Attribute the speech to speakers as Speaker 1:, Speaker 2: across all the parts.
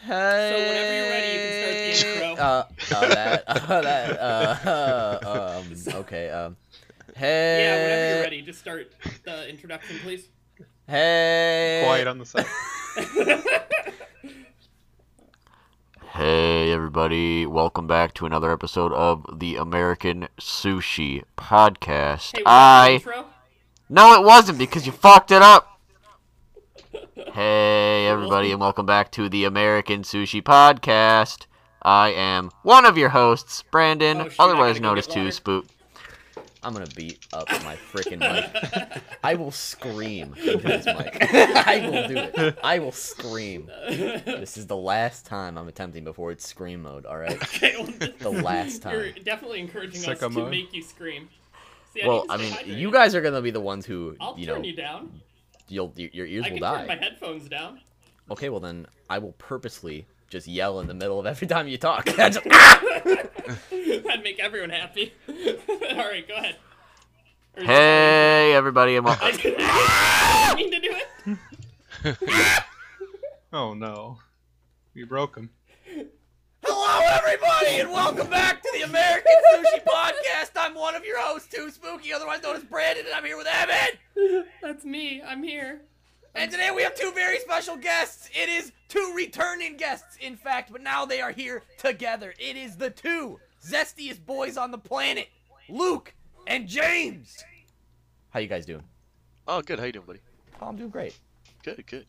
Speaker 1: Hey.
Speaker 2: So whenever you're ready, you can start the
Speaker 1: Uh,
Speaker 2: intro.
Speaker 1: uh, that, uh, that, uh, uh, um, okay, um, hey,
Speaker 2: yeah, whenever
Speaker 1: Uh,
Speaker 2: you're ready, just start the introduction, please.
Speaker 1: hey,
Speaker 3: Quiet
Speaker 4: Eh.
Speaker 3: on the side.
Speaker 5: Hey everybody, welcome back to another episode of the American Sushi Podcast.
Speaker 2: Hey,
Speaker 5: I
Speaker 2: what's the intro?
Speaker 5: No it wasn't because you fucked it up. Hey everybody and welcome back to the American Sushi Podcast. I am one of your hosts, Brandon,
Speaker 2: Oh, shit, I
Speaker 5: otherwise
Speaker 2: gotta go
Speaker 5: known as
Speaker 2: get water.
Speaker 5: Two Spook.
Speaker 1: I'm gonna beat up my freaking mic. I will scream into this mic. I will do it. I will scream. This is the last time I'm attempting before it's scream mode. All right,
Speaker 2: okay, well,
Speaker 1: the last
Speaker 2: you're
Speaker 1: time.
Speaker 2: definitely encouraging us
Speaker 3: Sicko
Speaker 2: to
Speaker 3: mode.
Speaker 2: make you scream. See,
Speaker 1: Well,
Speaker 2: need to
Speaker 1: I
Speaker 2: stay
Speaker 1: mean,
Speaker 2: hydrated.
Speaker 1: you guys are gonna be the ones who,
Speaker 2: I'll
Speaker 1: you
Speaker 2: turn
Speaker 1: know,
Speaker 2: you down.
Speaker 1: you'll your, your ears
Speaker 2: I
Speaker 1: will
Speaker 2: can
Speaker 1: die.
Speaker 2: turn my headphones down.
Speaker 1: Okay, well then I will purposely just yell in the middle of every time you talk. I just-
Speaker 2: That'd make everyone happy. All right, go ahead. Or is that-
Speaker 5: Hey everybody and
Speaker 2: I
Speaker 5: welcome
Speaker 2: didn't mean to do it.
Speaker 3: oh no, we broke him.
Speaker 1: Hello, everybody, and welcome back to the American Sushi Podcast. I'm one of your hosts, Too Spooky, otherwise known as Brandon, and I'm here with Evan.
Speaker 2: That's me. I'm here.
Speaker 1: And today we have two very special guests. It is two returning guests, in fact, but now they are here together. It is the two zestiest boys on the planet, Luke and James. How you guys doing?
Speaker 4: Oh, good. How you doing, buddy?
Speaker 1: Oh, I'm doing great.
Speaker 4: Good, good.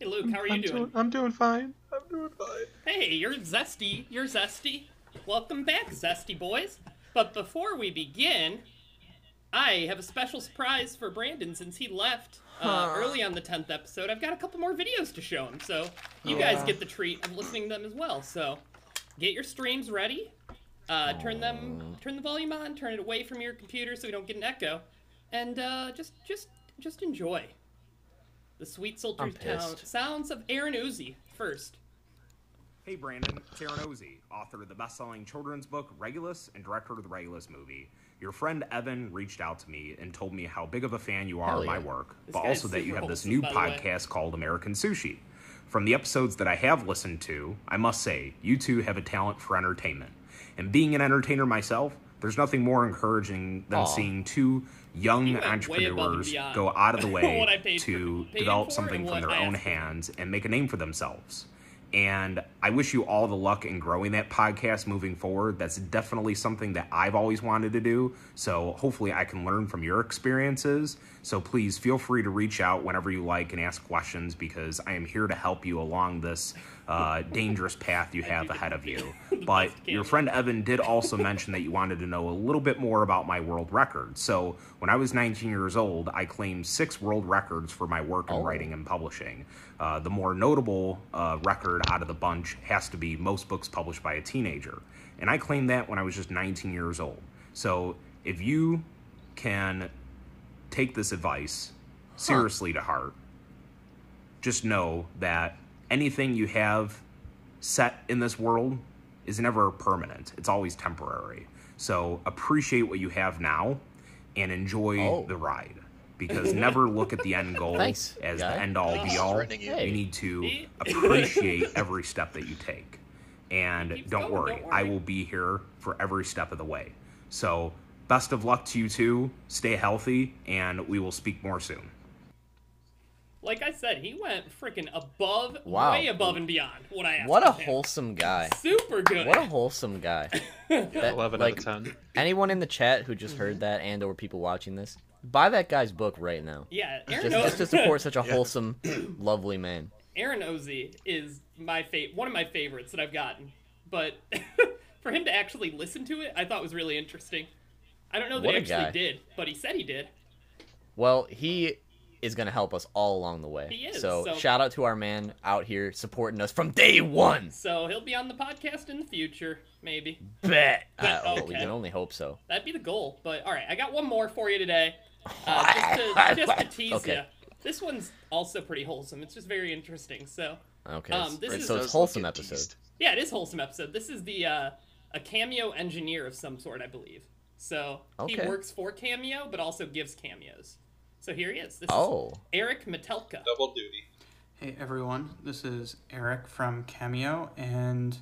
Speaker 2: Hey, Luke, how are you
Speaker 3: I'm
Speaker 2: doing?
Speaker 3: I'm doing fine. I'm doing fine.
Speaker 2: Hey, you're zesty. You're zesty. Welcome back, zesty boys. But before we begin, I have a special surprise for Brandon since he left uh, early on the tenth episode. I've got a couple more videos to show him, so you guys get the treat of listening to them as well. So get your streams ready. Uh, turn them, turn the volume on. Turn it away from your computer so we don't get an echo, and uh, just, just, just enjoy the sweet
Speaker 1: I'm
Speaker 2: sultry town,
Speaker 1: pissed.
Speaker 2: sounds of Aaron Uzi first.
Speaker 6: Hey Brandon, it's Aaron Ozy, author of the best-selling children's book Regulus and director of the Regulus movie. Your friend Evan reached out to me and told me how big of a fan you are
Speaker 1: Hell
Speaker 6: of my
Speaker 1: yeah.
Speaker 6: work, but
Speaker 2: guy's
Speaker 6: also that you
Speaker 2: super
Speaker 6: have this
Speaker 2: wholesome,
Speaker 6: new
Speaker 2: by the way.
Speaker 6: podcast called American Sushi. From the episodes that I have listened to, I must say, you two have a talent for entertainment. And being an entertainer myself, there's nothing more encouraging than
Speaker 1: Aw.
Speaker 6: seeing two young
Speaker 2: went way above and
Speaker 6: entrepreneurs
Speaker 2: beyond
Speaker 6: go out of the
Speaker 2: what I
Speaker 6: way
Speaker 2: paid for-
Speaker 6: to
Speaker 2: paid him for
Speaker 6: develop
Speaker 2: and
Speaker 6: something
Speaker 2: what
Speaker 6: from their
Speaker 2: I asked
Speaker 6: own
Speaker 2: him to do.
Speaker 6: hands hands and make a name for themselves. And I wish you all the luck in growing that podcast moving forward. That's definitely something that I've always wanted to do. So hopefully I can learn from your experiences. So please feel free to reach out whenever you like and ask questions because I am here to help you along this uh, dangerous path you have ahead of you. But your friend Evan did also mention that you wanted to know a little bit more about my world record. So when I was 19 years old, I claimed six world records for my work in writing and publishing. Uh, the more notable uh, record out of the bunch has to be most books published by a teenager. And I claimed that when I was just 19 years old. So if you can take this advice seriously to heart, just know that anything you have set in this world is never permanent. It's always temporary. So appreciate what you have now and enjoy
Speaker 1: Oh.
Speaker 6: the ride. Because never look at the end goal
Speaker 1: Thanks,
Speaker 6: as
Speaker 1: guy.
Speaker 6: the end all be all.
Speaker 4: Threatening you.
Speaker 1: Hey.
Speaker 6: You need to appreciate every step that you take. And
Speaker 2: keeps
Speaker 6: don't
Speaker 2: going,
Speaker 6: worry,
Speaker 2: don't
Speaker 6: I
Speaker 2: worry.
Speaker 6: will be here for every step of the way. So best of luck to you two. Stay healthy, and we will speak more soon.
Speaker 2: Like I said, he went freaking above,
Speaker 1: Wow.
Speaker 2: way above and beyond what I asked.
Speaker 1: What a
Speaker 2: him.
Speaker 1: wholesome guy.
Speaker 2: super good.
Speaker 1: What a wholesome guy. That-
Speaker 3: Eleven
Speaker 1: like,
Speaker 3: out of ten.
Speaker 1: Anyone in the chat who just
Speaker 2: Mhm.
Speaker 1: heard that and or people watching this, buy that guy's book right now.
Speaker 2: yeah,
Speaker 1: Just,
Speaker 2: Aaron
Speaker 1: just to
Speaker 2: Ozy,
Speaker 1: support such a wholesome, lovely man.
Speaker 2: Aaron Ozy is my fa- one of my favorites that I've gotten. But for him to actually listen to it, I thought was really interesting. I don't know that
Speaker 1: What
Speaker 2: he
Speaker 1: a
Speaker 2: actually
Speaker 1: guy.
Speaker 2: did, but he said he did.
Speaker 1: Well, he is going to help us all along the way.
Speaker 2: He is,
Speaker 1: so,
Speaker 2: so-
Speaker 1: shout out to our man out here supporting us from day one.
Speaker 2: So he'll be on the podcast in the future, maybe.
Speaker 1: Bet. Uh,
Speaker 2: Bet,
Speaker 1: We
Speaker 2: okay.
Speaker 1: can only hope so.
Speaker 2: That'd be the goal. But all right, I got one more for you today, uh, just, to, just to tease
Speaker 1: Okay.
Speaker 2: you. This one's also pretty wholesome. It's just very interesting. So
Speaker 1: Okay.
Speaker 2: Um,
Speaker 1: it's-
Speaker 2: this
Speaker 1: so
Speaker 2: is-
Speaker 1: it's wholesome episode.
Speaker 2: yeah, it is wholesome episode. This is the uh, a cameo engineer of some sort, I believe. So
Speaker 1: Okay.
Speaker 2: he works for Cameo, but also gives cameos. So here he is. This is
Speaker 1: Oh.
Speaker 2: Eric Metelka.
Speaker 3: Double duty.
Speaker 7: Hey everyone, this is Eric from Cameo, and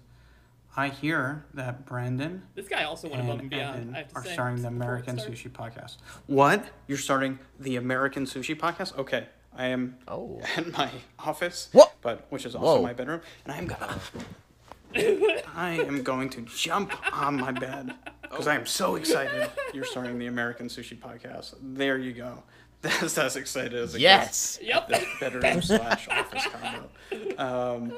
Speaker 7: I hear that Brandon
Speaker 2: This guy also went above and
Speaker 7: and
Speaker 2: beyond.
Speaker 7: Evan
Speaker 2: I have to
Speaker 7: are
Speaker 2: say.
Speaker 7: starting the
Speaker 2: before it
Speaker 7: American
Speaker 2: starts.
Speaker 7: Sushi Podcast. What? You're starting the American Sushi Podcast? Okay, I am
Speaker 8: Oh.
Speaker 7: at my office,
Speaker 8: What?
Speaker 7: but which is also
Speaker 8: Whoa.
Speaker 7: my bedroom, and I'm gonna. I am going to jump on my bed because I am so excited. You're starting the American Sushi Podcast. There you go. That's as excited as it gets
Speaker 8: Yes.
Speaker 2: Yep.
Speaker 7: the bedroom slash office combo. Um,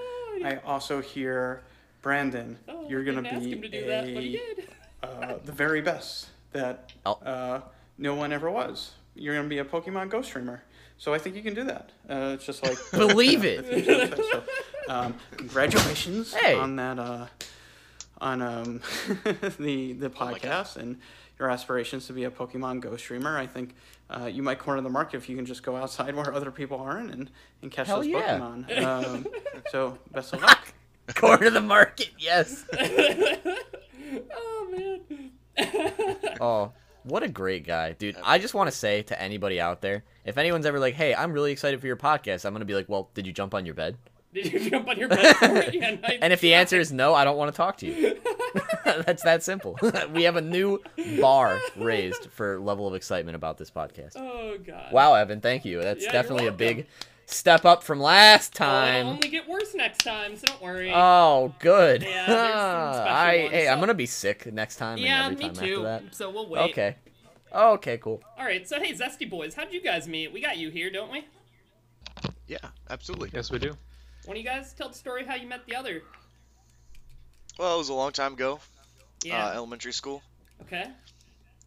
Speaker 7: I also hear Brandon,
Speaker 2: Oh,
Speaker 7: you're gonna
Speaker 2: didn't ask him
Speaker 7: be
Speaker 2: to do that, but he
Speaker 7: a,
Speaker 2: did.
Speaker 7: uh, the very best that
Speaker 8: Oh.
Speaker 7: uh, no one ever was. You're gonna be a Pokemon Go streamer, so I think you can do that. Uh, it's just like
Speaker 8: Believe it.
Speaker 7: the future of tech. So, um, congratulations
Speaker 8: Hey.
Speaker 7: on that uh, on um, the the podcast and your aspirations to be a Pokemon Go streamer. I think uh, you might corner the market if you can just go outside where other people aren't and, and catch
Speaker 8: Hell
Speaker 7: those
Speaker 8: yeah.
Speaker 7: Pokemon. Um, so best of luck.
Speaker 8: Corner the market. Yes.
Speaker 2: Oh man.
Speaker 8: Oh, what a great guy, dude! I just want to say to anybody out there, if anyone's ever like, "Hey, I'm really excited for your podcast," I'm gonna be like, "Well, did you jump on your bed?"
Speaker 2: Did you jump on your bed for it? Yeah, nice.
Speaker 8: And if the answer is no, I don't want to talk to you. That's that simple. we have a new bar raised for level of excitement about this podcast.
Speaker 2: Oh god.
Speaker 8: Wow, Evan, thank you. That's
Speaker 2: Yeah, you're
Speaker 8: definitely a big
Speaker 2: welcome.
Speaker 8: step up from last
Speaker 2: Well, it'll
Speaker 8: time.
Speaker 2: only get worse next time, so don't worry.
Speaker 8: Oh, good.
Speaker 2: Yeah, there's some special
Speaker 8: I
Speaker 2: ones,
Speaker 8: hey, I'm
Speaker 2: so-
Speaker 8: gonna be sick next time.
Speaker 2: yeah,
Speaker 8: and every
Speaker 2: me
Speaker 8: time After
Speaker 2: too.
Speaker 8: that.
Speaker 2: So we'll wait.
Speaker 8: Okay. Okay, cool.
Speaker 2: All right. So hey, Zesty boys, how did you guys meet? We got you here, don't we?
Speaker 4: Yeah, absolutely.
Speaker 3: Yes, we do.
Speaker 2: One of you guys tell the story how you met the other.
Speaker 4: Well, it was a long time ago,
Speaker 2: Yeah.
Speaker 4: uh, elementary school,
Speaker 2: okay.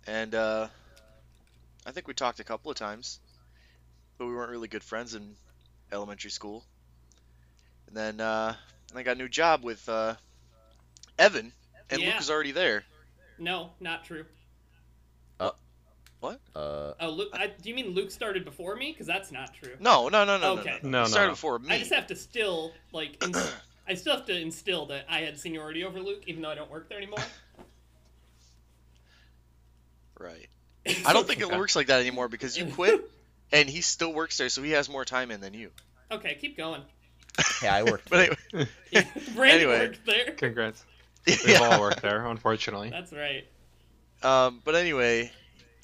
Speaker 4: and uh, I think we talked a couple of times, but we weren't really good friends in elementary school. And then uh, I got a new job with uh, Evan, and
Speaker 2: Yeah.
Speaker 4: Luke was already there.
Speaker 2: No, not true.
Speaker 8: Uh,
Speaker 2: Oh, Luke. I, do you mean Luke started before me? Because that's not true.
Speaker 4: No, no, no, no, no,
Speaker 2: Okay.
Speaker 4: no.
Speaker 3: No,
Speaker 4: He
Speaker 3: no,
Speaker 4: started
Speaker 3: no.
Speaker 4: before me.
Speaker 2: I just have to still like. Inst- I still have to instill that I had seniority over Luke, even though I don't work there anymore.
Speaker 4: Right. I don't think it works like that anymore because you quit, and he still works there, so he has more time in than you.
Speaker 2: Okay, keep going.
Speaker 8: hey, I worked.
Speaker 4: But anyway,
Speaker 2: Brandon
Speaker 4: Anyway.
Speaker 2: worked there.
Speaker 3: Congrats. We've
Speaker 4: yeah.
Speaker 3: all worked there, unfortunately.
Speaker 2: That's right.
Speaker 4: Um, but anyway,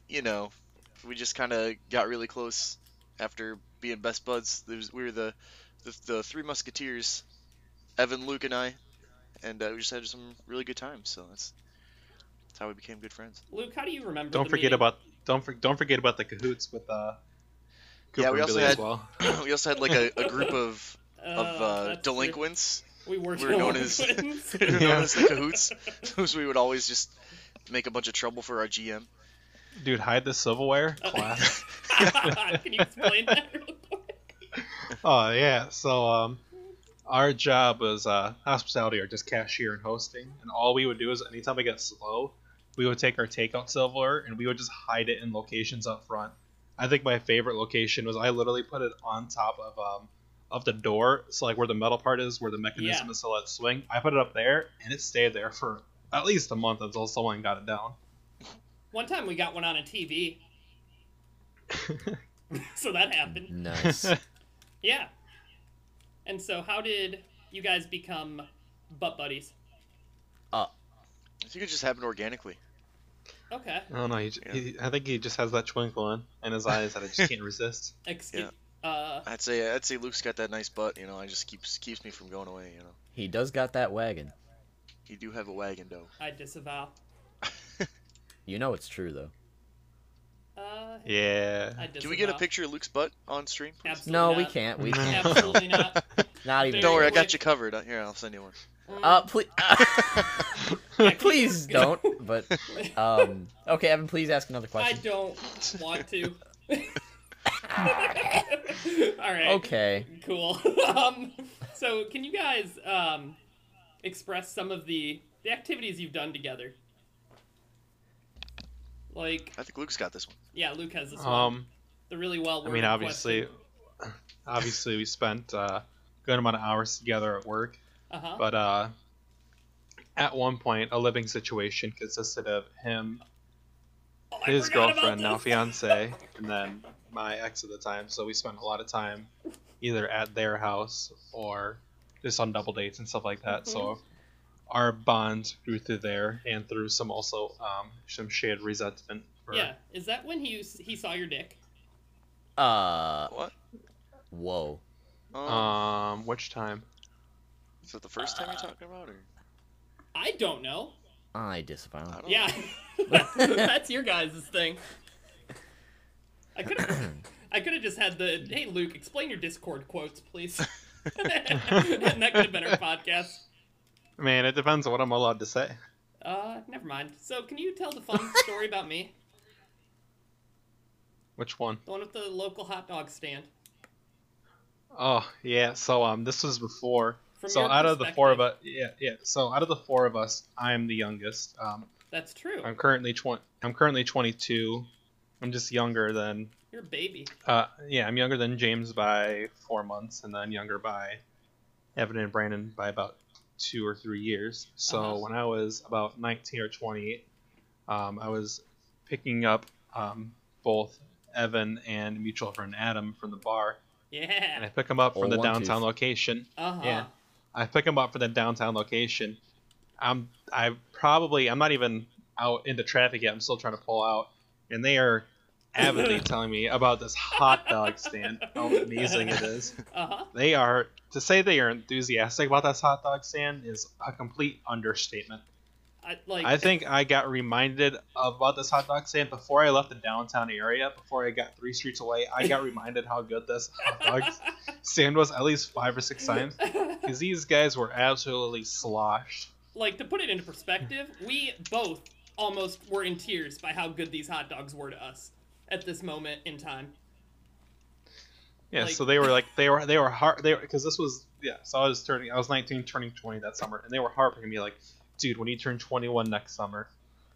Speaker 4: you know, we just kind of got really close after being best buds. There was, we were the, the the three musketeers, Evan, Luke, and I, and uh, we just had some really good times. So that's that's how we became good friends.
Speaker 2: Luke, how do you remember?
Speaker 3: Don't
Speaker 2: the
Speaker 3: forget
Speaker 2: meeting?
Speaker 3: about don't for, don't forget about the cahoots with uh, Cooper
Speaker 4: Yeah, we
Speaker 3: and
Speaker 4: also
Speaker 3: Billy as
Speaker 4: had-
Speaker 3: well.
Speaker 4: we also had like a, a group of of
Speaker 2: Oh,
Speaker 4: uh,
Speaker 2: that's the-
Speaker 4: delinquents
Speaker 2: We were,
Speaker 4: we were known as-
Speaker 2: delinquents.
Speaker 4: who were
Speaker 3: Yeah.
Speaker 4: known as the cahoots, whose we would always just make a bunch of trouble for our GM.
Speaker 3: Dude, hide the silverware. Class.
Speaker 2: Can you explain that real quick?
Speaker 3: oh yeah. So um, our job was uh, hospitality or just cashier and hosting, and all we would do is anytime we got slow, we would take our takeout silverware and we would just hide it in locations up front. I think my favorite location was I literally put it on top of um, of the door, so like where the metal part is, where the mechanism
Speaker 2: Yeah.
Speaker 3: is to let it swing. I put it up there, and it stayed there for at least a month until someone got it down.
Speaker 2: One time we got one on a TV. so that happened.
Speaker 8: Nice.
Speaker 2: Yeah. And so, how did you guys become butt buddies?
Speaker 4: I think it just happened organically.
Speaker 2: Okay.
Speaker 3: I don't know. He, j
Speaker 4: Yeah.
Speaker 3: he, I think he just has that twinkle in, in his eyes that I just can't resist.
Speaker 2: Excuse. Uh,
Speaker 4: I'd say I'd say Luke's got that nice butt. You know, I just keeps keeps me from going away. You know.
Speaker 8: he does got that wagon.
Speaker 4: You do have a wagon, though.
Speaker 2: I disavow.
Speaker 8: You know it's true though.
Speaker 2: Uh,
Speaker 3: Yeah.
Speaker 2: I disavow.
Speaker 4: Can we get a picture of Luke's butt on stream? please?
Speaker 2: Absolutely
Speaker 8: No, we
Speaker 2: not.
Speaker 8: can't. We
Speaker 3: No.
Speaker 8: can't.
Speaker 2: Absolutely not.
Speaker 8: Not even.
Speaker 2: Very
Speaker 4: Don't worry, I
Speaker 2: quick.
Speaker 4: got you covered. Uh, Here, I'll send you one.
Speaker 8: Uh, please,
Speaker 2: Yeah,
Speaker 8: please
Speaker 2: keep-
Speaker 8: don't. But um, okay, Evan, please ask another
Speaker 2: I
Speaker 8: question.
Speaker 2: don't want to. All right.
Speaker 8: Okay.
Speaker 2: Cool. um, so, can you guys um, express some of the the activities you've done together? Like,
Speaker 4: I think Luke's got this one.
Speaker 2: yeah, Luke has this one.
Speaker 3: Um,
Speaker 2: The really well.
Speaker 3: I mean, obviously, obviously we spent uh, good amount of hours together at work,
Speaker 2: Uh huh.
Speaker 3: but uh, at one point, a living situation consisted of him, his girlfriend, now fiance, and then my ex at the time, so we spent a lot of time either at their house or just on double dates and stuff like that. So our bond grew through there and through some also um, some shared resentment. For,
Speaker 2: Yeah. Is that when he s- he saw your dick?
Speaker 1: Uh,
Speaker 4: What?
Speaker 1: whoa.
Speaker 4: Oh,
Speaker 3: Um, which time?
Speaker 4: is that the first time you're talking about, or
Speaker 2: I don't know.
Speaker 1: I disavow.
Speaker 4: I don't
Speaker 2: Yeah. that's, that's your guys' thing. I could have I could have just had the hey Luke, explain your Discord quotes, please. and that could have been our podcast.
Speaker 3: Man, it depends on what I'm allowed to say.
Speaker 2: Uh, never mind. So, can you tell the fun story about me?
Speaker 3: Which one?
Speaker 2: The one with the local hot dog stand.
Speaker 3: Oh yeah, so um, this was before.
Speaker 2: From
Speaker 3: so
Speaker 2: your
Speaker 3: out of the four of us,
Speaker 2: perspective.
Speaker 3: yeah, yeah. So out of the four of us, I'm the youngest. Um,
Speaker 2: That's true.
Speaker 3: I'm currently twenty. I'm currently 22. I'm just younger than.
Speaker 2: You're a baby.
Speaker 3: Uh, yeah, I'm younger than James by four months, and then younger by Evan and Brandon by about two or three years. So
Speaker 2: Uh-huh.
Speaker 3: when I was about 19 or 20, um, I was picking up um, both Evan and mutual friend Adam from the bar, and I
Speaker 2: Yeah.
Speaker 3: pick them up from
Speaker 1: All
Speaker 3: the
Speaker 1: one
Speaker 3: downtown
Speaker 1: tooth.
Speaker 3: location.
Speaker 2: Uh huh.
Speaker 3: Yeah. I pick him up for the downtown location. I'm I probably I'm not even out into traffic yet. I'm still trying to pull out, and they are avidly telling me about this hot dog stand. How amazing it is!
Speaker 2: Uh huh.
Speaker 3: They are to say they are enthusiastic about this hot dog stand is a complete understatement.
Speaker 2: I like.
Speaker 3: I think I got reminded about this hot dog stand before I left the downtown area. Before I got three streets away, I got reminded how good this hot dog stand was at least five or six times because these guys were absolutely sloshed.
Speaker 2: like to put it into perspective, we both almost were in tears by how good these hot dogs were to us at this moment in time.
Speaker 3: Yeah,
Speaker 2: Like-
Speaker 3: so they were like they were they were hard they because this was yeah. So I was turning I was 19, turning 20 that summer, and they were harping me like, dude, when you turn 21 next summer,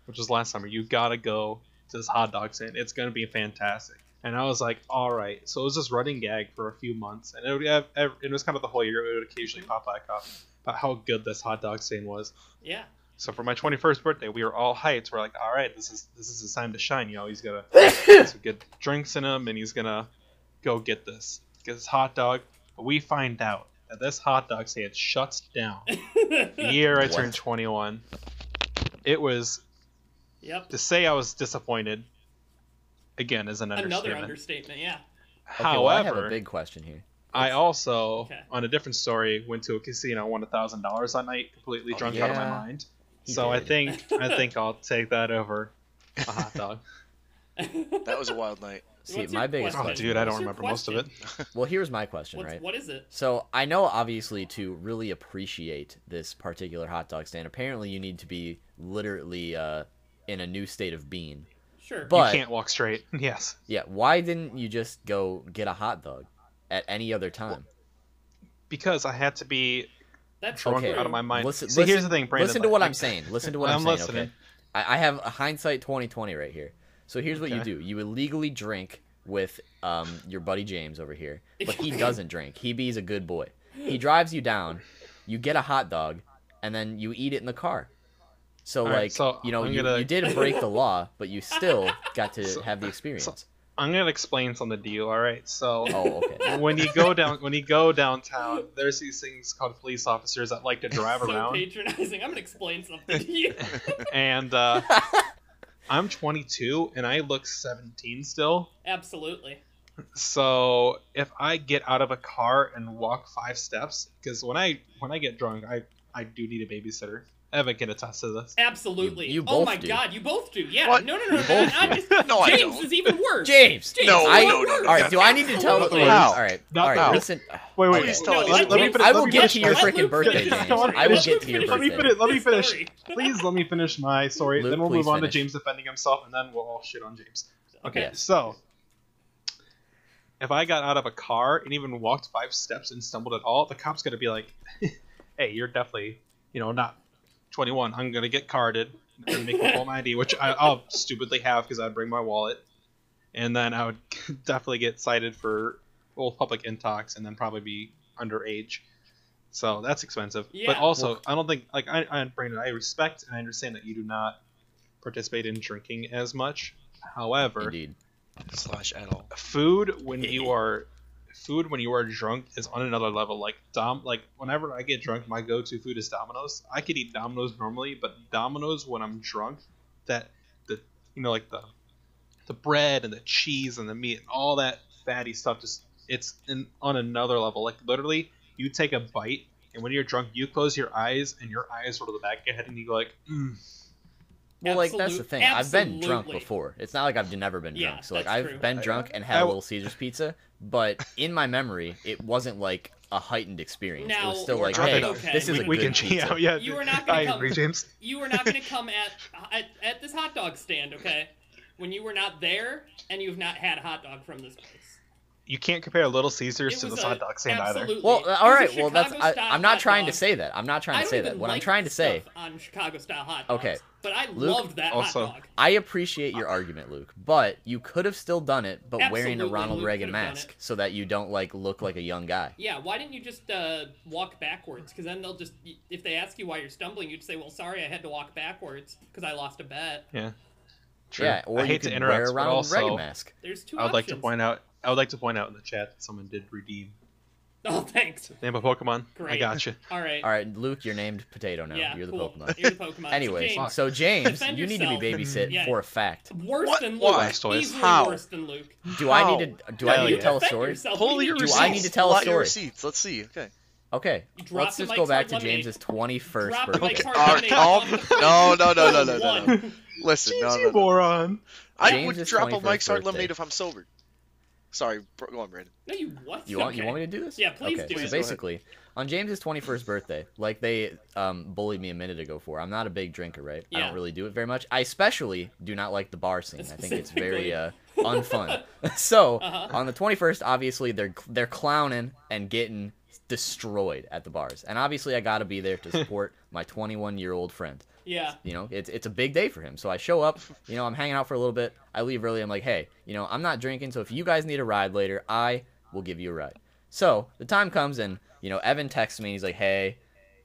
Speaker 3: which was last summer, you gotta go to this hot dog stand. It's gonna be fantastic. And I was like, all right. So it was this running gag for a few months, and it would have ev- it was kind of the whole year. It would occasionally pop back up about how good this hot dog stand was.
Speaker 2: Yeah.
Speaker 3: So for my 21st birthday, we were all hyped. We're like, all right, this is this is his time to shine. You know, he's gonna get some good drinks in him, and he's gonna go get this get this hot dog. But we find out that this hot dog stand shuts down the year I turned 21. It was
Speaker 2: Yep.
Speaker 3: to say I was disappointed. Again, is an
Speaker 2: Another
Speaker 3: understatement.
Speaker 2: understatement. Yeah.
Speaker 1: Okay,
Speaker 3: However,
Speaker 1: well, I have a big question here.
Speaker 3: I also,
Speaker 2: Okay.
Speaker 3: on a different story, went to a casino, won a thousand dollars that night, completely drunk out of my
Speaker 1: Oh, yeah.
Speaker 3: mind.
Speaker 1: He
Speaker 3: so I
Speaker 1: did.
Speaker 3: think I think I'll take that over a hot dog.
Speaker 4: know. That was a wild night.
Speaker 1: See,
Speaker 2: What's
Speaker 1: my
Speaker 2: your
Speaker 1: biggest
Speaker 3: oh,
Speaker 2: question?
Speaker 1: question.
Speaker 3: dude, I don't
Speaker 2: What's your
Speaker 3: remember most of it.
Speaker 2: question?
Speaker 1: Well, here's my question,
Speaker 2: What's,
Speaker 1: right?
Speaker 2: What is it?
Speaker 1: So I know obviously to really appreciate this particular hot dog stand, apparently you need to be literally uh, in a new state of being.
Speaker 2: Sure.
Speaker 1: But-
Speaker 3: you can't walk straight. Yes,
Speaker 1: Yeah, why didn't you just go get a hot dog at any other time?
Speaker 3: because I had to be
Speaker 2: that's
Speaker 3: drunk
Speaker 1: Okay.
Speaker 3: out of my mind.
Speaker 1: Listen,
Speaker 3: See, here's
Speaker 1: listen-
Speaker 3: the thing, Brandon.
Speaker 1: listen to what
Speaker 3: like-
Speaker 1: I'm saying. Listen to what I'm,
Speaker 3: I'm
Speaker 1: saying. Okay,
Speaker 3: listening.
Speaker 1: I, I have a hindsight 2020 right here. So here's what you
Speaker 3: Okay.
Speaker 1: do: you illegally drink with um, your buddy James over here, but he doesn't drink. He be's a good boy. He drives you down. You get a hot dog, and then you eat it in the car. So
Speaker 3: All
Speaker 1: like
Speaker 3: right, so
Speaker 1: you know
Speaker 3: I'm
Speaker 1: you,
Speaker 3: gonna-
Speaker 1: you did break the law, but you still got to have the experience.
Speaker 3: I'm gonna explain some of the deal. All right, so
Speaker 1: oh, okay.
Speaker 3: when you go down when you go downtown, there's these things called police officers that like to drive
Speaker 2: so
Speaker 3: around.
Speaker 2: patronizing. I'm gonna explain something to you.
Speaker 3: and uh, I'm 22 and I look 17 still.
Speaker 2: Absolutely.
Speaker 3: So if I get out of a car and walk five steps, because when I when I get drunk, I I do need a babysitter. Evan can attest to this.
Speaker 2: Absolutely.
Speaker 1: You- you
Speaker 2: oh
Speaker 1: both
Speaker 2: my
Speaker 1: do.
Speaker 2: god, you both do. Yeah.
Speaker 4: What?
Speaker 2: No, no, no, no.
Speaker 1: both
Speaker 2: I
Speaker 1: do.
Speaker 2: just,
Speaker 4: No, I
Speaker 2: James
Speaker 4: don't.
Speaker 2: is even worse.
Speaker 1: James,
Speaker 2: James,
Speaker 4: No,
Speaker 2: is
Speaker 1: I-
Speaker 4: no,
Speaker 2: even
Speaker 4: no,
Speaker 2: worse.
Speaker 4: no,
Speaker 1: all right. Do I need to tell?
Speaker 2: Absolutely.
Speaker 1: All
Speaker 4: Wow.
Speaker 1: right,
Speaker 3: Not
Speaker 1: all
Speaker 4: now.
Speaker 1: right. Listen,
Speaker 3: Wait, wait.
Speaker 1: Okay.
Speaker 4: Please tell
Speaker 2: No,
Speaker 4: us.
Speaker 2: let-
Speaker 4: Let
Speaker 2: let
Speaker 4: me
Speaker 2: me
Speaker 1: I
Speaker 4: finish.
Speaker 3: let
Speaker 1: will
Speaker 3: me
Speaker 1: get
Speaker 3: finish
Speaker 1: to
Speaker 3: my
Speaker 1: your
Speaker 3: story.
Speaker 1: freaking birthday,
Speaker 3: Just
Speaker 1: James.
Speaker 3: don't-
Speaker 1: I will
Speaker 3: let
Speaker 1: get to your
Speaker 3: Let me
Speaker 1: birthday.
Speaker 3: finish. Let me finish.
Speaker 2: Sorry.
Speaker 3: Please let me finish my story.
Speaker 1: Luke,
Speaker 3: then we'll move
Speaker 1: please
Speaker 3: on to
Speaker 1: finish.
Speaker 3: James defending himself, and then we'll all shit on James. Okay,
Speaker 1: Yes.
Speaker 3: so if I got out of a car and even walked five steps and stumbled at all, the cop's gonna be like, "Hey, you're definitely, you know, not 21. I'm gonna get carded and make a full ID, which I, I'll stupidly have because I'd bring my wallet, and then I would definitely get cited for old public intox, and then probably be underage. So that's expensive. but
Speaker 2: Yeah.
Speaker 3: also, I don't think like I, I, Brandon, I respect and I understand that you do not participate in drinking as much. However,
Speaker 1: Indeed.
Speaker 4: slash at all.
Speaker 3: food when you are food when you are drunk is on another level like dom like whenever i get drunk my go-to food is domino's i could eat domino's normally but domino's when i'm drunk that the you know like the the bread and the cheese and the meat and all that fatty stuff just it's in, on another level like literally you take a bite and when you're drunk you close your eyes and your eyes roll to the back of your head and you go like mm.
Speaker 1: Well, like that's the
Speaker 2: Absolute-
Speaker 1: thing. I've been drunk
Speaker 2: absolutely.
Speaker 1: before. It's not like I've never been
Speaker 2: Yeah,
Speaker 1: drunk. So like
Speaker 2: that's
Speaker 1: I've
Speaker 2: true.
Speaker 1: been drunk and had
Speaker 3: I
Speaker 1: a
Speaker 3: w-
Speaker 1: Little Caesars pizza, but in my memory, it wasn't like a heightened experience. it
Speaker 2: Now-
Speaker 1: was still
Speaker 2: We're
Speaker 1: like,
Speaker 4: drunk
Speaker 1: hey,
Speaker 4: enough.
Speaker 1: this is a
Speaker 3: we
Speaker 1: good
Speaker 3: can
Speaker 1: pizza.
Speaker 3: yeah, yeah
Speaker 2: You are not gonna
Speaker 3: I
Speaker 2: come-
Speaker 3: agree, james
Speaker 2: You were not going to come at, at at this hot dog stand, okay? When you were not there and you've not had a hot dog from this place.
Speaker 3: you can't compare little
Speaker 2: It
Speaker 3: caesars to
Speaker 2: was
Speaker 3: the
Speaker 2: a-
Speaker 3: hot dog stand either
Speaker 2: absolutely.
Speaker 1: Well, uh,
Speaker 2: It was
Speaker 1: all
Speaker 2: a
Speaker 1: right. Well, that's I,
Speaker 2: Chicago-style
Speaker 1: I'm not
Speaker 2: hot
Speaker 1: trying
Speaker 2: dog.
Speaker 1: to say that. I'm not
Speaker 2: I
Speaker 1: trying to
Speaker 2: don't
Speaker 1: say that.
Speaker 2: even
Speaker 1: What I'm
Speaker 2: like
Speaker 1: trying to say,
Speaker 2: stuff on Chicago style hot dogs.
Speaker 1: Okay.
Speaker 2: But I
Speaker 1: Luke,
Speaker 2: loved that
Speaker 3: also-
Speaker 2: hot dog.
Speaker 1: I appreciate your argument, Luke, but you could have still done it, but wearing a
Speaker 2: Absolutely,
Speaker 1: Ronald
Speaker 2: Luke
Speaker 1: Reagan
Speaker 2: could have done
Speaker 1: mask
Speaker 2: it.
Speaker 1: so that you don't like look like a young guy.
Speaker 2: Yeah, why didn't you just uh, walk backwards? Because then they'll just, if they ask you why you're stumbling, you'd say, well, sorry, I had to walk backwards because I lost a bet.
Speaker 3: yeah True.
Speaker 1: Yeah, or
Speaker 3: I
Speaker 1: you
Speaker 3: hate
Speaker 1: could
Speaker 3: to
Speaker 1: wear
Speaker 3: interrupt,
Speaker 1: a
Speaker 3: but
Speaker 1: Ronald
Speaker 3: also,
Speaker 1: Reagan mask.
Speaker 2: There's two
Speaker 3: I would like to
Speaker 2: options.
Speaker 3: point out. I would like to point out in the chat that someone did redeem
Speaker 2: Oh, thanks.
Speaker 3: name of Pokemon. I
Speaker 2: Great.
Speaker 3: gotcha.
Speaker 2: All right.
Speaker 1: All right, Luke, you're named Potato now.
Speaker 2: Yeah,
Speaker 1: you're the
Speaker 2: cool.
Speaker 1: Pokemon.
Speaker 2: You're the Pokemon.
Speaker 1: Anyways,
Speaker 2: James,
Speaker 1: so James,
Speaker 2: Defend
Speaker 1: you need to be
Speaker 2: yourself.
Speaker 1: babysit
Speaker 2: Yeah.
Speaker 1: for a fact.
Speaker 2: worse
Speaker 4: What?
Speaker 2: than Luke.
Speaker 4: Why?
Speaker 3: Blastoise.
Speaker 2: Easily
Speaker 4: How?
Speaker 2: worse than Luke.
Speaker 1: Do I need to do I
Speaker 3: Hell
Speaker 1: need to
Speaker 3: yeah.
Speaker 1: tell a
Speaker 2: Defend
Speaker 1: story?
Speaker 2: yourself.
Speaker 4: Pull
Speaker 2: We
Speaker 4: your
Speaker 2: need
Speaker 1: Do
Speaker 4: receipts.
Speaker 2: you.
Speaker 1: I need to tell a
Speaker 4: Pull out your
Speaker 1: story?
Speaker 4: receipts. Let's see. Okay.
Speaker 1: Okay,
Speaker 2: You dropped
Speaker 1: let's
Speaker 2: the
Speaker 1: just go
Speaker 2: Mike's
Speaker 1: back
Speaker 2: Hard
Speaker 1: to
Speaker 2: Lemonade.
Speaker 1: James's 21st
Speaker 2: Drop the
Speaker 1: birthday.
Speaker 2: Mike's
Speaker 4: All
Speaker 2: Hard
Speaker 4: right, no, no, no, no, no, no, no.
Speaker 2: One.
Speaker 4: Listen, no,
Speaker 3: Jeez,
Speaker 4: no,
Speaker 3: you
Speaker 4: no.
Speaker 3: moron.
Speaker 4: I
Speaker 1: James
Speaker 4: would
Speaker 1: is
Speaker 4: drop a
Speaker 1: 21st
Speaker 4: Mike's Hard
Speaker 1: birthday.
Speaker 4: Lemonade if I'm sober. Sorry, bro- go on, Brandon.
Speaker 2: No, you what?
Speaker 1: You want
Speaker 2: okay.
Speaker 1: you want me to do this?
Speaker 2: Yeah, please
Speaker 1: okay,
Speaker 2: do it.
Speaker 1: So basically, on James's 21st birthday, like they um, bullied me a minute ago for, I'm not a big drinker, right? I
Speaker 2: Yeah.
Speaker 1: don't really do it very much. I especially do not like the bar scene. I think it's very uh, unfun. so
Speaker 2: Uh-huh.
Speaker 1: on the 21st, obviously they're they're clowning and getting destroyed at the bars, and obviously I got to be there to support my 21 year old friend
Speaker 2: Yeah.
Speaker 1: you know, it's it's a big day for him. So I show up, you know, I'm hanging out for a little bit. I leave early. I'm like, hey, you know, I'm not drinking, so if you guys need a ride later, I will give you a ride. So the time comes and you know, Evan texts me and he's like, hey,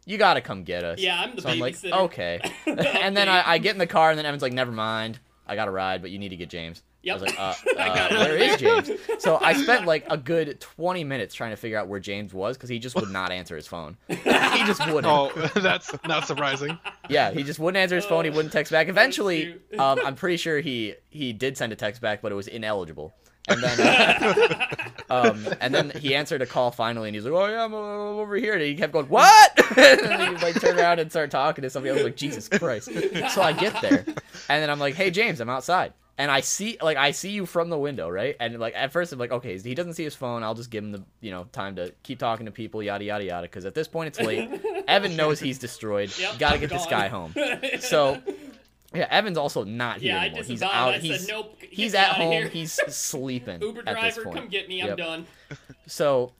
Speaker 1: you gotta come get us.
Speaker 2: Yeah, I'm the
Speaker 1: so I'm like,
Speaker 2: babysitter.
Speaker 1: okay. and then I, I get in the car and then Evan's like, never mind, I got a ride, but you need to get James. I
Speaker 2: Yep.
Speaker 1: was like, uh,
Speaker 2: I
Speaker 1: uh,
Speaker 2: got it.
Speaker 1: where is James? So I spent like a good 20 minutes trying to figure out where James was because he just would not answer his phone. he just wouldn't.
Speaker 3: Oh, that's not surprising.
Speaker 1: Yeah, he just wouldn't answer his phone. He
Speaker 2: Oh,
Speaker 1: wouldn't text back. Eventually,
Speaker 2: cute.
Speaker 1: um, I'm pretty sure he he did send a text back, but it was ineligible. And then, uh, um, and then he answered a call finally, and he's like, "Oh yeah, I'm uh, over here." And he kept going, "What?" and he like turned around and started talking to somebody. I was like, "Jesus Christ!" So I get there, and then I'm like, "Hey James, I'm outside." And I see, like, I see you from the window, right? And like at first, I'm like, okay, he doesn't see his phone. I'll just give him the, you know, time to keep talking to people, yada yada yada. Because at this point, it's late. Evan knows he's destroyed.
Speaker 2: Yep,
Speaker 1: Gotta
Speaker 2: I'm
Speaker 1: get this
Speaker 2: gone.
Speaker 1: guy home. So, yeah, Evan's also not here
Speaker 2: Yeah, I
Speaker 1: anymore. He's
Speaker 2: disavowed.
Speaker 1: out.
Speaker 2: I said,
Speaker 1: he's
Speaker 2: "Nope, get
Speaker 1: he's
Speaker 2: me
Speaker 1: at
Speaker 2: outta
Speaker 1: home.
Speaker 2: here."
Speaker 1: He's sleeping
Speaker 2: Uber
Speaker 1: at this
Speaker 2: driver,
Speaker 1: point.
Speaker 2: come get me. I'm
Speaker 1: Yep.
Speaker 2: done.
Speaker 1: So,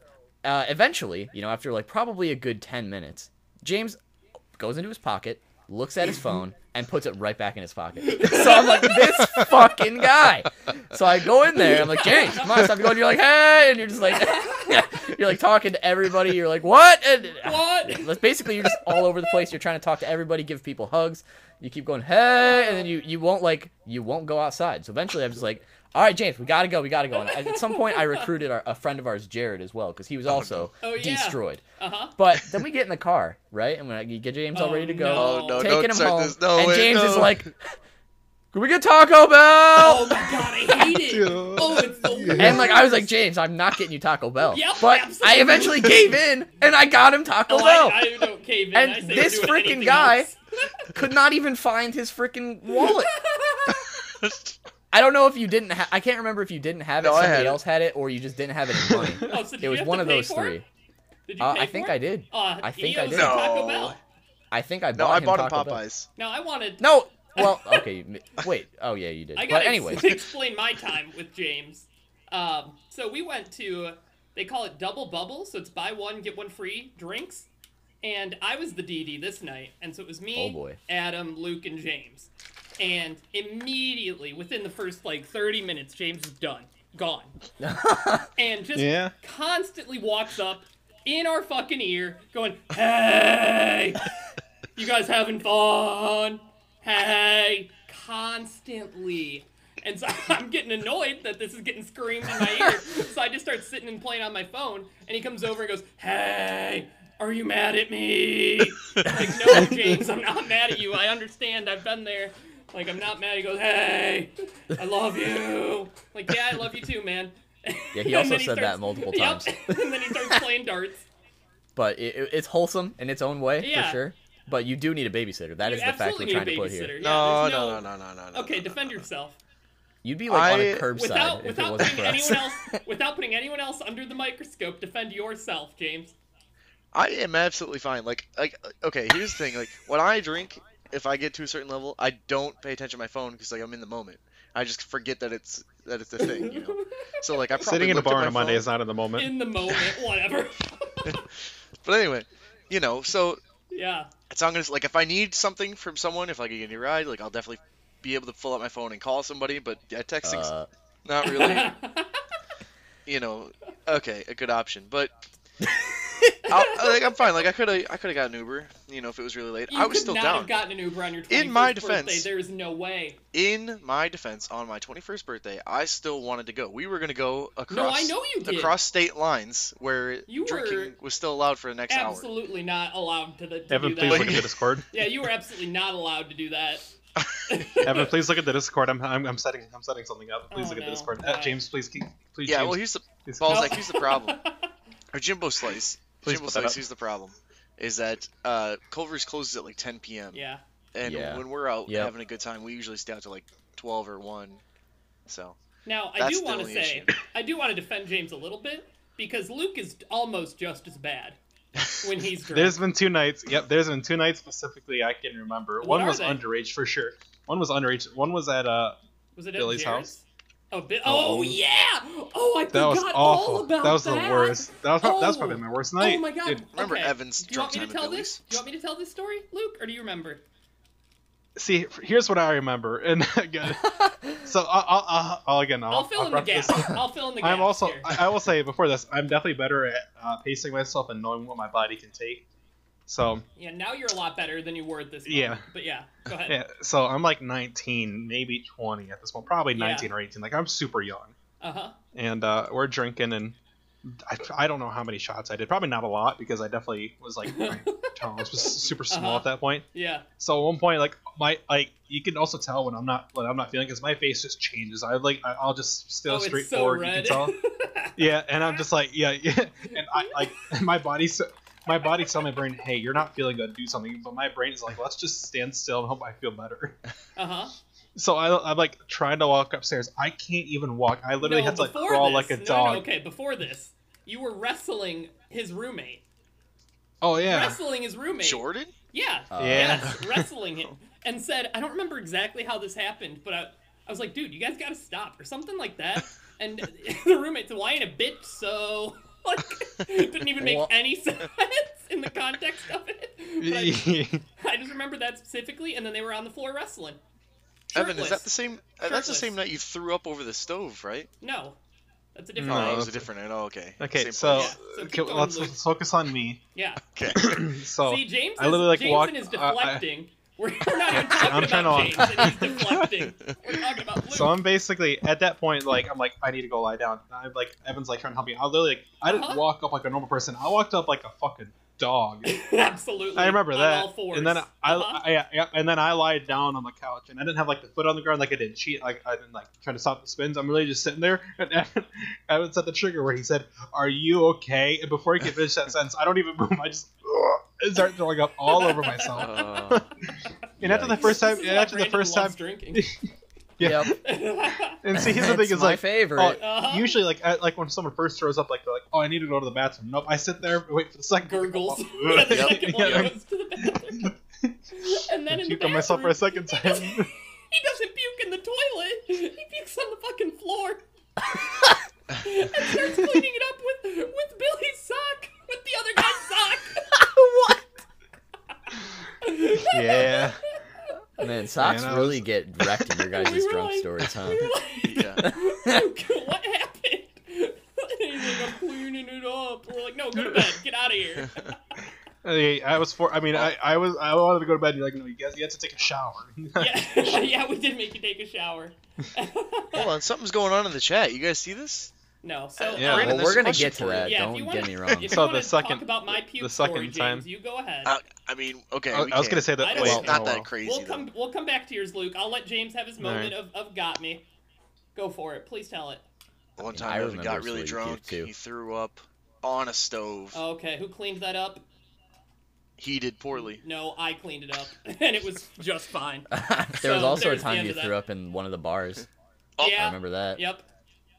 Speaker 1: uh, eventually, you know, after like probably a good ten minutes, James goes into his pocket, looks at his phone, and puts it right back in his pocket. So I'm like, this fucking guy. So I go in there. I'm like, James, come on, stop going. You're like, hey, and you're just like, you're like talking to everybody. You're like, what? And,
Speaker 2: What?
Speaker 1: that's basically you're just all over the place. You're trying to talk to everybody, give people hugs. You keep going, hey, and then you you won't like you won't go outside. So eventually, I'm just like, all right, James, we gotta go, we gotta go. And I- at some point, I recruited our, a friend of ours, Jared, as well, because he was also
Speaker 2: Oh, yeah.
Speaker 1: destroyed.
Speaker 2: Uh huh.
Speaker 1: But then we get in the car, right? And when I you get James all
Speaker 2: Oh,
Speaker 1: ready to go,
Speaker 2: no.
Speaker 4: Oh no,
Speaker 1: taking
Speaker 4: don't
Speaker 1: him
Speaker 4: start
Speaker 1: home,
Speaker 4: this. No,
Speaker 1: and
Speaker 4: wait,
Speaker 1: James
Speaker 4: no.
Speaker 1: is like, "Can we get Taco Bell?"
Speaker 2: Oh my god, I hate it. Oh, it's the worst.
Speaker 1: And like I was like, James, I'm not getting you Taco Bell.
Speaker 2: Yep,
Speaker 1: but I
Speaker 2: absolutely.
Speaker 1: eventually gave in and I got him Taco
Speaker 2: oh,
Speaker 1: Bell.
Speaker 2: I, I don't cave in.
Speaker 1: And
Speaker 2: I say we're
Speaker 1: this
Speaker 2: doing
Speaker 1: freaking
Speaker 2: anything
Speaker 1: guy-
Speaker 2: else.
Speaker 1: could not even find his freaking wallet. I don't know if you didn't. Ha- I can't remember if you didn't have it.
Speaker 4: No, I had
Speaker 1: Somebody
Speaker 4: it.
Speaker 1: else had it, or you just didn't have any money.
Speaker 2: Oh, so did
Speaker 1: it
Speaker 2: you
Speaker 1: was
Speaker 2: have
Speaker 1: one
Speaker 2: to
Speaker 1: of
Speaker 2: pay
Speaker 1: those
Speaker 2: for
Speaker 1: three.
Speaker 2: it? Did you
Speaker 1: Uh,
Speaker 2: pay
Speaker 1: I think
Speaker 2: for
Speaker 1: I
Speaker 2: it?
Speaker 1: did.
Speaker 2: Uh,
Speaker 1: I think
Speaker 2: he
Speaker 1: I
Speaker 2: owes
Speaker 1: did.
Speaker 2: a Taco Bell.
Speaker 1: I think I bought
Speaker 4: No, I
Speaker 1: him
Speaker 4: bought him
Speaker 1: Taco Bell.
Speaker 4: Popeyes.
Speaker 2: No, I wanted.
Speaker 1: No, well, okay. you- Wait. Oh yeah, you did.
Speaker 2: I
Speaker 1: But
Speaker 2: gotta
Speaker 1: anyway,
Speaker 2: ex- explain my time with James. Um, so we went to they call it double bubble, so it's buy one get one free drinks, and I was the DD this night, and so it was me,
Speaker 1: Oh, boy.
Speaker 2: Adam, Luke, and James, and immediately within the first like thirty minutes, James is done, gone, and just
Speaker 3: Yeah.
Speaker 2: constantly walks up in our fucking ear, going, "Hey, you guys having fun? Hey!" Constantly. And so I'm getting annoyed that this is getting screamed in my ear. So I just start sitting and playing on my phone. And he comes over and goes, Hey, are you mad at me? I'm like, no, James, I'm not mad at you. I understand. I've been there. Like, I'm not mad. He goes, Hey, I love you. Like, yeah, I love you too, man.
Speaker 1: Yeah, he
Speaker 2: And
Speaker 1: also
Speaker 2: then
Speaker 1: said that multiple
Speaker 2: Yep.
Speaker 1: times.
Speaker 2: and then he starts playing darts.
Speaker 1: But it, it- it's wholesome in its own way
Speaker 2: Yeah.
Speaker 1: for sure. But you do need a babysitter. That
Speaker 2: You
Speaker 1: is the fact we're
Speaker 2: absolutely
Speaker 1: trying
Speaker 2: need
Speaker 1: to
Speaker 2: a
Speaker 1: put here.
Speaker 2: babysitter.
Speaker 4: no,
Speaker 2: Yeah, there's
Speaker 4: no, no, no, no, no, no.
Speaker 2: Okay,
Speaker 4: no, no,
Speaker 2: defend
Speaker 4: no.
Speaker 2: yourself.
Speaker 1: You'd be like on a
Speaker 4: I-
Speaker 1: curbside
Speaker 2: Without
Speaker 1: if it
Speaker 2: without
Speaker 1: wasn't for
Speaker 2: putting
Speaker 1: us.
Speaker 2: anyone else without putting anyone else under the microscope, defend yourself, James.
Speaker 4: I am absolutely fine. Like, like, okay, here's the thing. Like, when I drink, if I get to a certain level, I don't pay attention to my phone because like I'm in the moment. I just forget that it's that it's a thing. You know. So like I probably
Speaker 3: Sitting in a
Speaker 4: looked at
Speaker 3: bar on
Speaker 4: my
Speaker 3: a Monday
Speaker 4: phone.
Speaker 3: is not in the moment.
Speaker 2: In the moment, whatever.
Speaker 4: But anyway, you know. So
Speaker 2: yeah.
Speaker 4: it's not gonna like if I need something from someone, if I get any ride, like I'll definitely be able to pull out my phone and call somebody. But yeah, texting's
Speaker 1: Uh,
Speaker 4: not really, you know, okay, a good option. But I'll, like I'm fine. Like I could have, I could have got an Uber. You know, if it was really late,
Speaker 2: You
Speaker 4: I was
Speaker 2: could
Speaker 4: still
Speaker 2: not
Speaker 4: down.
Speaker 2: have gotten an Uber on your 21st
Speaker 4: In my
Speaker 2: birthday.
Speaker 4: defense-
Speaker 2: There is no way.
Speaker 4: in my defense, on my 21st birthday, I still wanted to go. We were going to go across
Speaker 2: I know you did.
Speaker 4: across state lines where
Speaker 2: You
Speaker 4: drinking
Speaker 2: were-
Speaker 4: was still allowed for the next hour.
Speaker 2: Absolutely not allowed to, the, to
Speaker 3: Evan,
Speaker 2: do
Speaker 3: please
Speaker 2: that.
Speaker 3: look at the Discord.
Speaker 2: Yeah, you were absolutely not allowed to do that.
Speaker 3: Evan, please look at the Discord. I'm, I'm, I'm setting I'm setting something up. Please
Speaker 2: Oh,
Speaker 3: look at
Speaker 2: no.
Speaker 3: the Discord. Uh,
Speaker 2: Uh,
Speaker 3: James, please keep. Please,
Speaker 4: Yeah,
Speaker 3: James,
Speaker 4: well, here's the
Speaker 3: please-
Speaker 4: balls.
Speaker 2: No.
Speaker 4: Like, here's the problem. Or Jimbo Slice.
Speaker 3: Please
Speaker 4: Jimbo
Speaker 3: put that
Speaker 4: Slice.
Speaker 3: up.
Speaker 4: Here's the problem. Is that uh, Culver's closes at like 10 p.m.
Speaker 2: Yeah.
Speaker 4: And
Speaker 1: Yeah.
Speaker 4: when we're out
Speaker 1: Yep.
Speaker 4: having a good time, we usually stay out to like 12 or 1. So
Speaker 2: Now I
Speaker 4: That's
Speaker 2: do
Speaker 4: the
Speaker 2: want to
Speaker 4: only
Speaker 2: say
Speaker 4: issue.
Speaker 2: I do want to defend James a little bit because Luke is almost just as bad when he's drunk.
Speaker 3: There's been two nights. Yep, there's been two nights specifically I can remember.
Speaker 2: What
Speaker 3: one
Speaker 2: are
Speaker 3: was
Speaker 2: they?
Speaker 3: underage for sure. One was underage. One was at uh
Speaker 2: Was it at
Speaker 3: Billy's
Speaker 2: Jared's?
Speaker 3: house.
Speaker 2: Oh, Bi- oh, yeah! Oh, I
Speaker 3: that
Speaker 2: forgot
Speaker 3: was
Speaker 2: all
Speaker 3: awful.
Speaker 2: about
Speaker 3: That was the worst. That was, prob- that was probably
Speaker 2: Oh.
Speaker 3: my worst night.
Speaker 2: Oh my god!
Speaker 3: Dude,
Speaker 4: remember
Speaker 2: okay.
Speaker 4: Evan's
Speaker 2: Do you want
Speaker 4: drunk
Speaker 2: me to
Speaker 4: time at
Speaker 2: tell this?
Speaker 4: Billy's?
Speaker 2: Do you want me to tell this story, Luke, or do you remember?
Speaker 3: see, here's what I remember, and again, so I'll, I'll, I'll, I'll again. I'll,
Speaker 2: I'll, fill
Speaker 3: I'll
Speaker 2: in the
Speaker 3: preface
Speaker 2: gaps.
Speaker 3: this.
Speaker 2: I'll fill in the gaps.
Speaker 3: I'm also.
Speaker 2: Here.
Speaker 3: I, I will say before this, I'm definitely better at uh, pacing myself and knowing what my body can take. So
Speaker 2: Yeah, now you're a lot better than you were at this. Point.
Speaker 3: Yeah.
Speaker 2: But yeah, go ahead.
Speaker 3: yeah, so I'm like 19, maybe 20 at this point, probably
Speaker 2: Yeah.
Speaker 3: 19 or 18. Like I'm super young,
Speaker 2: Uh huh.
Speaker 3: and uh, we're drinking, and I, I don't know how many shots I did. Probably not a lot because I definitely was like my tolerance was super small
Speaker 2: Uh-huh.
Speaker 3: at that point.
Speaker 2: Yeah.
Speaker 3: So at one point, like my like, you can also tell when I'm not when I'm not feeling because my face just changes. I like I- I'll just still
Speaker 2: oh, it's so
Speaker 3: straightforward. you
Speaker 2: red.
Speaker 3: can tell. Yeah, and I'm just like yeah, yeah. and I like my body's my body telling my brain, hey, you're not feeling good, do something. But my brain is like, let's just stand still and hope I feel better.
Speaker 2: uh huh.
Speaker 3: So I, I'm like trying to walk upstairs. I can't even walk. I literally
Speaker 2: no,
Speaker 3: have to like
Speaker 2: before
Speaker 3: crawl
Speaker 2: this,
Speaker 3: like a
Speaker 2: no,
Speaker 3: dog.
Speaker 2: No, okay, before this, you were wrestling his roommate.
Speaker 3: Oh yeah,
Speaker 2: Wrestling his roommate.
Speaker 4: Jordan?
Speaker 2: Yeah.
Speaker 4: Uh,
Speaker 3: yeah.
Speaker 2: yes, wrestling him, and said, I don't remember exactly how this happened, but I, I was like, dude, you guys gotta stop, or something like that. And the roommate said, well, I ain't a bitch, so. Like, it didn't even make
Speaker 1: What?
Speaker 2: any sense in the context of it. But I, I just remember that specifically, and then they were on the floor wrestling.
Speaker 4: Evan, is that
Speaker 2: Shirtless.
Speaker 4: the same? uh, That's the
Speaker 2: Shirtless.
Speaker 4: same night you threw up over the stove, right?
Speaker 2: No. That's a
Speaker 4: Oh,
Speaker 2: different
Speaker 4: that
Speaker 3: No.
Speaker 2: one.
Speaker 4: was a different night. Oh, okay.
Speaker 3: okay,
Speaker 4: Same
Speaker 3: so,
Speaker 4: place.
Speaker 2: Yeah, so keep
Speaker 3: okay,
Speaker 2: going,
Speaker 3: let's,
Speaker 2: Luke.
Speaker 3: let's focus on me.
Speaker 2: Yeah.
Speaker 4: Okay.
Speaker 3: So
Speaker 2: See, James,
Speaker 3: Oh, I
Speaker 2: is,
Speaker 3: literally, like,
Speaker 2: Jameson
Speaker 3: walked-
Speaker 2: is
Speaker 3: I- I-
Speaker 2: deflecting. We're we're not even talking
Speaker 3: I'm trying
Speaker 2: about
Speaker 3: to-
Speaker 2: James, and he's deflecting. We're talking about Luke.
Speaker 3: So I'm basically at that point, like I'm like I need to go lie down. And I'm like Evan's like trying to help me. I literally like, I didn't
Speaker 2: Uh-huh.
Speaker 3: walk up like a normal person. I walked up like a fucking dog.
Speaker 2: Absolutely.
Speaker 3: I remember
Speaker 2: on
Speaker 3: that.
Speaker 2: All fours.
Speaker 3: And then I,
Speaker 2: Uh-huh.
Speaker 3: I, I, I- and then I lied down on the couch, and I didn't have like the foot on the ground, like I didn't cheat, like I didn't like trying to stop the spins. I'm really just sitting there, and Evan, Evan set the trigger where he said, "Are you okay?" And before he could finish that sentence, I don't even move. I just and start throwing up all over myself.
Speaker 4: Uh,
Speaker 3: And after the
Speaker 1: Yikes.
Speaker 3: first time,
Speaker 2: This
Speaker 3: and
Speaker 2: is why
Speaker 3: after the
Speaker 2: Brandon
Speaker 3: first time,
Speaker 2: loves drinking.
Speaker 3: yeah.
Speaker 1: Yep.
Speaker 3: And see, here's the thing
Speaker 1: That's
Speaker 3: is
Speaker 1: my
Speaker 3: like
Speaker 1: favorite.
Speaker 3: oh,
Speaker 2: Uh-huh.
Speaker 3: Usually, like I, like when someone first throws up, like they're like, "Oh, I need to go to the bathroom." Nope, I sit there, wait for the second
Speaker 2: gurgles.
Speaker 3: Yep.
Speaker 2: The second one
Speaker 3: Yeah.
Speaker 2: goes to the bathroom. And then in the
Speaker 3: Puke
Speaker 2: bathroom,
Speaker 3: on myself for a second
Speaker 2: he doesn't,
Speaker 3: time.
Speaker 2: he doesn't puke in the toilet. He pukes on the fucking floor. and starts cleaning it up with with Billy's sock, with the other guy's sock.
Speaker 3: oh,
Speaker 1: what?
Speaker 3: yeah,
Speaker 1: Man, socks
Speaker 3: Man, I
Speaker 1: really
Speaker 3: was-
Speaker 1: get wrecked in your
Speaker 2: We
Speaker 1: guys'
Speaker 2: were
Speaker 1: drunk
Speaker 2: like-
Speaker 1: stories, huh?
Speaker 2: We were like,
Speaker 4: yeah.
Speaker 2: Luke, what happened? And he's like, I'm cleaning it up. We're like, no, go to bed. Get out of here.
Speaker 3: Hey, I was for. I mean, I, I was. I wanted to go to bed. You're like, no, you guys, you have to take a shower.
Speaker 2: yeah, yeah, we did make you take a shower.
Speaker 4: Hold on, something's going on in the chat. You guys see this?
Speaker 2: No, so
Speaker 3: Yeah.
Speaker 2: um,
Speaker 4: Brandon,
Speaker 1: well,
Speaker 4: there's
Speaker 1: we're
Speaker 4: a
Speaker 1: gonna
Speaker 4: question
Speaker 1: get to
Speaker 4: for you.
Speaker 1: that.
Speaker 2: Yeah, if you
Speaker 1: Don't
Speaker 2: wanna-
Speaker 1: get me wrong.
Speaker 2: If
Speaker 3: So
Speaker 2: you
Speaker 3: the
Speaker 2: want to
Speaker 3: second-
Speaker 2: talk about my puke
Speaker 3: the second
Speaker 2: story,
Speaker 3: time-
Speaker 2: James, you go ahead.
Speaker 4: I, I mean, okay.
Speaker 3: I,
Speaker 4: we
Speaker 3: I was
Speaker 4: can't.
Speaker 3: gonna say oh, that.
Speaker 2: I
Speaker 3: Wait,
Speaker 2: don't
Speaker 4: It's
Speaker 2: know.
Speaker 4: not
Speaker 3: no,
Speaker 4: that crazy.
Speaker 2: we'll
Speaker 4: though.
Speaker 2: come. We'll come back to yours, Luke. I'll let James have his moment
Speaker 3: right.
Speaker 2: of, of got me. Go for it. Please tell it.
Speaker 4: One
Speaker 1: Yeah,
Speaker 4: time,
Speaker 1: I
Speaker 4: Evan
Speaker 1: remember
Speaker 4: got
Speaker 1: this
Speaker 4: really
Speaker 1: lady
Speaker 4: drunk.
Speaker 1: too.
Speaker 4: He threw up on a stove.
Speaker 2: Okay, who cleaned that up?
Speaker 4: He did poorly.
Speaker 2: No, I cleaned it up, and it was just fine.
Speaker 1: there was
Speaker 2: So
Speaker 1: also a
Speaker 2: there's the
Speaker 1: time
Speaker 2: end
Speaker 1: you
Speaker 2: of that.
Speaker 1: threw up in one of the bars. I
Speaker 2: yeah.
Speaker 1: remember that.
Speaker 2: Yep.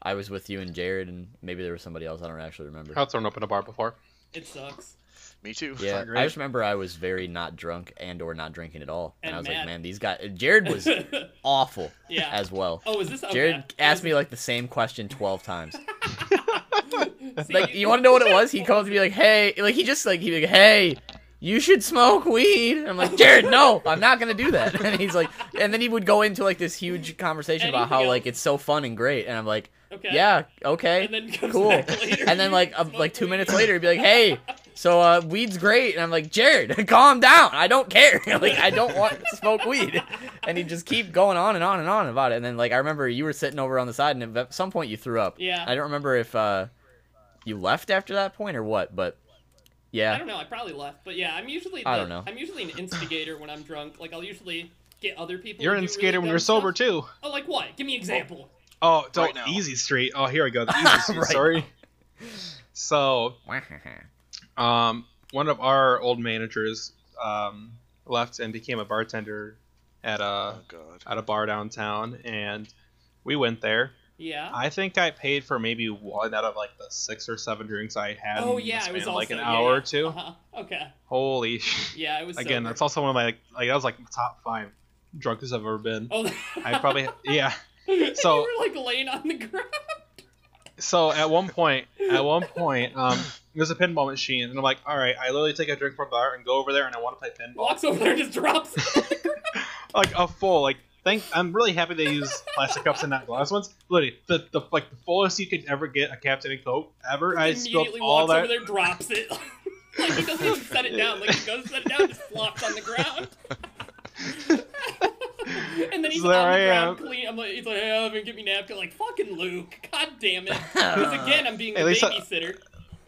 Speaker 1: I was with you and Jared, and maybe there was somebody else. I don't actually remember.
Speaker 3: I've thrown up in a bar before.
Speaker 2: It sucks.
Speaker 4: Me too.
Speaker 1: yeah,
Speaker 3: great.
Speaker 1: I just remember I was very not drunk and or not drinking at all, and,
Speaker 2: And
Speaker 1: I was
Speaker 2: mad.
Speaker 1: like, man, these guys. Jared was awful
Speaker 2: Yeah.
Speaker 1: as well.
Speaker 2: Oh, is this okay?
Speaker 1: Jared asked
Speaker 2: Is-
Speaker 1: me like the same question twelve times.
Speaker 2: see,
Speaker 1: Like, you want to know what it was? He called me like, "Hey," like he just like he'd be like, "Hey, you should smoke weed." And I'm like, "Jared, no, I'm not gonna do that." And he's like, and then he would go into like this huge conversation about how
Speaker 2: Anything
Speaker 1: like
Speaker 2: else?
Speaker 1: it's so fun and great, and I'm like,
Speaker 2: Okay.
Speaker 1: "Yeah, okay,
Speaker 2: And then comes
Speaker 1: cool."
Speaker 2: back later,
Speaker 1: And then
Speaker 2: you
Speaker 1: like uh,
Speaker 2: smoke
Speaker 1: like two
Speaker 2: weed.
Speaker 1: minutes later, he'd be like, "Hey." So uh, weed's great, and I'm like Jared, calm down. I don't care. like I don't want to smoke weed, and he'd just keep going on and on and on about it. And then like I remember you were sitting over on the side, and at some point you threw up.
Speaker 2: Yeah.
Speaker 1: I don't remember if uh, you left after that point or what, but
Speaker 2: I
Speaker 1: yeah,
Speaker 2: don't know. I probably left, but yeah, I'm usually. The,
Speaker 1: I don't know.
Speaker 2: I'm usually an instigator when I'm drunk. Like I'll usually get other people.
Speaker 3: You're
Speaker 2: to
Speaker 3: in
Speaker 2: do really
Speaker 3: skater when
Speaker 2: dumb
Speaker 3: you're sober
Speaker 2: stuff.
Speaker 3: too.
Speaker 2: Oh, like what? Give me an example.
Speaker 3: Oh, don't
Speaker 4: Right now.
Speaker 3: easy street. Oh, here we go. The easy street.
Speaker 1: Right
Speaker 3: Sorry. So, um, one of our old managers um, left and became a bartender at uh, a
Speaker 4: Oh god.
Speaker 3: at a bar downtown, and we went there.
Speaker 2: Yeah.
Speaker 3: I think I paid for maybe one out of like the six or seven drinks I had.
Speaker 2: oh
Speaker 3: in the
Speaker 2: yeah, it
Speaker 3: span
Speaker 2: was
Speaker 3: of,
Speaker 2: also
Speaker 3: like an
Speaker 2: yeah,
Speaker 3: hour
Speaker 2: yeah.
Speaker 3: or 2
Speaker 2: Uh-huh. Okay.
Speaker 3: Holy shit!
Speaker 2: Yeah, it was.
Speaker 3: Again,
Speaker 2: sober.
Speaker 3: that's also one of my like, like that was like top five drunkest I've ever been.
Speaker 2: Oh.
Speaker 3: I probably yeah.
Speaker 2: you
Speaker 3: so-
Speaker 2: were like laying on the ground.
Speaker 3: so at one point, at one point, um, there's a pinball machine, and I'm like, all right, I literally take a drink from the bar and go over there, and I want to play pinball,
Speaker 2: Walks over there, and just drops. it.
Speaker 3: like a full, like. Thank, I'm really happy they use plastic cups and not glass ones. Literally, the, the like the fullest you could ever get a Captain and Coke ever. I spilled
Speaker 2: immediately
Speaker 3: all
Speaker 2: walks
Speaker 3: that.
Speaker 2: over there, drops it. like he doesn't even set it down. Like he goes to set it down, just flops on the ground. and then he's
Speaker 3: So there
Speaker 2: on the
Speaker 3: I
Speaker 2: ground
Speaker 3: am.
Speaker 2: clean. I'm like, he's like, hey, Evan, get me a napkin. Like fucking Luke, god damn it. Because again, I'm being
Speaker 3: At
Speaker 2: the
Speaker 3: least I-
Speaker 2: babysitter.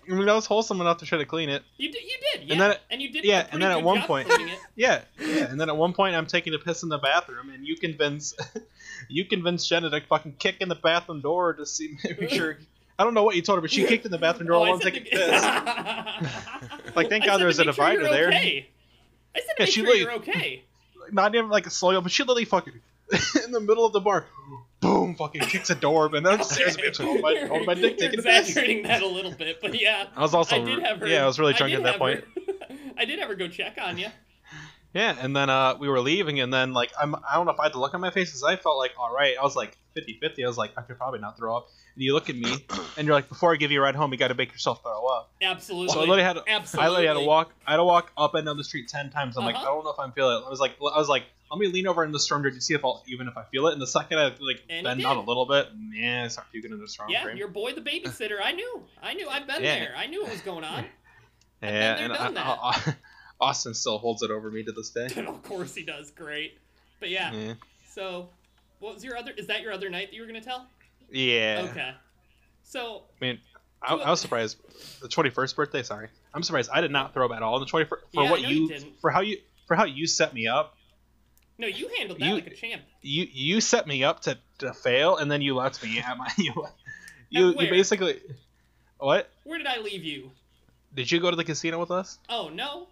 Speaker 3: I mean, I was wholesome enough to try to clean it.
Speaker 2: You did, you did, yeah.
Speaker 3: And
Speaker 2: And,
Speaker 3: then it-
Speaker 2: you did.
Speaker 3: yeah,
Speaker 2: a
Speaker 3: and
Speaker 2: pretty
Speaker 3: then at
Speaker 2: good
Speaker 3: one
Speaker 2: job
Speaker 3: point-
Speaker 2: cleaning it.
Speaker 3: Yeah, yeah. And then at one point, I'm taking a piss in the bathroom, and you convince, you convince Jenna to fucking kick in the bathroom door to see make sure. I don't know what you told her, but she kicked in the bathroom door
Speaker 2: Oh, I
Speaker 3: while I'm
Speaker 2: said
Speaker 3: taking a
Speaker 2: to-
Speaker 3: piss. Like, thank
Speaker 2: I
Speaker 3: God
Speaker 2: said
Speaker 3: there
Speaker 2: to
Speaker 3: was a
Speaker 2: make sure you're
Speaker 3: divider there.
Speaker 2: Okay. I said to
Speaker 3: Yeah,
Speaker 2: make
Speaker 3: she
Speaker 2: sure
Speaker 3: really-
Speaker 2: you're okay.
Speaker 3: Not even like a slow, but she literally fucking in the middle of the bar, boom, fucking kicks a door, and I'm just serious, bitch, hold my, hold my dick,
Speaker 2: You're
Speaker 3: taking a piss.
Speaker 2: exaggerating that a little bit, but yeah.
Speaker 3: I was also,
Speaker 2: I did have her.
Speaker 3: yeah, I was really
Speaker 2: I
Speaker 3: drunk
Speaker 2: did
Speaker 3: at that
Speaker 2: have
Speaker 3: point.
Speaker 2: her- I did have her go check on you.
Speaker 3: Yeah, and then uh, we were leaving, and then like I'm, I don't know if I had the look on my face because I felt like all right, I was like 50-50. I was like I could probably not throw up. And you look at me, and you're like, before I give you a ride home, you got to make yourself throw up.
Speaker 2: Absolutely.
Speaker 3: So I literally had, to,
Speaker 2: Absolutely.
Speaker 3: I literally had to walk, I had to walk up and down the street ten times. I'm like,
Speaker 2: Uh-huh.
Speaker 3: I don't know if I'm feeling it. I was like, I was like, let me lean over in the storm drain to see if I'll even if I feel it. And the second I like
Speaker 2: And you
Speaker 3: bend
Speaker 2: did.
Speaker 3: out a little bit, man, I start puking in the storm
Speaker 2: Yeah,
Speaker 3: drain.
Speaker 2: your boy, the babysitter. I knew. I knew. I've been
Speaker 3: Yeah.
Speaker 2: there. I knew what was going on.
Speaker 3: Yeah,
Speaker 2: been there,
Speaker 3: and
Speaker 2: done
Speaker 3: I- I- Austin still holds it over me to this day.
Speaker 2: of course, he does great. But yeah.
Speaker 3: Yeah.
Speaker 2: So, what was your other? Is that your other night that you were gonna tell?
Speaker 3: Yeah.
Speaker 2: Okay. So
Speaker 3: I mean, I, I was surprised. The twenty first birthday. Sorry, I'm surprised. I did not throw up at all on the twenty first. For
Speaker 2: Yeah, I
Speaker 3: what
Speaker 2: know
Speaker 3: you,
Speaker 2: you didn't.
Speaker 3: for how you for how you set me up.
Speaker 2: no, you handled that
Speaker 3: You-
Speaker 2: like a champ.
Speaker 3: You you set me up to, to fail, and then you left me at my. You you,
Speaker 2: where?
Speaker 3: you basically. What
Speaker 2: Where did I leave you?
Speaker 3: did you go to the casino with us?
Speaker 2: Oh no.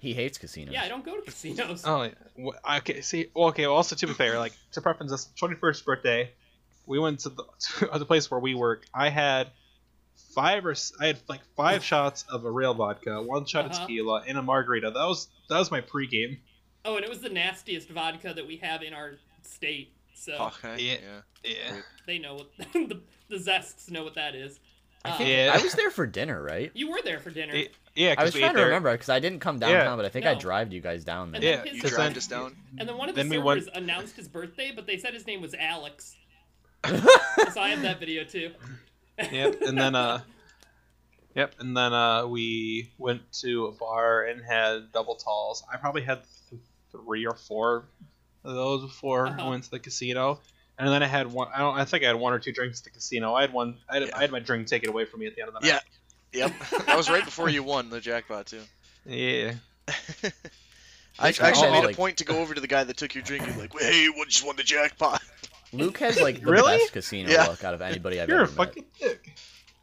Speaker 1: he hates casinos.
Speaker 2: Yeah, I don't go to casinos.
Speaker 3: Oh, yeah. Wh- okay. See, well, okay. Well, also to be fair, like to preference this twenty first birthday, we went to the to the place where we work. I had five or s- I had like five shots of a real vodka, one shot of
Speaker 2: Uh-huh.
Speaker 3: tequila, and a margarita. That was that was my pregame.
Speaker 2: Oh, and it was the nastiest vodka that we have in our state. So
Speaker 4: Okay.
Speaker 3: Yeah.
Speaker 4: Oh, Yeah.
Speaker 3: Yeah.
Speaker 2: they know what the, the zests know what that is.
Speaker 1: I
Speaker 2: Uh,
Speaker 1: think
Speaker 3: Yeah.
Speaker 1: I was there for dinner, right?
Speaker 2: You were there for dinner.
Speaker 3: It- yeah.
Speaker 1: I was
Speaker 3: 'cause we
Speaker 1: trying
Speaker 3: ate
Speaker 1: to
Speaker 3: there.
Speaker 1: remember because I didn't come
Speaker 3: Yeah.
Speaker 1: downtown, but I think I
Speaker 2: No.
Speaker 1: drived you guys down
Speaker 2: And
Speaker 1: there.
Speaker 2: then
Speaker 3: Yeah,
Speaker 2: his
Speaker 4: You
Speaker 3: 'cause
Speaker 2: friend-
Speaker 4: dragged
Speaker 3: then-
Speaker 4: us down.
Speaker 2: And then one of the
Speaker 3: Then we
Speaker 2: servers
Speaker 3: went-
Speaker 2: announced his birthday, but they said his name was Alex. so I have that video too.
Speaker 3: Yep. And then uh, Yep, and then uh, we went to a bar and had double talls. I probably had th- three or four of those before I
Speaker 2: Uh-huh.
Speaker 3: went to the casino, and then I had one. I don't. I think I had one or two drinks at the casino. I had one. I had,
Speaker 4: Yeah.
Speaker 3: I had my drink taken away from me at the end of the
Speaker 4: Yeah.
Speaker 3: night.
Speaker 4: Yep, that was right before you won the jackpot too.
Speaker 3: Yeah, yeah.
Speaker 4: I
Speaker 1: He's
Speaker 4: actually
Speaker 1: all
Speaker 4: made
Speaker 1: Oh, like-
Speaker 4: a point to go over to the guy that took your drink and like, hey, you just won the jackpot.
Speaker 1: Luke has like the
Speaker 3: Really?
Speaker 1: best casino
Speaker 4: Yeah.
Speaker 1: look out of anybody I've
Speaker 3: You're a
Speaker 1: ever met.
Speaker 3: fucking dick.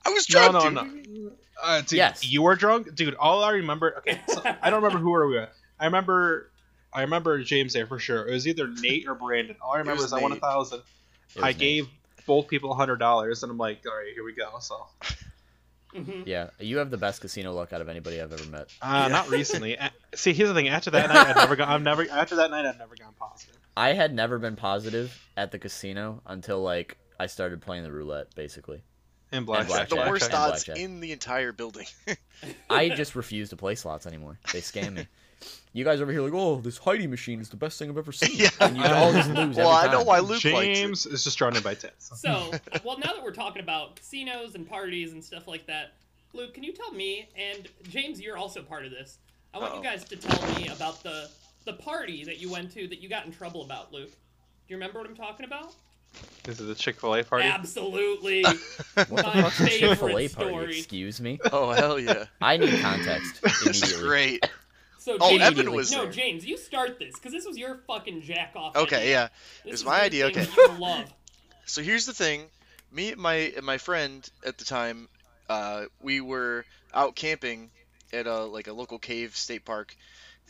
Speaker 4: I was
Speaker 3: No,
Speaker 4: drunk,
Speaker 3: no,
Speaker 4: dude.
Speaker 3: no. Uh, dude,
Speaker 1: Yes.
Speaker 3: you were drunk, dude. All I remember, okay, so I don't remember who were we with. I remember, I remember James there for sure. It was either Nate or Brandon. All I remember is
Speaker 4: was
Speaker 3: I won a
Speaker 4: Nate.
Speaker 3: thousand.
Speaker 1: It was
Speaker 3: I
Speaker 1: nice.
Speaker 3: gave both people a hundred dollars, and I'm like, all right, here we go. So
Speaker 2: Mhm.
Speaker 1: Yeah, you have the best casino luck out of anybody I've ever met.
Speaker 3: uh,
Speaker 4: Yeah.
Speaker 3: not recently. A- See, here's the thing. After that night, I've never gone. I've never after that night, I've never gone positive.
Speaker 1: I had never been positive at the casino until like I started playing the roulette. Basically,
Speaker 3: And blackjack.
Speaker 4: the
Speaker 1: Blackjack.
Speaker 4: worst
Speaker 1: And
Speaker 4: odds
Speaker 1: blackjack.
Speaker 4: in the entire building.
Speaker 1: I just refuse to play slots anymore. They scam me. You guys over here like, oh, this Heidi machine is the best thing I've ever seen.
Speaker 4: Yeah.
Speaker 1: And you all just lose
Speaker 4: well, I
Speaker 1: every
Speaker 4: know
Speaker 1: time.
Speaker 4: why Luke likes it.
Speaker 3: James is just surrounded by tits.
Speaker 2: So, well, now that we're talking about casinos and parties and stuff like that, Luke, can you tell me and James, you're also part of this. I want
Speaker 4: Uh-oh.
Speaker 2: you guys to tell me about the the party that you went to that you got in trouble about, Luke. Do you remember what I'm talking about?
Speaker 3: This is the Chick Fil A party.
Speaker 2: Absolutely.
Speaker 1: What the
Speaker 2: My
Speaker 1: fuck's a Chick Fil A
Speaker 2: favorite
Speaker 1: party?
Speaker 2: story.
Speaker 1: Excuse me.
Speaker 4: Oh hell yeah,
Speaker 1: I need context
Speaker 4: this is
Speaker 1: immediately.
Speaker 4: great.
Speaker 2: So
Speaker 4: Oh,
Speaker 2: James,
Speaker 4: Evan was
Speaker 2: no,
Speaker 4: there.
Speaker 2: James, you start this because this was your fucking jack off.
Speaker 4: Okay, yeah.
Speaker 2: This
Speaker 4: It's
Speaker 2: is
Speaker 4: my
Speaker 2: the
Speaker 4: idea,
Speaker 2: thing
Speaker 4: okay.
Speaker 2: that you love.
Speaker 4: So here's the thing, me and my and my friend at the time, uh, we were out camping at a like a local cave state park,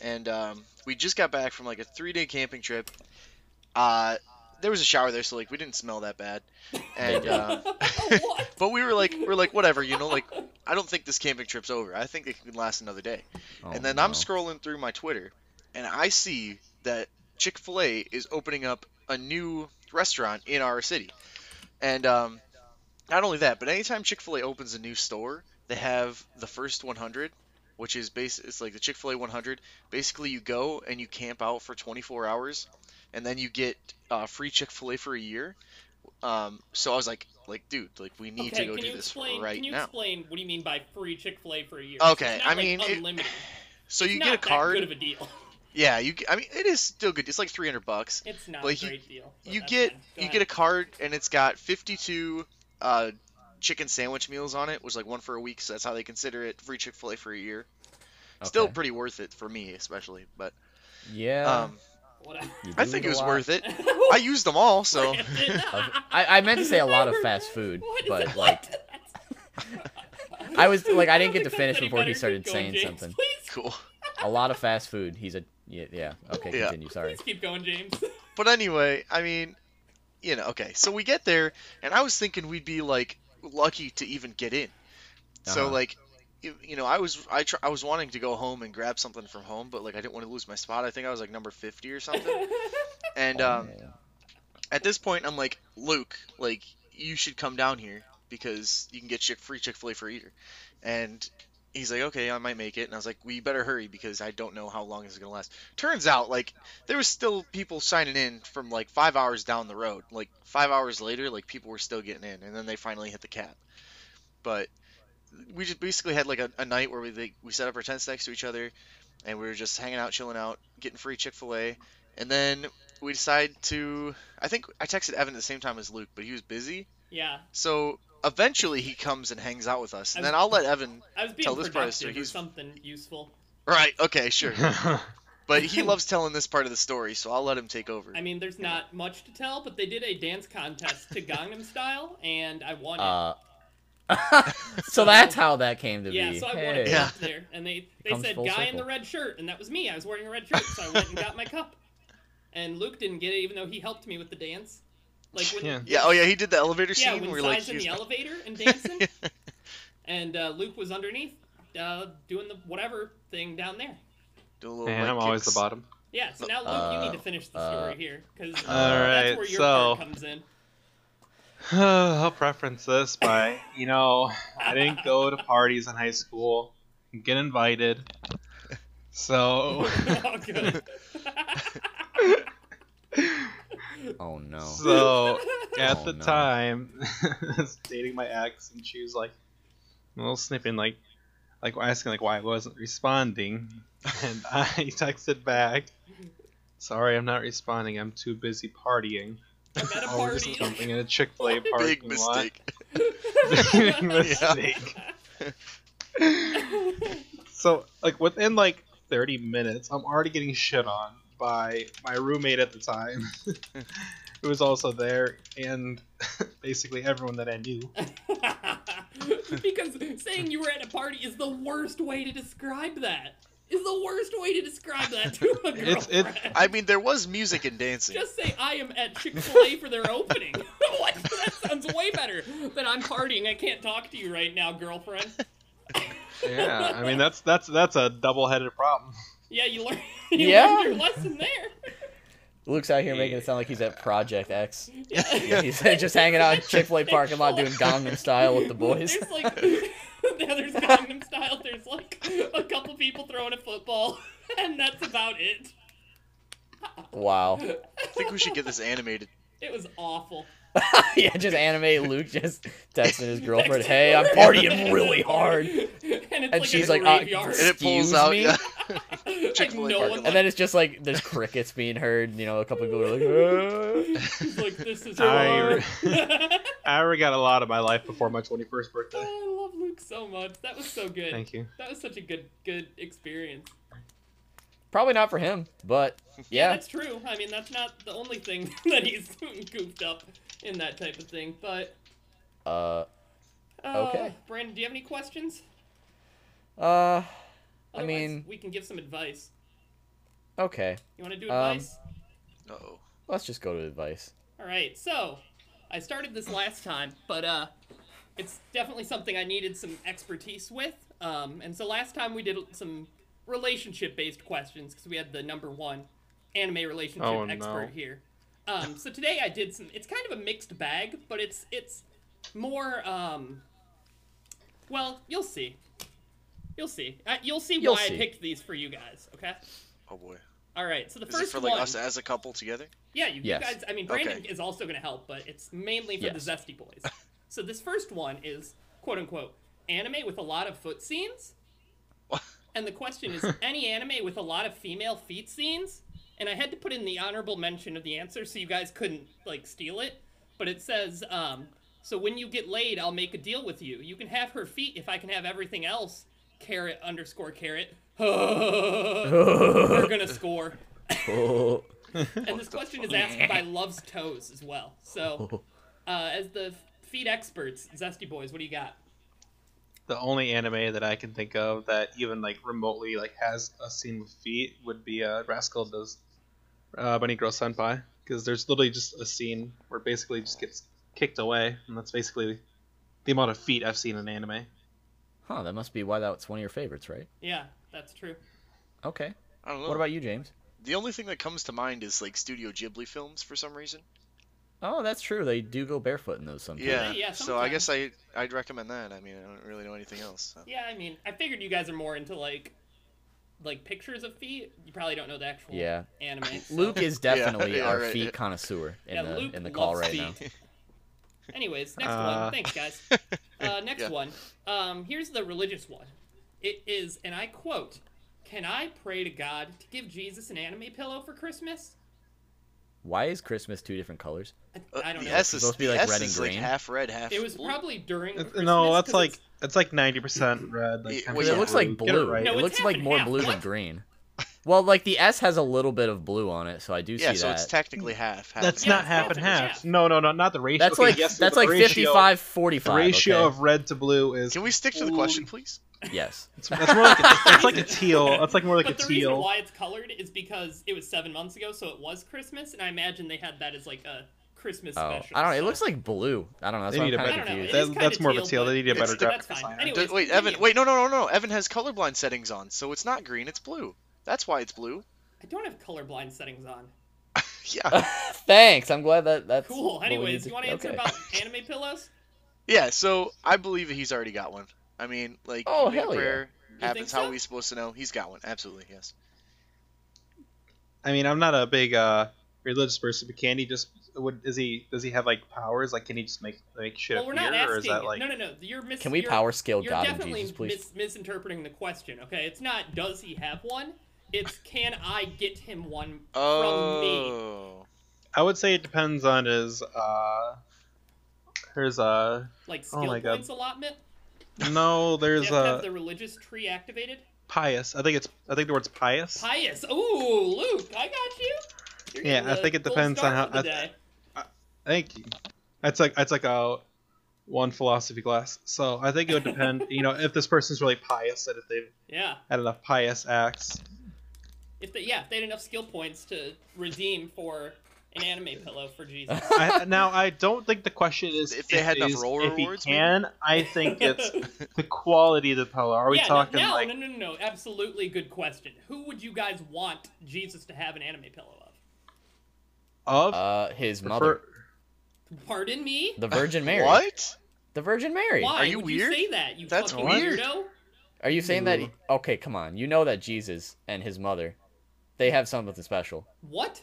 Speaker 4: and um, we just got back from like a three day camping trip. Uh, there was a shower there, so like we didn't smell that bad, and uh,
Speaker 2: what?
Speaker 4: but we were like we're like whatever, you know, like I don't think this camping trip's over. I think it can last another day.
Speaker 1: Oh,
Speaker 4: and then
Speaker 1: no.
Speaker 4: I'm scrolling through my Twitter, and I see that Chick Fil A is opening up a new restaurant in our city, and um, not only that, but anytime Chick Fil A opens a new store, they have the first 100, which is base. It's like the Chick Fil A 100. Basically, you go and you camp out for 24 hours, and then you get uh, free Chick Fil A for a year. Um, so I was like, like, dude, like we need
Speaker 2: okay,
Speaker 4: to go
Speaker 2: can
Speaker 4: do
Speaker 2: you
Speaker 4: this
Speaker 2: explain?
Speaker 4: right
Speaker 2: can you
Speaker 4: now.
Speaker 2: explain what do you mean by free Chick Fil A for a year? So
Speaker 4: Okay,
Speaker 2: it's not,
Speaker 4: I
Speaker 2: like,
Speaker 4: mean, it-
Speaker 2: unlimited.
Speaker 4: So you
Speaker 2: It's
Speaker 4: get a
Speaker 2: not that
Speaker 4: card.
Speaker 2: good of a deal.
Speaker 4: yeah, you. g- I mean, it is still good. It's like 300 bucks.
Speaker 2: It's not
Speaker 4: Like,
Speaker 2: a
Speaker 4: you-
Speaker 2: great deal. but
Speaker 4: you
Speaker 2: that's
Speaker 4: get
Speaker 2: fine. Go
Speaker 4: you
Speaker 2: ahead.
Speaker 4: get a card and it's got 52 uh, chicken sandwich meals on it, which is like one for a week, so that's how they consider it free Chick Fil A for a year. Still
Speaker 1: Okay.
Speaker 4: pretty worth it for me, especially. But
Speaker 1: Yeah.
Speaker 4: um,
Speaker 2: Whatever.
Speaker 1: you
Speaker 4: I
Speaker 1: do
Speaker 4: think
Speaker 1: eat
Speaker 4: it
Speaker 1: a
Speaker 4: was
Speaker 1: lot.
Speaker 4: worth it. I used them all, so
Speaker 1: Of- I, I meant to say a lot of fast food,
Speaker 2: What is
Speaker 1: but
Speaker 2: that?
Speaker 1: like I was like I didn't
Speaker 2: don't
Speaker 1: get to
Speaker 2: think that's
Speaker 1: finish
Speaker 2: any
Speaker 1: before he
Speaker 2: better.
Speaker 1: started
Speaker 2: Keep
Speaker 1: saying
Speaker 2: going, James,
Speaker 1: something.
Speaker 2: Please,
Speaker 4: cool.
Speaker 1: A lot of fast food. He's a yeah. yeah. Okay,
Speaker 4: Yeah.
Speaker 1: continue. Sorry.
Speaker 2: please keep going, James.
Speaker 4: But anyway, I mean, you know, okay. So we get there, and I was thinking we'd be like lucky to even get in. So
Speaker 1: Uh-huh.
Speaker 4: like, you, you know, I was I tr- I was wanting to go home and grab something from home, but like I didn't want to lose my spot. I think I was like number 50 or something. and um, at this point, I'm like, Luke, like, you should come down here because you can get chick free Chick Fil A for a year. And he's like, okay, I might make it. And I was like, we better hurry because I don't know how long this is gonna last. Turns out, like, there was still people signing in from like five hours down the road. Like five hours later, like people were still getting in, and then they finally hit the cap. But we just basically had like a, a night where we like, we set up our tents next to each other, and we were just hanging out, chilling out, getting free Chick Fil A, and then we decided to. I think I texted Evan at the same time as Luke, but he was busy,
Speaker 2: yeah,
Speaker 4: so eventually he comes and hangs out with us, and then I'll let Evan.
Speaker 2: I was being
Speaker 4: Tell this part of the
Speaker 2: productive
Speaker 4: story.
Speaker 2: or
Speaker 4: He's-
Speaker 2: something useful.
Speaker 4: Right? Okay, sure. But he loves telling this part of the story, so I'll let him take over.
Speaker 2: I mean, there's not much to tell, but they did a dance contest to Gangnam Style, and I won it.
Speaker 1: Uh, so that's how that came to
Speaker 2: yeah,
Speaker 1: be.
Speaker 2: so I won
Speaker 1: hey.
Speaker 2: a
Speaker 4: Yeah.
Speaker 2: cup there, and they, they
Speaker 1: comes
Speaker 2: said
Speaker 1: full
Speaker 2: guy in
Speaker 1: circle.
Speaker 2: the red shirt, and that was me. I was wearing a red shirt, so I went and got my cup. And Luke didn't get it, even though he helped me with the dance. Like when
Speaker 3: Yeah.
Speaker 4: Yeah. Oh yeah, he did the elevator scene.
Speaker 2: yeah,
Speaker 4: and
Speaker 2: when
Speaker 4: we
Speaker 2: Sai's
Speaker 4: were like,
Speaker 2: in the
Speaker 4: "Here's-
Speaker 2: elevator and dancing, and uh, Luke was underneath uh, doing the whatever thing down there.
Speaker 4: do a little,
Speaker 3: Man,
Speaker 4: leg
Speaker 3: I'm always the
Speaker 4: kicks."
Speaker 3: bottom.
Speaker 2: Yeah, so now Luke, you need to finish the story
Speaker 1: uh,
Speaker 2: here because that's
Speaker 3: Alright,
Speaker 2: where your
Speaker 3: so-
Speaker 2: part comes in.
Speaker 3: I'll preference this by, you know, I didn't go to parties in high school, get invited. So,
Speaker 2: oh, good.
Speaker 1: Oh no.
Speaker 3: so at
Speaker 1: Oh,
Speaker 3: the
Speaker 1: no.
Speaker 3: time, I was dating my ex, and she was like, a little snipping, like, like asking like why I wasn't responding, and I texted back, "Sorry, I'm not responding. I'm too busy partying." Oh,
Speaker 2: I'm at a
Speaker 3: Over
Speaker 2: party.
Speaker 3: something in a Chick Fil A parking
Speaker 4: Big mistake.
Speaker 3: lot. Big mistake. so, like within like 30 minutes, I'm already getting shit on by my roommate at the time, who was also there, and basically everyone that I knew.
Speaker 2: because saying you were at a party is the worst way to describe that. Is the worst way to describe that to a girlfriend.
Speaker 3: It's- it's-
Speaker 4: I mean, there was music and dancing.
Speaker 2: Just say I am at Chick Fil A for their opening. what? That sounds way better than I'm partying. I can't talk to you right now, girlfriend.
Speaker 3: Yeah, I mean that's that's that's a double-headed problem.
Speaker 2: Yeah, you learned. You
Speaker 1: Yeah.
Speaker 2: learned your lesson there.
Speaker 1: Luke's out here making it sound like he's at Project X.
Speaker 2: Yeah.
Speaker 1: He's just hanging out in Chick Fil A parking lot doing Gangnam Style with the boys.
Speaker 2: There's like, yeah, there's Gangnam Style. There's like a couple people throwing a football, and that's about it.
Speaker 1: Wow.
Speaker 4: I think we should get this animated.
Speaker 2: It was awful.
Speaker 1: yeah, just animate Luke just texting his girlfriend, "Hey, I'm partying really hard,"
Speaker 2: and it's
Speaker 1: and
Speaker 2: like
Speaker 1: she's
Speaker 2: a
Speaker 1: like, uh,
Speaker 2: graveyard.
Speaker 4: And it pulls
Speaker 1: "Excuse
Speaker 4: out.
Speaker 1: me,"
Speaker 4: Yeah.
Speaker 2: like,
Speaker 4: Chick-fil-A
Speaker 2: no one
Speaker 4: parking
Speaker 1: and
Speaker 4: lot.
Speaker 1: then it's just like there's crickets being heard. You know, a couple of people are like, "Uh."
Speaker 2: He's like, this is
Speaker 3: I-
Speaker 2: hard. I
Speaker 3: I already got a lot of my life before my 21st birthday.
Speaker 2: love Luke so much. That was so good.
Speaker 3: Thank you.
Speaker 2: That was such a good, good experience.
Speaker 1: "Probably not for him," but yeah,
Speaker 2: That's true. I mean, that's not the only thing that he's goofed up in that type of thing. But
Speaker 1: uh,
Speaker 2: uh,
Speaker 1: Okay.
Speaker 2: Brandon, do you have any questions?
Speaker 1: uh,
Speaker 2: Otherwise,
Speaker 1: mean-
Speaker 2: we can give some advice.
Speaker 1: okay.
Speaker 2: You want to do
Speaker 1: Um,
Speaker 2: advice?
Speaker 4: Oh,
Speaker 1: Let's just go to advice.
Speaker 2: All right, so I started this last time, but uh, it's definitely something I needed some expertise with. Um, and so last time we did some relationship-based questions because we had the number one anime relationship
Speaker 3: Oh, no.
Speaker 2: expert here. Um, so today I did some. It's kind of a mixed bag, but it's it's more. Um, well, you'll see. You'll see. Uh, you'll see
Speaker 1: You'll
Speaker 2: why
Speaker 1: see.
Speaker 2: I picked these for you guys. Okay.
Speaker 4: oh boy.
Speaker 2: All right. So the
Speaker 4: Is
Speaker 2: first
Speaker 4: it for like
Speaker 2: one.
Speaker 4: us as a couple together?
Speaker 2: Yeah, you,
Speaker 1: Yes.
Speaker 2: you guys. I mean,
Speaker 4: Okay.
Speaker 2: Brandon is also going to help, but it's mainly for
Speaker 1: Yes.
Speaker 2: the Zesty Boys. so this first one is quote unquote anime with a lot of foot scenes. And the question is any anime with a lot of female feet scenes? And I had to put in the honorable mention of the answer so you guys couldn't like steal it. But it says, um, so when you get laid, I'll make a deal with you. You can have her feet if I can have everything else. Carrot underscore carrot. We're gonna score.
Speaker 1: Oh,
Speaker 2: And this question is asked by Love's Toes as well. So, uh, as the feed experts, Zesty Boys, what do you got?
Speaker 3: The only anime that I can think of that even like remotely like has a scene with feet would be uh, Rascal Does uh, Bunny Girl Senpai because there's literally just a scene where basically just gets kicked away and that's basically the amount of feet I've seen in anime.
Speaker 1: huh? That must be why that's one of your favorites, right?
Speaker 2: Yeah, that's true.
Speaker 1: Okay.
Speaker 4: I don't know.
Speaker 1: What about you, James?
Speaker 4: The only thing that comes to mind is like Studio Ghibli films for some reason.
Speaker 1: Oh, that's true. They do go barefoot in those sometimes.
Speaker 4: Yeah.
Speaker 2: yeah,
Speaker 4: so I guess I I'd recommend that. I mean, I don't really know anything else. so.
Speaker 2: Yeah, I mean, I figured you guys are more into like, like pictures of feet. You probably don't know the actual
Speaker 1: Yeah.
Speaker 2: anime. so-
Speaker 1: Luke is definitely
Speaker 4: yeah,
Speaker 1: our
Speaker 4: right,
Speaker 1: feet
Speaker 4: yeah.
Speaker 1: connoisseur in
Speaker 2: Yeah,
Speaker 1: the
Speaker 2: Luke
Speaker 1: in the call
Speaker 2: loves
Speaker 1: right now.
Speaker 2: feet. Anyways, next
Speaker 3: Uh.
Speaker 2: one. Thanks, guys. Uh, next
Speaker 4: Yeah.
Speaker 2: one. Um, here's the religious one. It is, and I quote, "Can I pray to God to give Jesus an anime pillow for Christmas?"
Speaker 1: Why is Christmas two different colors?
Speaker 4: Uh,
Speaker 2: I don't
Speaker 4: the
Speaker 2: know.
Speaker 4: S is,
Speaker 1: supposed to be,
Speaker 4: the
Speaker 1: like,
Speaker 4: S
Speaker 1: red and
Speaker 4: is, like,
Speaker 1: green?
Speaker 4: half red, half.
Speaker 2: It was
Speaker 4: blue.
Speaker 2: probably during.
Speaker 3: It's-
Speaker 2: Christmas,
Speaker 3: no, that's
Speaker 2: 'cause
Speaker 3: like
Speaker 2: it's-
Speaker 3: it's like 90% red. Like
Speaker 4: It-
Speaker 3: 10%
Speaker 4: well,
Speaker 1: It
Speaker 4: yeah,
Speaker 1: looks
Speaker 3: blue.
Speaker 1: like
Speaker 3: Get it
Speaker 1: blue.
Speaker 3: right.
Speaker 2: No,
Speaker 1: it
Speaker 2: it's
Speaker 1: looks
Speaker 2: half
Speaker 1: like
Speaker 2: and
Speaker 1: more
Speaker 2: half.
Speaker 1: blue than
Speaker 2: What?
Speaker 1: green. Well, like the S has a little bit of blue on it, so I do
Speaker 4: yeah,
Speaker 1: see
Speaker 4: so
Speaker 1: that.
Speaker 4: it's technically half. half
Speaker 3: That's
Speaker 4: and
Speaker 2: Yeah,
Speaker 3: not
Speaker 2: it's
Speaker 3: half and
Speaker 2: half and
Speaker 3: half.
Speaker 2: half.
Speaker 3: No, no, no, not the ratio.
Speaker 1: that's
Speaker 3: Okay,
Speaker 1: like
Speaker 3: yes,
Speaker 1: that's
Speaker 3: the
Speaker 1: like
Speaker 3: ratio-
Speaker 1: 55 45.
Speaker 3: The ratio
Speaker 1: okay?
Speaker 3: of red to blue is
Speaker 4: Can we stick to the question, please?
Speaker 1: Yes.
Speaker 3: That's more like a, that's like a teal. That's like more like
Speaker 2: but the
Speaker 3: a
Speaker 2: reason
Speaker 3: teal.
Speaker 2: why it's colored is because it was seven months ago, so it was Christmas, and I imagine they had that as like a Christmas
Speaker 1: Oh,
Speaker 2: special.
Speaker 1: I don't know. It
Speaker 2: so-
Speaker 1: looks like blue. I don't know. That's
Speaker 3: They
Speaker 1: why
Speaker 3: need a
Speaker 1: I'm
Speaker 3: better.
Speaker 1: kind of
Speaker 2: I don't know,
Speaker 1: confused.
Speaker 2: it is
Speaker 3: That, that's
Speaker 2: kinda
Speaker 3: more of a
Speaker 2: teal,
Speaker 3: teal. They
Speaker 2: but
Speaker 3: need a better
Speaker 4: it's the-
Speaker 3: graphic
Speaker 2: that's fine.
Speaker 3: designer.
Speaker 2: Anyway,
Speaker 4: Does-
Speaker 2: Anyways,
Speaker 4: wait,
Speaker 2: continue.
Speaker 4: Evan. Wait, no, no, no, no. Evan has colorblind settings on, so it's not green. It's blue. That's why it's blue.
Speaker 2: I don't have colorblind settings on.
Speaker 4: Yeah.
Speaker 1: Thanks. I'm glad that that's
Speaker 2: Cool.
Speaker 1: what we need
Speaker 2: Anyways, you want to answer
Speaker 1: okay.
Speaker 2: about anime pillows?
Speaker 4: yeah. So I believe that he's already got one. I mean, like,
Speaker 1: Oh,
Speaker 4: you make a
Speaker 1: hell yeah.
Speaker 4: prayer
Speaker 2: You
Speaker 4: happens.
Speaker 2: think
Speaker 4: How
Speaker 2: so?
Speaker 4: are we supposed to know? He's got one. Absolutely. Yes.
Speaker 3: I mean, I'm not a big uh, religious person, but Candy just would is he does he have like powers? Like can he just make make shit
Speaker 2: Well, we're
Speaker 3: appear,
Speaker 2: not
Speaker 3: or is
Speaker 2: asking.
Speaker 3: that like
Speaker 2: no, no, no. You're mis-
Speaker 1: Can we
Speaker 2: you're-
Speaker 1: power scale
Speaker 2: you're
Speaker 1: God and
Speaker 2: definitely
Speaker 1: Jesus, please?
Speaker 2: mis- misinterpreting the question. Okay, it's not does he have one. It's can I get him one from me?
Speaker 4: Oh.
Speaker 3: I would say it depends on his uh there's uh
Speaker 2: Like
Speaker 3: Oh
Speaker 2: skill
Speaker 3: my God.
Speaker 2: points allotment.
Speaker 3: no
Speaker 2: Do you
Speaker 3: there's
Speaker 2: have to have
Speaker 3: a
Speaker 2: the religious tree activated.
Speaker 3: pious. I think it's I think the word's pious.
Speaker 2: Pious. Ooh, Luke, I got you. You're
Speaker 3: Yeah,
Speaker 2: getting
Speaker 3: I
Speaker 2: the
Speaker 3: think it
Speaker 2: gold
Speaker 3: depends
Speaker 2: star
Speaker 3: on how-
Speaker 2: for the
Speaker 3: I-
Speaker 2: day.
Speaker 3: Thank you. That's like that's like a one philosophy class. So I think it would depend, you know, if this person's really pious and if they've
Speaker 2: Yeah.
Speaker 3: had enough pious acts.
Speaker 2: If they yeah, if they had enough skill points to redeem for an anime pillow for Jesus.
Speaker 3: I, now I don't think the question is
Speaker 4: If they had enough
Speaker 3: he's-
Speaker 4: roll
Speaker 3: if he
Speaker 4: rewards, maybe?
Speaker 3: can. I think it's the quality of the pillow. Are we
Speaker 2: yeah, no-
Speaker 3: talking
Speaker 2: no,
Speaker 3: like
Speaker 2: no, no, no, no, absolutely good question. Who would you guys want Jesus to have an anime pillow of?
Speaker 3: of
Speaker 1: Uh, his mother,
Speaker 3: prefer-
Speaker 2: Pardon me?
Speaker 1: the Virgin Mary.
Speaker 4: What?
Speaker 1: The Virgin Mary.
Speaker 2: Why
Speaker 4: Are you
Speaker 2: would
Speaker 4: weird?
Speaker 2: you say that? You
Speaker 4: That's
Speaker 2: fucking
Speaker 4: weird.
Speaker 2: weirdo.
Speaker 1: Are you saying that?
Speaker 3: Ooh.
Speaker 1: Okay, come on. You know that Jesus and his mother, they have something special.
Speaker 2: What?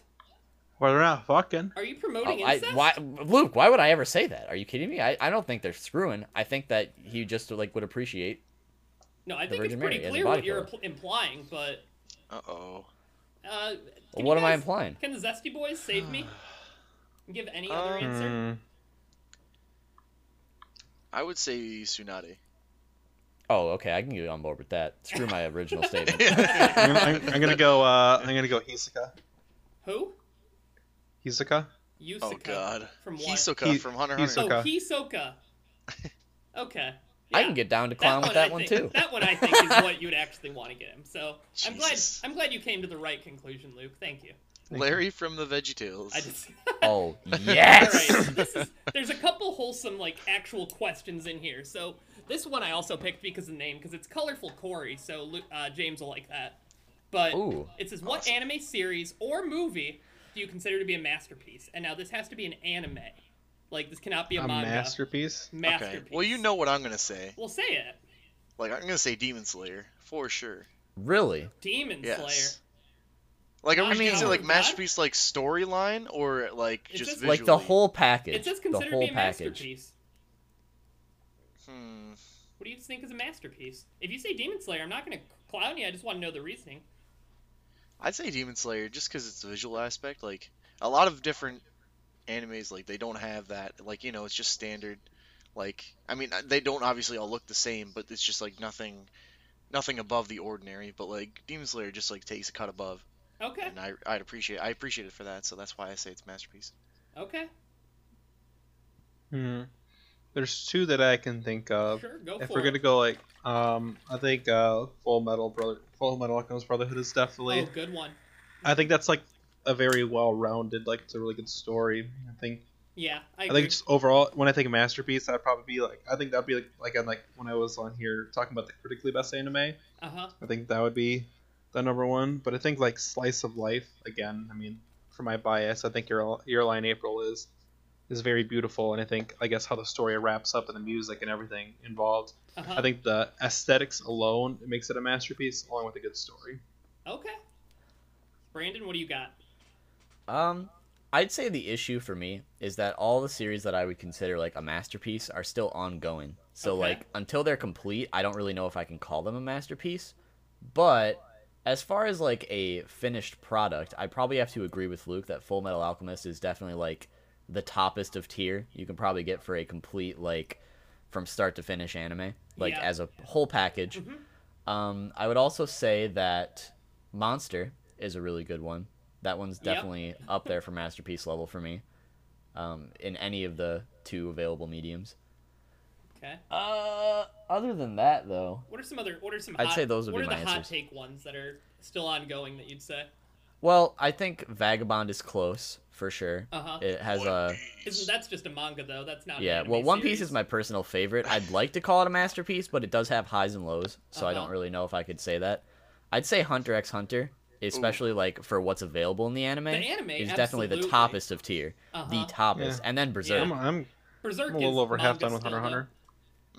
Speaker 3: Well, they're not fucking.
Speaker 2: Are you
Speaker 1: Oh,
Speaker 2: promoting
Speaker 1: I,
Speaker 2: incest?
Speaker 1: why, Luke? Why would I ever say that? Are you kidding me? I, I don't think they're screwing. I think that he just like would appreciate.
Speaker 2: No, I think it's
Speaker 1: Virgin
Speaker 2: pretty
Speaker 1: Mary as a
Speaker 2: clear what
Speaker 1: body
Speaker 2: you're
Speaker 1: pillow.
Speaker 2: impl- implying, but
Speaker 4: Uh oh.
Speaker 2: uh, can
Speaker 1: what
Speaker 2: you
Speaker 1: am I
Speaker 2: guys-
Speaker 1: implying?
Speaker 2: Can the Zesty Boys save me? Give any other
Speaker 4: Um,
Speaker 2: answer?
Speaker 3: Hmm.
Speaker 4: I would say Tsunade.
Speaker 1: Oh, okay. I can get on board with that. Screw my original statement.
Speaker 3: I'm, I'm- I'm gonna go. Uh, I'm gonna go Hisoka.
Speaker 2: Who?
Speaker 3: Hisoka.
Speaker 2: Yusuke.
Speaker 4: oh god.
Speaker 2: From what?
Speaker 4: Hisoka
Speaker 3: He-
Speaker 4: from Hunter x
Speaker 2: Oh,
Speaker 4: Hunter.
Speaker 3: Hisoka.
Speaker 2: Hisoka. okay.
Speaker 1: I
Speaker 2: Yeah.
Speaker 1: can get down to clown with
Speaker 2: I
Speaker 1: that one
Speaker 2: think-
Speaker 1: too.
Speaker 2: That one I think is what you'd actually want to get him. So I'm glad
Speaker 4: Jesus.
Speaker 2: I'm glad you came to the right conclusion, Luke. Thank you.
Speaker 4: Larry from the VeggieTales.
Speaker 2: I just
Speaker 1: Oh
Speaker 2: All
Speaker 1: yes.
Speaker 2: right. This is, there's a couple wholesome like actual questions in here. So this one I also picked because of the name because it's colorful Corey. So Lu- uh, James will like that. But
Speaker 1: Ooh.
Speaker 2: it says what anime series or movie do you consider to be a masterpiece? And now this has to be an anime. Like this cannot be a,
Speaker 3: A
Speaker 2: manga.
Speaker 3: masterpiece.
Speaker 4: okay.
Speaker 2: Masterpiece.
Speaker 4: Well, you know what I'm gonna say.
Speaker 2: Well, say it.
Speaker 4: Like I'm gonna say Demon Slayer for sure.
Speaker 1: Really?
Speaker 2: Demon
Speaker 4: Yes.
Speaker 2: Slayer.
Speaker 4: Like, are
Speaker 2: I
Speaker 4: we
Speaker 2: mean-
Speaker 4: gonna say like
Speaker 2: Oh, God.
Speaker 4: masterpiece, like storyline, or like
Speaker 2: It's
Speaker 4: just
Speaker 2: just-
Speaker 4: visually?
Speaker 1: Like the whole package.
Speaker 2: It's just
Speaker 1: the
Speaker 2: considered to
Speaker 1: whole
Speaker 2: be a
Speaker 1: package.
Speaker 2: masterpiece.
Speaker 4: Hmm.
Speaker 2: What do you think is a masterpiece? If you say Demon Slayer, I'm not going to clown you. I just want to know the reasoning.
Speaker 4: I'd say Demon Slayer just because it's the visual aspect. Like a lot of different animes, like they don't have that. Like you know, it's just standard. Like I mean, uh, they don't obviously all look the same, but it's just like nothing, nothing above the ordinary. But like Demon Slayer just like takes a cut above,
Speaker 2: Okay.
Speaker 4: and I I'd appreciate I appreciate it for that. So that's why I say it's a masterpiece.
Speaker 2: Okay.
Speaker 3: Hmm. There's two that I can think of.
Speaker 2: Sure. Go
Speaker 3: Uh, if
Speaker 2: for
Speaker 3: we're
Speaker 2: it.
Speaker 3: gonna go like, um, I think uh, Full Metal Brother, Full Metal Alchemist Brotherhood is definitely.
Speaker 2: Oh, good one.
Speaker 3: I think that's like a very well-rounded, like it's a really good story. I think.
Speaker 2: Yeah, I,
Speaker 3: I
Speaker 2: agree.
Speaker 3: think just overall, when I think of masterpiece, I'd probably be like, I think that'd be like, like on like when I was on here talking about the critically best anime.
Speaker 2: Uh huh.
Speaker 3: I think that would be the number one. But I think like slice of life again. I mean, for my bias, I think your your line April is is very beautiful, and I think I guess how the story wraps up and the music and everything involved.
Speaker 2: Uh
Speaker 3: I
Speaker 2: huh.
Speaker 3: think the aesthetics alone makes it a masterpiece, along with a good story.
Speaker 2: Okay. Brandon, what do you got?
Speaker 1: Um, I'd say the issue for me is that all the series that I would consider like a masterpiece are still ongoing. So
Speaker 2: Okay.
Speaker 1: like until they're complete, I don't really know if I can call them a masterpiece. But as far as like a finished product, I probably have to agree with Luke that Full Metal Alchemist is definitely like the toppest of tier you can probably get for a complete like from start to finish anime, like
Speaker 2: Yeah. Mm-hmm.
Speaker 1: as a whole package. Um, I would also say that Monster is a really good one. That one's
Speaker 2: Yep.
Speaker 1: definitely up there for masterpiece level for me. Um, in any of the two available mediums.
Speaker 2: Okay.
Speaker 1: Uh, other than that though,
Speaker 2: What are some other? What are some?
Speaker 1: I'd
Speaker 2: hot,
Speaker 1: say those would
Speaker 2: What
Speaker 1: be
Speaker 2: are
Speaker 1: my
Speaker 2: the hot
Speaker 1: answers.
Speaker 2: take ones that are still ongoing that you'd say?
Speaker 1: well, I think Vagabond is close for sure.
Speaker 2: Uh-huh.
Speaker 1: It has uh,
Speaker 4: One
Speaker 1: a
Speaker 2: Isn't that's just a manga though? That's not. an
Speaker 1: yeah.
Speaker 2: anime
Speaker 1: Well, One Piece
Speaker 2: series.
Speaker 1: is my personal favorite. I'd like to call it a masterpiece, but it does have highs and lows, so I don't
Speaker 2: Uh-huh.
Speaker 1: really know if I could say that. I'd say Hunter x Hunter, especially like for what's available in the anime,
Speaker 2: The anime,
Speaker 1: is definitely the
Speaker 2: absolutely.
Speaker 1: toppest of tier.
Speaker 2: Uh-huh.
Speaker 1: The toppest,
Speaker 3: Yeah.
Speaker 1: and then Berserk.
Speaker 3: I'm, I'm,
Speaker 2: Berserk.
Speaker 3: I'm a little
Speaker 2: is
Speaker 3: over half
Speaker 2: manga
Speaker 3: done with Hunter
Speaker 2: still,
Speaker 3: x Hunter.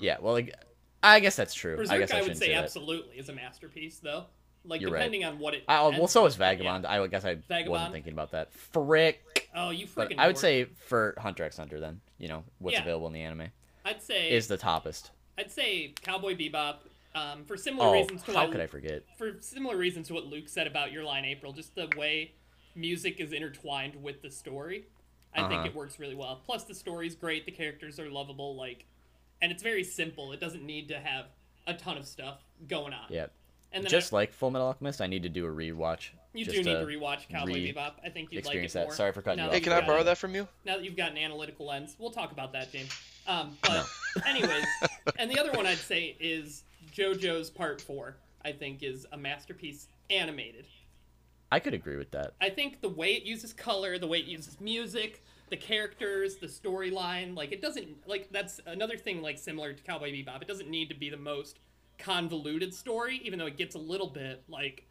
Speaker 1: Yeah, well, like, I guess that's true.
Speaker 2: though. Berserk,
Speaker 1: I
Speaker 2: I,
Speaker 1: guess I,
Speaker 2: would
Speaker 1: shouldn't
Speaker 2: say,
Speaker 1: say that.
Speaker 2: absolutely is a masterpiece though. Like
Speaker 1: You're right.
Speaker 2: depending on what it.
Speaker 1: I, oh,
Speaker 2: ends
Speaker 1: well, so is
Speaker 2: up being,
Speaker 1: Vagabond. I guess I
Speaker 2: Vagabond.
Speaker 1: wasn't thinking about that. Frick.
Speaker 2: yeah. Oh, you freaking.
Speaker 1: But I would
Speaker 2: dork.
Speaker 1: say for Hunter x Hunter, then you know what's
Speaker 2: Yeah.
Speaker 1: available in the anime
Speaker 2: I'd say
Speaker 1: is the toppest.
Speaker 2: I'd say Cowboy Bebop. Um, for similar
Speaker 1: Oh,
Speaker 2: reasons to
Speaker 1: how
Speaker 2: what,
Speaker 1: could I forget?
Speaker 2: for similar reasons to what Luke said about your line, April, just the way music is intertwined with the story. I think
Speaker 5: Uh-huh.
Speaker 2: it works really well. Plus, the story's great. The characters are lovable. Like, and it's very simple. It doesn't need to have a ton of stuff going on.
Speaker 1: Yeah.
Speaker 2: And then
Speaker 1: Just
Speaker 2: I,
Speaker 1: like Full Metal Alchemist, I need to do a rewatch.
Speaker 2: you
Speaker 1: just
Speaker 2: do need to
Speaker 1: to
Speaker 2: rewatch Cowboy
Speaker 1: re-
Speaker 2: Bebop. I think you'd like it
Speaker 1: experience that.
Speaker 2: more.
Speaker 1: Sorry for cutting
Speaker 2: now
Speaker 1: you
Speaker 2: that
Speaker 1: off.
Speaker 4: Hey,
Speaker 2: you've
Speaker 4: can I
Speaker 2: got-
Speaker 4: borrow that from you?
Speaker 2: now that you've got an analytical lens, we'll talk about that, James. Um, but anyways, and the other one I'd say is JoJo's Part Four. I think is a masterpiece animated.
Speaker 1: I could agree with that.
Speaker 2: I think the way it uses color, the way it uses music, the characters, the storyline, like it doesn't like that's another thing like similar to Cowboy Bebop. It doesn't need to be the most convoluted story, even though it gets a little bit like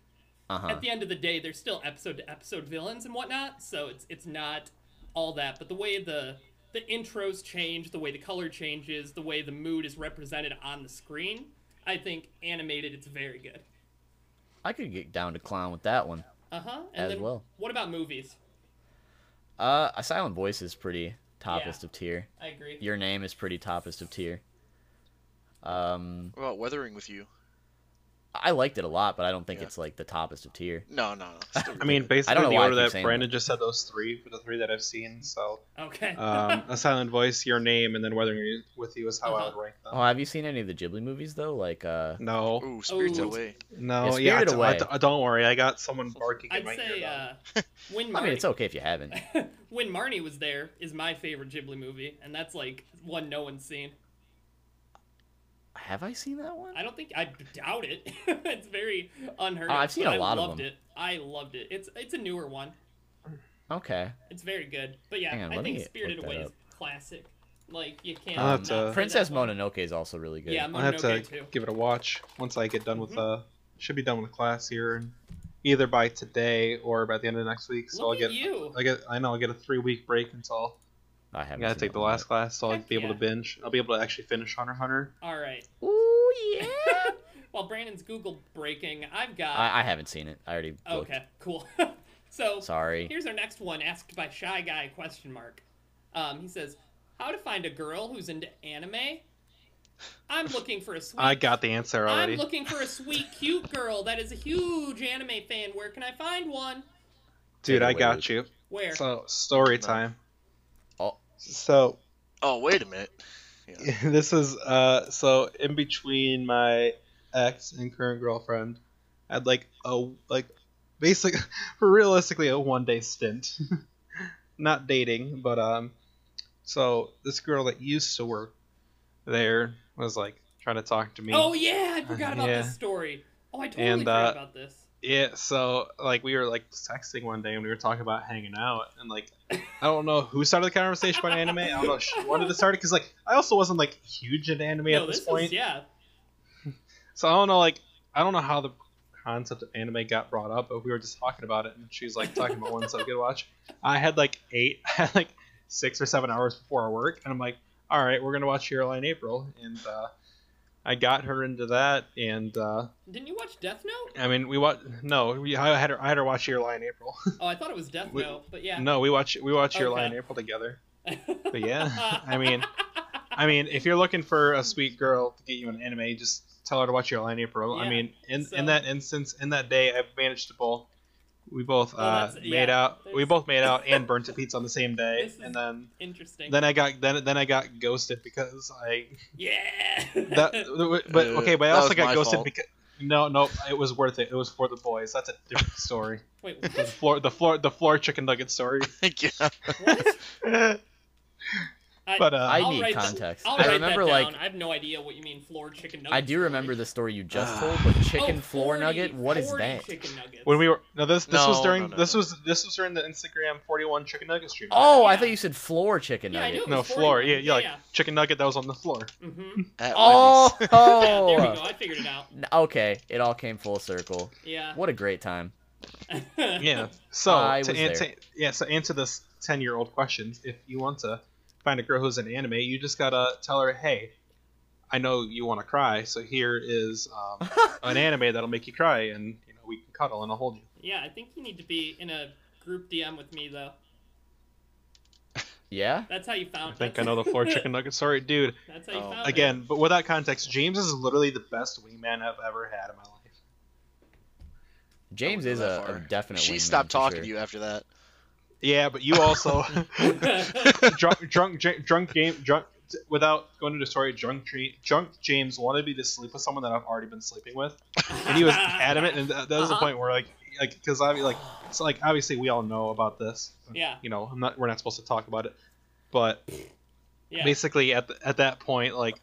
Speaker 1: Uh huh.
Speaker 2: at the end of the day, there's still episode to episode villains and whatnot, so it's it's not all that. But the way the the intros change, the way the color changes, the way the mood is represented on the screen, I think animated it's very good.
Speaker 1: I could get down to clown with that one.
Speaker 2: Uh huh.
Speaker 1: As well.
Speaker 2: What about movies?
Speaker 1: Uh, A Silent Voice is pretty toppest
Speaker 2: Yeah.
Speaker 1: of tier.
Speaker 2: I agree.
Speaker 1: Your Name is pretty toppest of tier. Um,
Speaker 4: What about weathering with you?
Speaker 1: I liked it a lot, but I don't think
Speaker 4: Yeah.
Speaker 1: it's like the toppest of tier.
Speaker 4: No, no, no. Still
Speaker 3: I mean,
Speaker 1: I don't
Speaker 3: basically
Speaker 1: know
Speaker 3: the
Speaker 1: why I
Speaker 3: order
Speaker 1: keep
Speaker 3: that
Speaker 1: saying
Speaker 3: Brandon just said those three for the three that I've seen. So,
Speaker 2: Okay.
Speaker 3: um, a silent voice, your name, and then weathering with you is how I would rank them.
Speaker 1: Oh, have you seen any of the Ghibli movies though? Like, uh,
Speaker 3: No,
Speaker 4: Ooh, spirits
Speaker 2: Ooh.
Speaker 4: away.
Speaker 3: no,
Speaker 1: It's
Speaker 3: yeah. I
Speaker 1: Spirited
Speaker 3: t- I
Speaker 1: Away.
Speaker 3: t- I- don't worry, I got someone barking in
Speaker 2: I'd
Speaker 3: my
Speaker 2: say
Speaker 3: ear.
Speaker 2: uh, when Marnie,
Speaker 1: I mean, it's okay if you haven't.
Speaker 2: when Marnie was there is my favorite Ghibli movie, and that's like one no one's seen.
Speaker 1: Have I seen that one?
Speaker 2: I don't think I doubt it. it's very unheard
Speaker 1: Oh,
Speaker 2: of.
Speaker 1: I've seen
Speaker 2: but
Speaker 1: a lot
Speaker 2: I
Speaker 1: of
Speaker 2: loved
Speaker 1: them.
Speaker 2: it. I loved it. It's it's a newer one.
Speaker 1: Okay.
Speaker 2: It's very good. But yeah,
Speaker 1: Hang on,
Speaker 2: I
Speaker 1: let
Speaker 2: think
Speaker 1: me
Speaker 2: Spirited
Speaker 1: look that
Speaker 2: Away is
Speaker 1: up.
Speaker 2: classic. Like you can't.
Speaker 3: I'll have
Speaker 2: not
Speaker 3: to-
Speaker 2: say that
Speaker 1: Um, Princess
Speaker 2: one.
Speaker 1: Mononoke is also really good.
Speaker 2: Yeah,
Speaker 3: I'll have
Speaker 2: Mononoke
Speaker 3: to
Speaker 2: too. Mm-hmm.
Speaker 3: give it a watch once I get done with uh should be done with class here and either by today or by the end of next week. So
Speaker 2: Look
Speaker 3: I'll get
Speaker 2: at you.
Speaker 3: I get I know I'll get a three week break until
Speaker 1: I
Speaker 3: I
Speaker 1: haven't.
Speaker 3: gotta
Speaker 1: seen
Speaker 3: take
Speaker 1: that
Speaker 3: the
Speaker 1: one
Speaker 3: last
Speaker 1: yet.
Speaker 3: class so I'll
Speaker 2: Heck
Speaker 3: be able to
Speaker 2: yeah.
Speaker 3: binge. I'll be able to actually finish Hunter x Hunter.
Speaker 2: All right.
Speaker 1: Ooh yeah.
Speaker 2: While Brandon's Google breaking, I've got.
Speaker 1: I, I haven't seen it. I already. Looked.
Speaker 2: okay. Cool. so
Speaker 1: Sorry.
Speaker 2: Here's our next one, asked by Shy Guy question mark. Um, he says, "How to find a girl who's into anime? I'm looking for a sweet.
Speaker 3: I got the answer
Speaker 2: I'm
Speaker 3: already.
Speaker 2: looking for a sweet, cute girl that is a huge anime fan. Where can I find one?
Speaker 1: Take
Speaker 3: Dude,
Speaker 1: it
Speaker 3: I
Speaker 1: away,
Speaker 3: got
Speaker 1: Luke.
Speaker 3: you.
Speaker 2: Where?
Speaker 3: So story time.
Speaker 1: Oh.
Speaker 3: So
Speaker 4: Oh, wait a minute. Yeah.
Speaker 3: this is uh so in between my ex and current girlfriend, I had like a like basic realistically a one day stint. Not dating, but um so this girl that used to work there was like trying to talk to me.
Speaker 2: Oh yeah, I forgot about
Speaker 3: Yeah.
Speaker 2: this story. Oh, I totally
Speaker 3: And,
Speaker 2: forgot
Speaker 3: uh,
Speaker 2: about this.
Speaker 3: Yeah, so like we were like texting one day and we were talking about hanging out and like I don't know who started the conversation about anime. I don't know if she wanted to start it because like I also wasn't like huge into anime
Speaker 2: no,
Speaker 3: at this,
Speaker 2: this
Speaker 3: point.
Speaker 2: is yeah.
Speaker 3: So I don't know like I don't know how the concept of anime got brought up, but we were just talking about it and she was like talking about ones I could watch. I had like eight, I had like six or seven hours before our work, and I'm like, all right, we're gonna watch Hero Line April, and uh, I got her into that and. uh
Speaker 2: Didn't you watch Death Note?
Speaker 3: I mean, we watch. No, we, I had her. I had her watch Your Lie in April.
Speaker 2: Oh, I thought it was Death
Speaker 3: Wait,
Speaker 2: Note, but yeah.
Speaker 3: No, we watch. We watch Your Lie in
Speaker 2: Okay.
Speaker 3: April together. But yeah, I mean, I mean, if you're looking for a sweet girl to get you an anime, just tell her to watch Your Lie in April. I
Speaker 2: Yeah,
Speaker 3: mean, in
Speaker 2: so-
Speaker 3: in that instance, in that day, I've managed to both. We both
Speaker 2: Well,
Speaker 3: uh,
Speaker 2: that's-
Speaker 3: made
Speaker 2: yeah,
Speaker 3: out. We
Speaker 2: there's-
Speaker 3: both made out and burnt to pizza on the same day,
Speaker 2: This is-
Speaker 3: and then
Speaker 2: Interesting.
Speaker 3: then I got then then I got ghosted because I
Speaker 2: yeah.
Speaker 3: that but
Speaker 4: Uh,
Speaker 3: okay, but I
Speaker 4: that
Speaker 3: also
Speaker 4: was
Speaker 3: got
Speaker 4: my
Speaker 3: ghosted
Speaker 4: fault.
Speaker 3: because no no it was worth it. It was for the boys. That's a different story.
Speaker 2: Wait,
Speaker 3: the
Speaker 2: what?
Speaker 3: floor the floor the floor chicken nugget story.
Speaker 4: yeah.
Speaker 2: what?
Speaker 3: but uh,
Speaker 1: I
Speaker 2: I'll
Speaker 1: need
Speaker 2: write-
Speaker 1: context.
Speaker 2: I'll
Speaker 1: I
Speaker 2: write
Speaker 1: remember,
Speaker 2: that down.
Speaker 1: like-
Speaker 2: I have no idea what you mean floor chicken nuggets.
Speaker 1: I do remember the story you just
Speaker 3: Ah.
Speaker 1: told, but chicken
Speaker 2: Oh,
Speaker 1: floor
Speaker 2: 40,
Speaker 1: nugget. What is
Speaker 2: 40
Speaker 1: that?
Speaker 2: Chicken nuggets.
Speaker 3: when we were no this this was
Speaker 4: No,
Speaker 3: during
Speaker 4: no, no,
Speaker 3: this
Speaker 4: no.
Speaker 3: was this was during the Instagram 41 chicken nugget stream.
Speaker 1: Oh, I
Speaker 2: Yeah.
Speaker 1: thought you said floor chicken
Speaker 2: Yeah, I
Speaker 1: nugget.
Speaker 2: knew it
Speaker 3: no
Speaker 2: was
Speaker 3: floor. Yeah,
Speaker 2: 41,
Speaker 3: yeah, like
Speaker 2: yeah.
Speaker 3: chicken nugget that was on the floor.
Speaker 2: Mm-hmm.
Speaker 4: At
Speaker 1: Oh,
Speaker 4: Wendy's.
Speaker 2: Yeah, there we go. I figured it out.
Speaker 1: N- okay, it all came full circle.
Speaker 2: Yeah.
Speaker 1: What a great time.
Speaker 3: Yeah. So
Speaker 1: I
Speaker 3: to
Speaker 1: was
Speaker 3: answer
Speaker 1: there.
Speaker 3: yeah, so answer this 10-year-old question. If you want to find a girl who's an anime, you just got to tell her, "Hey, I know you want to cry, so here is um, an anime that'll make you cry and you know we can cuddle and I'll hold you.
Speaker 2: Yeah, I think you need to be in a group DM with me though.
Speaker 1: Yeah?
Speaker 2: That's how you found.
Speaker 3: I think I know the four chicken nuggets. Sorry, dude.
Speaker 2: That's how you
Speaker 4: Oh.
Speaker 2: found.
Speaker 3: Again, but without context, James is literally the best wingman I've ever had in my life.
Speaker 1: James
Speaker 4: I
Speaker 1: is
Speaker 4: wouldn't go
Speaker 1: a,
Speaker 4: that
Speaker 1: a
Speaker 4: far.
Speaker 1: definite
Speaker 4: She
Speaker 1: wingman
Speaker 4: stopped
Speaker 1: for
Speaker 4: talking
Speaker 1: sure.
Speaker 4: to you after that.
Speaker 3: Yeah, but you also
Speaker 2: it.
Speaker 3: drunk, drunk, Ja- drunk, game, drunk. Without going into the story, drunk, Ja- drunk James wanted me to sleep with someone that I've already been sleeping with, and he was adamant. And that, that
Speaker 2: Uh-huh.
Speaker 3: was the point where, like, like because I like, so like obviously we all know about this.
Speaker 2: Yeah.
Speaker 3: You know, I'm not. We're not supposed to talk about it, but
Speaker 2: yeah.
Speaker 3: basically at the, at that point, like,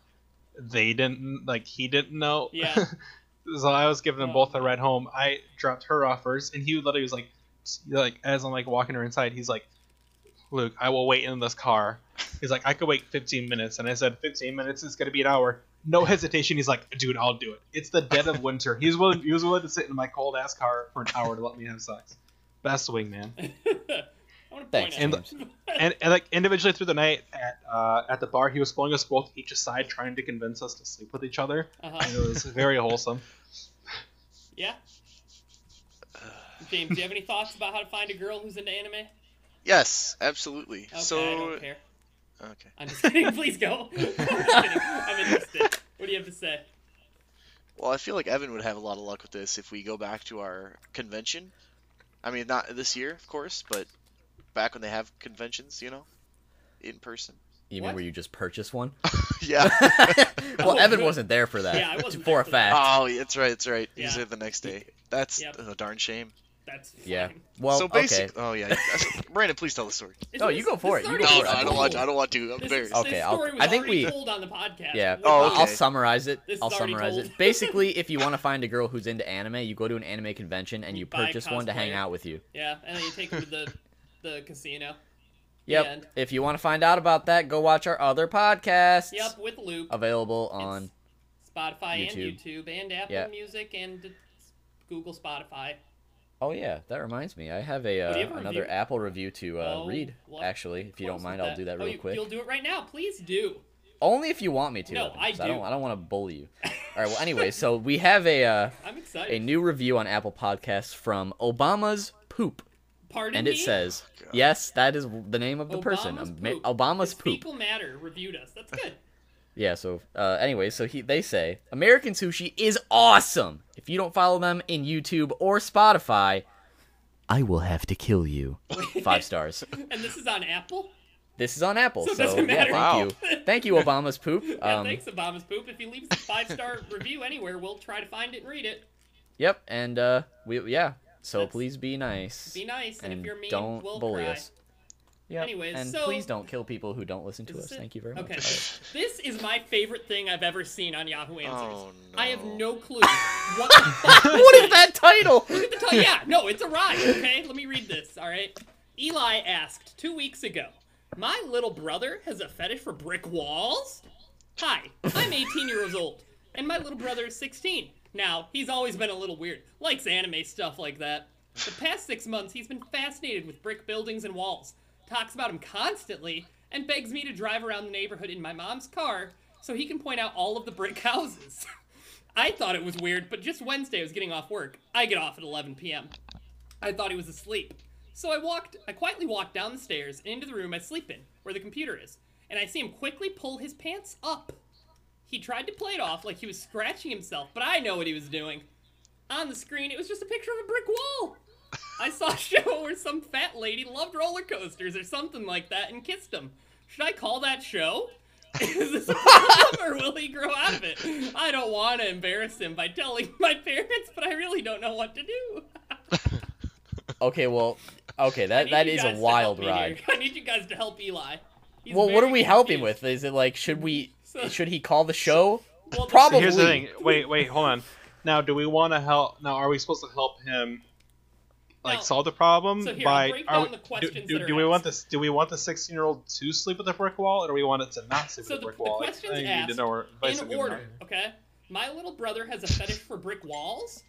Speaker 3: they didn't like he didn't know.
Speaker 2: Yeah.
Speaker 3: so I was giving them
Speaker 2: Oh,
Speaker 3: both a ride home. I dropped her off first, and he literally was like, like as I'm like walking her inside, he's like, "Luke, I will wait in this car." He's like, "I could wait 15 minutes," and I said, "15 minutes is gonna be an hour." No hesitation. He's like, "Dude, I'll do it." It's the dead of winter. He's willing. He was willing to sit in my cold ass car for an hour to let me have sex. Best wingman.
Speaker 2: I want to point
Speaker 1: Thanks,
Speaker 2: out.
Speaker 3: And-
Speaker 1: James.
Speaker 3: And, and like individually through the night at uh, at the bar, he was pulling us both each aside, trying to convince us to sleep with each other. And
Speaker 2: uh-huh.
Speaker 3: it was very wholesome.
Speaker 2: Yeah. James, do you have any thoughts about how to find a girl who's into anime? Okay,
Speaker 4: Yes, absolutely.
Speaker 2: I
Speaker 4: so
Speaker 2: don't care.
Speaker 4: okay.
Speaker 2: I'm just kidding. Please go. I'm, just kidding. I'm interested. What do you have to say?
Speaker 4: Well, I feel like Evan would have a lot of luck with this if we go back to our convention. I mean, not this year, of course, but back when they have conventions, you know, in person.
Speaker 1: You mean
Speaker 2: What?
Speaker 1: where you just purchased one?
Speaker 4: Yeah.
Speaker 1: well,
Speaker 2: Oh,
Speaker 1: Evan
Speaker 2: good.
Speaker 1: wasn't there for that.
Speaker 2: Yeah, I wasn't
Speaker 1: for
Speaker 2: there
Speaker 1: a
Speaker 2: for that.
Speaker 1: fact.
Speaker 4: oh, yeah, that's right. That's right. He's
Speaker 2: Yeah.
Speaker 4: there the next day. That's
Speaker 2: Yep.
Speaker 4: a darn shame.
Speaker 2: That's fine.
Speaker 1: yeah. Well,
Speaker 4: so
Speaker 1: okay.
Speaker 4: basically, oh yeah. that's- Brandon, please tell the story.
Speaker 2: Is
Speaker 1: No,
Speaker 2: this-
Speaker 1: you go
Speaker 2: this
Speaker 1: for
Speaker 2: is
Speaker 1: it. You
Speaker 2: already
Speaker 1: go
Speaker 4: No,
Speaker 1: for
Speaker 4: no,
Speaker 1: it.
Speaker 2: told.
Speaker 4: I don't want. To, I don't want to. I'm
Speaker 2: This,
Speaker 4: embarrassed.
Speaker 1: Okay,
Speaker 2: this
Speaker 1: I'll-
Speaker 2: story was
Speaker 1: I think
Speaker 2: already
Speaker 1: we-
Speaker 2: told on the podcast.
Speaker 1: Yeah.
Speaker 4: Oh,
Speaker 2: We're-
Speaker 4: okay.
Speaker 1: I'll summarize it.
Speaker 2: This is
Speaker 1: I'll
Speaker 2: already
Speaker 1: summarize
Speaker 2: told.
Speaker 1: it. Basically, if you want to find a girl who's into anime, you go to an anime convention and
Speaker 2: You
Speaker 1: you,
Speaker 2: buy a
Speaker 1: purchase one to hang
Speaker 2: cosplayer.
Speaker 1: out with you.
Speaker 2: Yeah, and then you take her to the the casino.
Speaker 1: Yep.
Speaker 2: And-
Speaker 1: If you want to find out about that, go watch our other podcasts.
Speaker 2: Yep, with Luke.
Speaker 1: Available on.
Speaker 2: Spotify and
Speaker 1: YouTube.
Speaker 2: YouTube and Apple
Speaker 1: Yeah.
Speaker 2: Music and Google Spotify.
Speaker 1: Oh yeah, that reminds me. I have a
Speaker 2: do you
Speaker 1: uh,
Speaker 2: have a
Speaker 1: another
Speaker 2: review?
Speaker 1: Apple review to uh,
Speaker 2: Oh,
Speaker 1: read.
Speaker 2: what?
Speaker 1: Actually, if you
Speaker 2: Close
Speaker 1: don't mind,
Speaker 2: with
Speaker 1: I'll do that
Speaker 2: oh,
Speaker 1: real
Speaker 2: you,
Speaker 1: quick.
Speaker 2: You'll do it right now. Please do.
Speaker 1: Only if you want me to.
Speaker 2: No,
Speaker 1: Evan,
Speaker 2: I
Speaker 1: 'cause I don't.
Speaker 2: do.
Speaker 1: I don't want to bully you. All right. Well, anyway, so we have a uh,
Speaker 2: I'm
Speaker 1: a
Speaker 2: excited.
Speaker 1: new review on Apple Podcasts from Obama's poop,
Speaker 2: Pardon
Speaker 1: and
Speaker 2: me.
Speaker 1: it says, "Yes, that is the name of the person.
Speaker 2: Obama's
Speaker 1: Ama-
Speaker 2: poop.
Speaker 1: Obama's
Speaker 2: His
Speaker 1: poop."
Speaker 2: Fecal matter reviewed us. That's good.
Speaker 1: Yeah. So, uh, anyway, so he they say American sushi is awesome. If you don't follow them in YouTube or Spotify, I will have to kill you. Five stars.
Speaker 2: and this is on Apple.
Speaker 1: This is on Apple,
Speaker 2: So it
Speaker 1: so,
Speaker 2: doesn't
Speaker 1: yeah, thank
Speaker 2: matter.
Speaker 4: Wow.
Speaker 1: you, thank you, Obama's poop.
Speaker 2: Yeah,
Speaker 1: Um,
Speaker 2: thanks, Obama's poop. If he leaves a five star review anywhere, we'll try to find it and read it.
Speaker 1: Yep, and uh, we yeah. So
Speaker 2: That's-
Speaker 1: please be nice.
Speaker 2: Be nice, and,
Speaker 1: and
Speaker 2: if you're mean,
Speaker 1: don't
Speaker 2: we'll
Speaker 1: bully
Speaker 2: cry.
Speaker 1: us. Yep.
Speaker 2: Anyways,
Speaker 1: and
Speaker 2: so-
Speaker 1: please don't kill people who don't listen to
Speaker 2: Is
Speaker 1: us.
Speaker 2: it-
Speaker 1: Thank you very much.
Speaker 2: Okay.
Speaker 1: All right.
Speaker 2: This is my favorite thing I've ever seen on Yahoo Answers.
Speaker 4: Oh,
Speaker 2: I have
Speaker 4: no.
Speaker 2: no clue. what the fuck
Speaker 1: What is that title?
Speaker 2: Look at the title. Yeah, no, it's a rhyme. Okay, let me read this. All right. Eli asked two weeks ago, "My little brother has a fetish for brick walls." Hi, I'm 18 years old, and my little brother is 16. Now he's always been a little weird, likes anime stuff like that. The past six months, he's been fascinated with brick buildings and walls. Talks about them constantly, and begs me to drive around the neighborhood in my mom's car so he can point out all of the brick houses. I thought it was weird, but just Wednesday I was getting off work. I get off at 11 p.m. I thought he was asleep. So I walked, I quietly walked down the stairs and into the room I sleep in, where the computer is, and I see him quickly pull his pants up. He tried to play it off like he was scratching himself, but I know what he was doing. On the screen, it was just a picture of a brick wall. I saw a show where some fat lady loved roller coasters or something like that and kissed him. Should I call that show? Is this a problem or will he grow out of it? I don't want to embarrass him by telling my parents, but I really don't know what to do.
Speaker 1: Okay, well, okay,
Speaker 2: I
Speaker 1: that
Speaker 2: need
Speaker 1: that
Speaker 2: you
Speaker 1: is
Speaker 2: guys
Speaker 1: a
Speaker 2: to
Speaker 1: wild
Speaker 2: help me
Speaker 1: ride.
Speaker 2: here. I need you guys to help Eli. He's
Speaker 1: Well, what
Speaker 2: very
Speaker 1: are we helping
Speaker 2: confused.
Speaker 1: with? Is it like should we
Speaker 2: So-
Speaker 1: should he call the show?
Speaker 2: Well, the-
Speaker 1: Probably.
Speaker 3: So here's the thing. Wait, wait, hold on. Now, do we want to help? Now, are we supposed to help him, like
Speaker 2: No.
Speaker 3: solve the problem
Speaker 2: So here,
Speaker 3: by?
Speaker 2: break
Speaker 3: are
Speaker 2: down
Speaker 3: we-
Speaker 2: the
Speaker 3: do-
Speaker 2: questions
Speaker 3: do,
Speaker 2: that
Speaker 3: do
Speaker 2: are
Speaker 3: we want
Speaker 2: asked.
Speaker 3: this? Do we want the sixteen-year-old to sleep with a brick wall, or do we want it to not sleep
Speaker 2: So
Speaker 3: with
Speaker 2: the-
Speaker 3: a brick
Speaker 2: the
Speaker 3: wall? I
Speaker 2: questions
Speaker 3: think we need to
Speaker 2: asked
Speaker 3: know where-
Speaker 2: in
Speaker 3: basically
Speaker 2: order,
Speaker 3: where-
Speaker 2: okay? My little brother has a fetish for brick walls.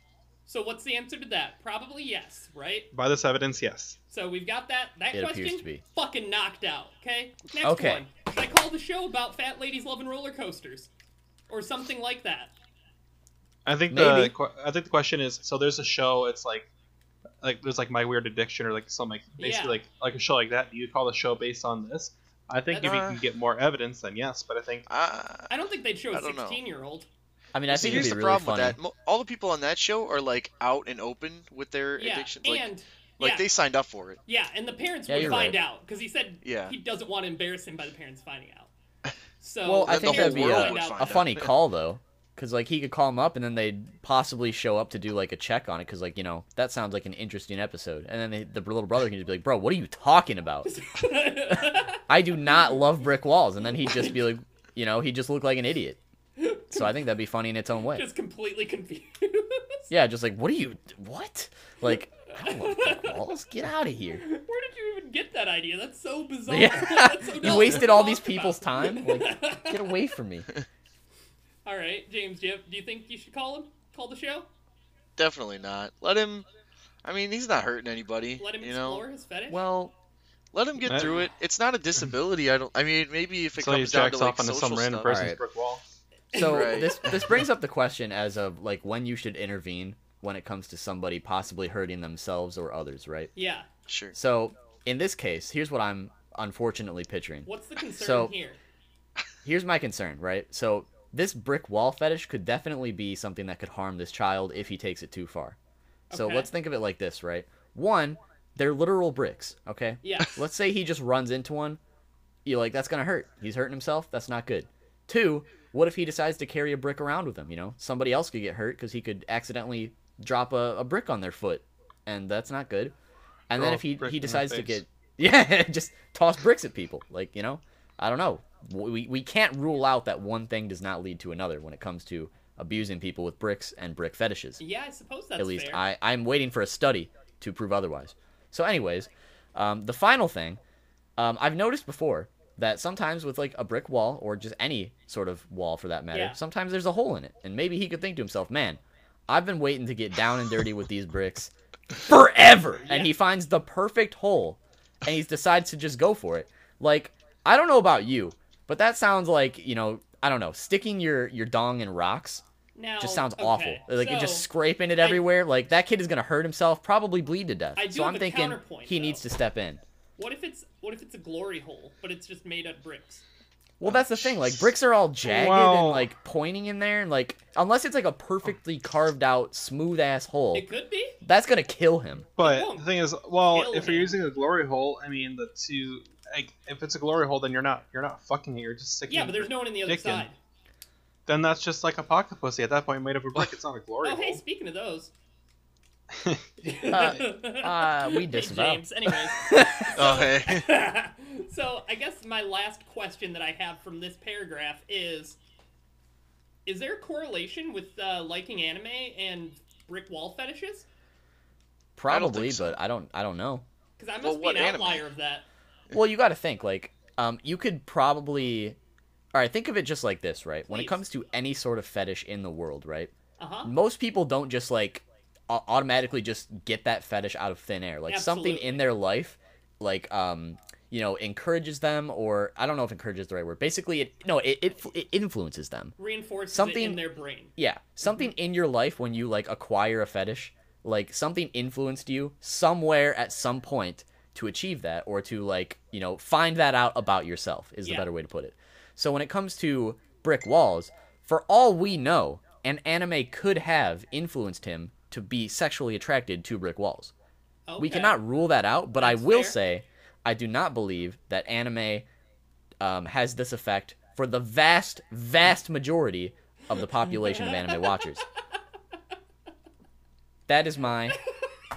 Speaker 2: So what's the answer to that? Probably yes, right?
Speaker 3: By this evidence, yes.
Speaker 2: So we've got that that
Speaker 1: It appears
Speaker 2: question
Speaker 1: to be.
Speaker 2: fucking knocked out. Okay. Next
Speaker 1: Okay.
Speaker 2: one. I call the show about fat ladies loving roller coasters, or something like that.
Speaker 3: I think the
Speaker 1: Maybe.
Speaker 3: que- I think the question is so there's a show it's like like there's like my weird addiction or like some like basically
Speaker 2: Yeah.
Speaker 3: like like a show like that do you call the show based on this I think if you
Speaker 4: Uh,
Speaker 3: can get more evidence then yes but I think
Speaker 4: Ah.
Speaker 2: I don't think they'd show
Speaker 4: I
Speaker 2: a
Speaker 4: don't know.
Speaker 2: 16 year old.
Speaker 1: I mean, I
Speaker 4: See,
Speaker 1: think it'd
Speaker 4: here's
Speaker 1: be
Speaker 4: the
Speaker 1: really
Speaker 4: problem
Speaker 1: funny.
Speaker 4: with that. Mo- All the people on that show are like out and open with their
Speaker 2: Yeah,
Speaker 4: addiction. Like,
Speaker 2: and
Speaker 4: like
Speaker 2: yeah,
Speaker 4: they signed up for it.
Speaker 2: yeah, and the parents
Speaker 1: Yeah,
Speaker 2: would
Speaker 1: you're
Speaker 2: find
Speaker 1: right.
Speaker 2: out because he said
Speaker 4: Yeah.
Speaker 2: he doesn't want to embarrass him by the parents finding out. So
Speaker 1: Well, I
Speaker 4: Then
Speaker 2: the
Speaker 1: think
Speaker 4: whole
Speaker 1: that'd
Speaker 2: parents
Speaker 1: be uh,
Speaker 2: would
Speaker 4: world
Speaker 1: a,
Speaker 2: find
Speaker 4: would
Speaker 2: out.
Speaker 4: find
Speaker 1: a funny call though, because like he could call him up and then they'd possibly show up to do like a check on it, because like you know that sounds like an interesting episode, and then they, the little brother can just be like, "Bro, what are you talking about? I do not love brick walls," and then he'd just be like, you know, he'd just look like an idiot. So I think that'd be funny in its own way.
Speaker 2: Just completely confused.
Speaker 1: yeah, just like, what are you? What? Like, I don't love brick walls. Get out of here.
Speaker 2: Where did you even get that idea? That's so bizarre.
Speaker 1: Yeah.
Speaker 2: That's so dumb.
Speaker 1: you wasted all
Speaker 2: Talk
Speaker 1: these
Speaker 2: about
Speaker 1: people's
Speaker 2: it.
Speaker 1: time. Like, get away from me.
Speaker 2: All right, James, do you, do you think you should call him? Call the show?
Speaker 4: Definitely not. Let him. I mean, he's not hurting anybody.
Speaker 2: Let him
Speaker 4: you know,
Speaker 2: explore his fetish?
Speaker 1: Well,
Speaker 4: let him
Speaker 3: Uh,
Speaker 4: get through it. It's not a disability. I don't. I mean, maybe if it
Speaker 3: so he
Speaker 4: comes down
Speaker 3: jacks
Speaker 4: to like
Speaker 3: off onto
Speaker 4: social
Speaker 3: some random
Speaker 4: stuff.
Speaker 3: person's
Speaker 1: Alright.
Speaker 3: brick wall
Speaker 1: so
Speaker 4: Right.
Speaker 1: this this brings up the question as of like when you should intervene when it comes to somebody possibly hurting themselves or others, right?
Speaker 2: yeah.
Speaker 4: Sure.
Speaker 1: So in this case, here's what I'm unfortunately picturing.
Speaker 2: What's the concern
Speaker 1: So-
Speaker 2: here?
Speaker 1: Here's my concern, right? So this brick wall fetish could definitely be something that could harm this child if he takes it too far. So
Speaker 2: Okay.
Speaker 1: let's think of it like this, right? One, they're literal bricks, okay?
Speaker 2: Yeah.
Speaker 1: Let's say he just runs into one. You're like, that's gonna hurt. He's hurting himself. That's not good. Two, what if he decides to carry a brick around with him? You know, somebody else could get hurt because he could accidentally drop a, a brick on their foot, and that's not good. And then
Speaker 3: Throw
Speaker 1: if
Speaker 3: a
Speaker 1: he
Speaker 3: brick
Speaker 1: he
Speaker 3: in their
Speaker 1: decides to
Speaker 3: face.
Speaker 1: get yeah, just toss bricks at people. Like you know, I don't know. We we can't rule out that one thing does not lead to another when it comes to abusing people with bricks and brick fetishes
Speaker 2: Yeah, I suppose that's
Speaker 1: at least
Speaker 2: fair.
Speaker 1: I, I'm waiting for a study to prove otherwise. So, anyways, um, the final thing um, I've noticed before that sometimes with like a brick wall or just any sort of wall for that matter,
Speaker 2: Yeah.
Speaker 1: sometimes there's a hole in it, and maybe he could think to himself, "Man, I've been waiting to get down and dirty with these bricks forever," and he finds the perfect hole, and he decides to just go for it. Like I don't know about you, but that sounds like you know I don't know sticking your your dong in rocks
Speaker 2: Now,
Speaker 1: just sounds
Speaker 2: Oh, okay,
Speaker 1: awful. Like it just
Speaker 2: so-
Speaker 1: scraping it everywhere. like that kid is gonna hurt himself, probably bleed to death.
Speaker 2: I do
Speaker 1: so
Speaker 2: have
Speaker 1: I'm
Speaker 2: a
Speaker 1: thinking
Speaker 2: counterpoint,
Speaker 1: he
Speaker 2: though.
Speaker 1: needs to step in.
Speaker 2: What if it's what if it's a glory hole, but it's just made up bricks?
Speaker 1: Well, that's the thing. Like bricks are all jagged
Speaker 3: Well-
Speaker 1: and like pointing in there, and like unless it's like a perfectly carved out, smooth ass hole,
Speaker 2: It could be.
Speaker 1: that's gonna kill him.
Speaker 3: but
Speaker 2: won't
Speaker 3: the thing is well
Speaker 2: kill
Speaker 3: if you're
Speaker 2: him.
Speaker 3: using a glory hole I mean the two like if it's a glory hole then you're not you're not fucking it you're just sticking
Speaker 2: Yeah, but there's no one on the other
Speaker 3: Dick in.
Speaker 2: side.
Speaker 3: then that's just like a pocket pussy at that point made of a brick it's not a glory
Speaker 2: Oh, hey,
Speaker 3: hole
Speaker 2: speaking of those.
Speaker 1: uh, we
Speaker 2: Hey,
Speaker 1: disavow.
Speaker 2: James, anyways.
Speaker 4: Oh hey.
Speaker 2: so I guess my last question that I have from this paragraph is: Is there a correlation with uh, liking anime and brick wall fetishes?
Speaker 1: Probably,
Speaker 4: so.
Speaker 1: but I don't. I don't know.
Speaker 2: Because I
Speaker 4: Well,
Speaker 2: must
Speaker 4: what
Speaker 2: be an
Speaker 4: anime?
Speaker 2: outlier of that.
Speaker 1: well, you got to think like um, you could probably. All right, think of it just like this, right? When it
Speaker 2: Please.
Speaker 1: comes to any sort of fetish in the world, right?
Speaker 2: Uh huh.
Speaker 1: most people don't just like au- automatically just get that fetish out of thin air like something
Speaker 2: Absolutely.
Speaker 1: in their life like um you know encourages them or i don't know if encourages is the right word basically it no it, it, it influences them
Speaker 2: Reinforces
Speaker 1: Something-
Speaker 2: it in their brain.
Speaker 1: yeah something in your life when you like acquire a fetish like something influenced you somewhere at some point to achieve that or to like you know find that out about yourself is
Speaker 2: Yeah.
Speaker 1: the better way to put it so when it comes to brick walls for all we know an anime could have influenced him to be sexually attracted to brick walls
Speaker 2: Okay.
Speaker 1: we cannot rule that out, but I will
Speaker 2: fair.
Speaker 1: say I do not believe that anime um, has this effect for the vast, vast majority of the population of anime watchers. That is my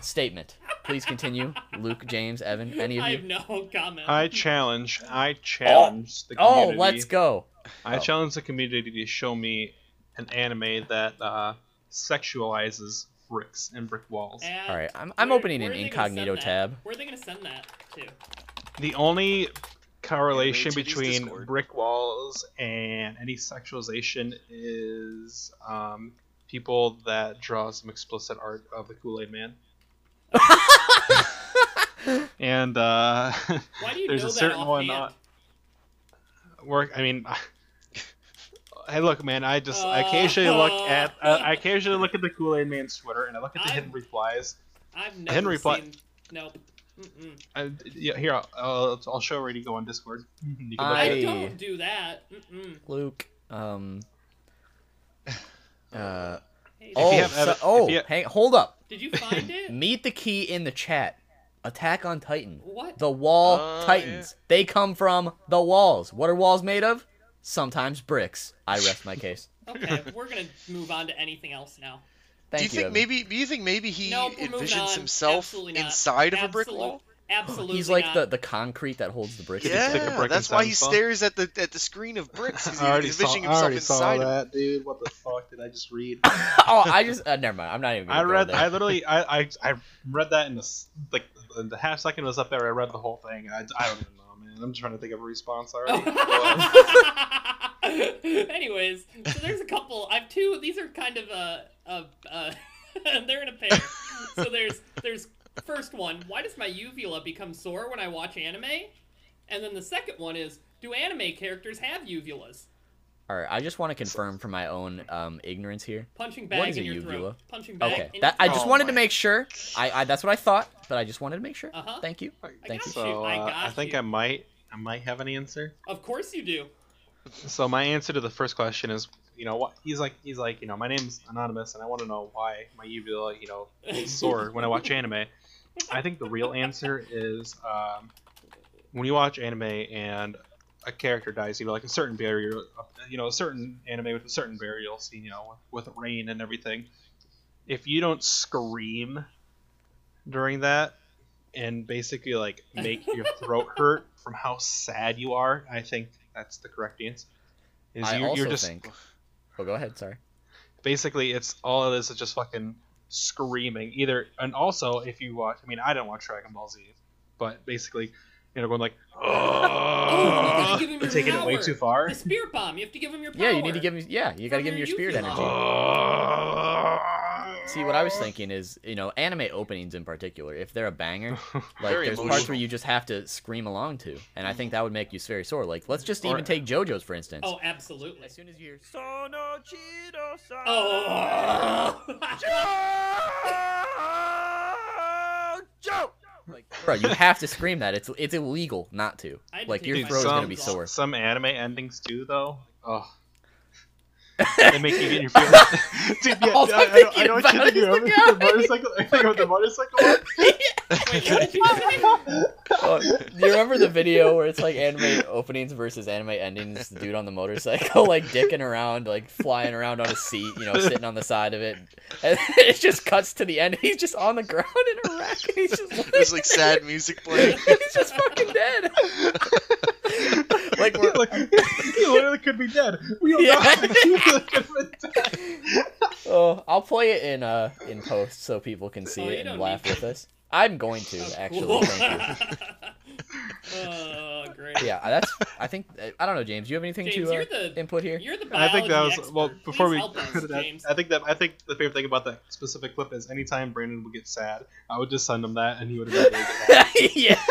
Speaker 1: statement. Please continue, Luke, James, Evan, any of
Speaker 2: I have
Speaker 1: you.
Speaker 2: no comment.
Speaker 3: I challenge
Speaker 2: Oh,
Speaker 3: I challenge the
Speaker 1: Oh,
Speaker 3: community
Speaker 1: let's go.
Speaker 3: I
Speaker 1: Oh.
Speaker 3: challenge the community to show me an anime that uh, sexualizes bricks and brick walls.
Speaker 2: And
Speaker 1: All right, I'm, I'm
Speaker 2: where-
Speaker 1: opening
Speaker 2: where
Speaker 1: an
Speaker 2: are they gonna
Speaker 1: incognito
Speaker 2: send that?
Speaker 1: tab.
Speaker 2: Where are they gonna send that to?
Speaker 3: The only correlation
Speaker 4: Anime to these
Speaker 3: between
Speaker 4: Discord.
Speaker 3: brick walls and any sexualization is um, people that draw some explicit art of the Kool Aid Man. and uh,
Speaker 2: Why do you
Speaker 3: there's
Speaker 2: know
Speaker 3: a uh,
Speaker 2: that
Speaker 3: certain one
Speaker 2: offhand?
Speaker 3: uh, work. I mean, Hey, look, man. I just I occasionally look at uh, I occasionally look at the Kool Aid Man's Twitter, and I look at the
Speaker 2: I'm-
Speaker 3: hidden replies.
Speaker 2: I've never
Speaker 3: Henry Pla-
Speaker 2: seen. Nope. Mm-mm.
Speaker 3: I, yeah, here I'll, I'll, I'll show Randy go on Discord. You can look
Speaker 1: I-
Speaker 3: at
Speaker 2: I
Speaker 3: it.
Speaker 2: don't do that. Mm-mm.
Speaker 1: Luke. Um. Uh,
Speaker 2: Hey,
Speaker 1: oh,
Speaker 3: have
Speaker 1: so-
Speaker 3: evi-
Speaker 1: oh,
Speaker 3: if you-
Speaker 1: hang, hold up.
Speaker 2: did you find it?
Speaker 1: Meet the key in the chat. Attack on Titan.
Speaker 2: What?
Speaker 1: The wall
Speaker 4: Oh,
Speaker 1: titans. They come from the walls. What are walls made of? Sometimes bricks. I rest my case.
Speaker 2: Okay, we're gonna move on to anything else now.
Speaker 1: Thank
Speaker 4: do you think
Speaker 1: Evan.
Speaker 4: maybe do you think maybe he
Speaker 2: Nope, we're moving
Speaker 4: envisions
Speaker 2: on.
Speaker 4: himself
Speaker 2: Absolutely not.
Speaker 4: inside of a brick
Speaker 2: Absolute-
Speaker 4: wall?
Speaker 2: Absolutely.
Speaker 1: he's like
Speaker 2: not.
Speaker 1: the, the concrete that holds the bricks?
Speaker 3: stick a
Speaker 4: Yeah,
Speaker 3: brick
Speaker 4: that's why
Speaker 3: inside
Speaker 4: he
Speaker 3: his phone?
Speaker 4: stares at the at the screen of bricks. 'cause
Speaker 3: I
Speaker 4: He's
Speaker 3: already saw, I
Speaker 4: envisioning himself
Speaker 3: already saw
Speaker 4: inside. of-
Speaker 3: that, dude. What the fuck did I just read?
Speaker 1: oh, I just uh, never mind. I'm not even. Gonna
Speaker 3: I
Speaker 1: go
Speaker 3: read.
Speaker 1: There.
Speaker 3: I literally. I, I I read that in the s- like in the half second it was up there. I read the whole thing, and I, I don't even know, man. I'm trying to think of a response already. Well,
Speaker 2: Anyways, so there's a couple. I have two. These are kind of uh, uh, uh they're in a pair. so there's there's first one. Why does my uvula become sore when I watch anime? And then the second one is, do anime characters have uvulas?
Speaker 1: All right. I just want to confirm for my own um, ignorance here.
Speaker 2: Punching
Speaker 1: What
Speaker 2: bag
Speaker 1: is
Speaker 2: in
Speaker 1: a
Speaker 2: your
Speaker 1: uvula?
Speaker 2: throat. Punching bag.
Speaker 1: Okay.
Speaker 2: in
Speaker 1: That
Speaker 2: your
Speaker 1: I just
Speaker 4: Oh
Speaker 1: wanted to
Speaker 4: my
Speaker 1: make sure. I, I that's what I thought, but I just wanted to make sure.
Speaker 2: Uh-huh.
Speaker 1: Thank you. Thank you.
Speaker 2: got you.
Speaker 3: so
Speaker 2: I
Speaker 3: uh,
Speaker 2: got
Speaker 3: I think
Speaker 2: you.
Speaker 3: I might. I might have an answer.
Speaker 2: throat. Of course you do.
Speaker 3: So my answer to the first question is, you know, what he's like. He's like, you know, my name's anonymous, and I want to know why my uvula, you know, is sore when I watch anime. I think the real answer is um, when you watch anime and a character dies, you know, like a certain burial, you know, a certain anime with a certain burial scene, you know, with, with rain and everything. If you don't scream during that and basically like make your throat hurt from how sad you are, I think that's the correct answer. Is
Speaker 1: I
Speaker 3: you,
Speaker 1: also
Speaker 3: you're just
Speaker 1: think. Well, Oh, go ahead. Sorry.
Speaker 3: basically it's all it is is just fucking screaming either and also if you watch i mean i don't watch dragon ball z but basically you know going like
Speaker 2: Oh, you gotta
Speaker 3: oh
Speaker 2: give him your
Speaker 3: taking
Speaker 2: power.
Speaker 3: it way too far
Speaker 2: The spear bomb. You have to give him your power.
Speaker 1: Yeah, you need to give me. Yeah, you gotta
Speaker 2: From
Speaker 1: give me
Speaker 2: your
Speaker 1: your spirit
Speaker 2: uvula.
Speaker 1: energy.
Speaker 3: oh
Speaker 1: See, what I was thinking is, you know, anime openings in particular, if they're a banger, like
Speaker 4: Very
Speaker 1: there's parts
Speaker 4: emotional.
Speaker 1: where you just have to scream along to, and I think that would make you very sore. Like, let's just
Speaker 3: Or-
Speaker 1: even take JoJo's for instance.
Speaker 2: Oh, absolutely.
Speaker 1: As soon as you're
Speaker 2: Oh.
Speaker 1: bro, you have to scream that. It's it's illegal not to.
Speaker 2: I had
Speaker 1: Like
Speaker 2: to
Speaker 1: your
Speaker 2: take my
Speaker 1: throat is gonna
Speaker 2: some-
Speaker 1: be sore.
Speaker 3: some anime endings too though oh they make you get your feelings. Dude, yeah,
Speaker 1: All
Speaker 3: I,
Speaker 1: I'm
Speaker 3: I, know- I
Speaker 1: thinking
Speaker 3: know what
Speaker 1: about
Speaker 3: you think
Speaker 1: is
Speaker 3: of
Speaker 1: the
Speaker 3: the
Speaker 1: guy.
Speaker 3: motorcycle. I think of the motorcycle. one.
Speaker 2: Wait, what did you say?
Speaker 1: Oh, do you remember the video where it's like anime openings versus anime endings? The dude on the motorcycle, like dicking around, like flying around on a seat, you know, sitting on the side of it. And it just cuts to the end. He's just on the ground in a wreck. And he's just
Speaker 4: There's like sad music playing.
Speaker 1: he's just fucking dead. like, we're,
Speaker 3: Like, he literally could be dead. We don't
Speaker 1: Yeah.
Speaker 3: know. He literally could be dead.
Speaker 1: oh, I'll play it in uh in post so people can see
Speaker 2: Oh, you
Speaker 1: it
Speaker 2: don't
Speaker 1: and laugh
Speaker 2: need
Speaker 1: with us. I'm going to actually. Thank you.
Speaker 2: oh, great.
Speaker 1: Yeah, that's. I think I don't know, James. Do you have anything
Speaker 2: James,
Speaker 1: to
Speaker 2: you're
Speaker 1: uh,
Speaker 2: the
Speaker 1: input here?
Speaker 2: you're the
Speaker 3: I
Speaker 2: biology
Speaker 3: think that was
Speaker 2: expert.
Speaker 3: well. Before
Speaker 2: Please
Speaker 3: we
Speaker 2: help us,
Speaker 3: go to that, uh,
Speaker 2: James.
Speaker 3: I think that I think the favorite thing about that specific clip is anytime Brandon would get sad, I would just send him that, and he would have been like,
Speaker 1: yeah.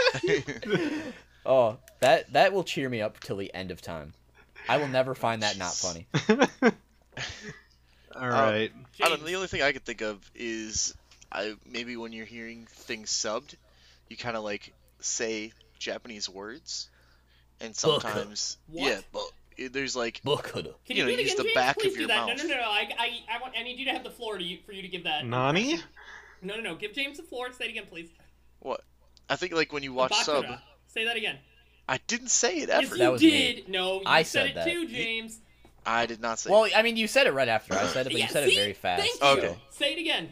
Speaker 1: oh, that that will cheer me up till the end of time. I will never find that not funny.
Speaker 3: "All right,
Speaker 4: I don't know.
Speaker 2: James,
Speaker 4: The only thing I could think of is I maybe when you're hearing things subbed, you kind of like say Japanese words, and
Speaker 1: Book.
Speaker 4: sometimes
Speaker 2: What?
Speaker 4: yeah, but it- there's like
Speaker 1: Bookhood.
Speaker 2: can
Speaker 4: you
Speaker 2: you,
Speaker 4: know,
Speaker 2: do it
Speaker 4: use
Speaker 2: again,
Speaker 4: the
Speaker 2: James?
Speaker 4: back of
Speaker 2: Please do
Speaker 4: your
Speaker 2: that.
Speaker 4: mouth.
Speaker 2: No, no, no. I, I, I want. I need you to have the floor to you, for you to give that.
Speaker 3: Um, Nani?
Speaker 2: No, no, no. Give James the floor. Say it again, please.
Speaker 4: what? I think like when you watch sub,
Speaker 2: Bakura. Say that again.
Speaker 4: I didn't say it
Speaker 2: Yes,
Speaker 4: ever.
Speaker 2: you
Speaker 1: That was me.
Speaker 2: did. No, you
Speaker 1: I
Speaker 2: said,
Speaker 1: said
Speaker 2: it
Speaker 1: that.
Speaker 2: too, James.
Speaker 4: I did not say.
Speaker 1: Well,
Speaker 4: it.
Speaker 1: I mean, you said it right after I said it, but
Speaker 2: yeah,
Speaker 1: you said
Speaker 2: see?
Speaker 1: it very fast.
Speaker 2: Thank
Speaker 4: Okay.
Speaker 2: you. Say it again.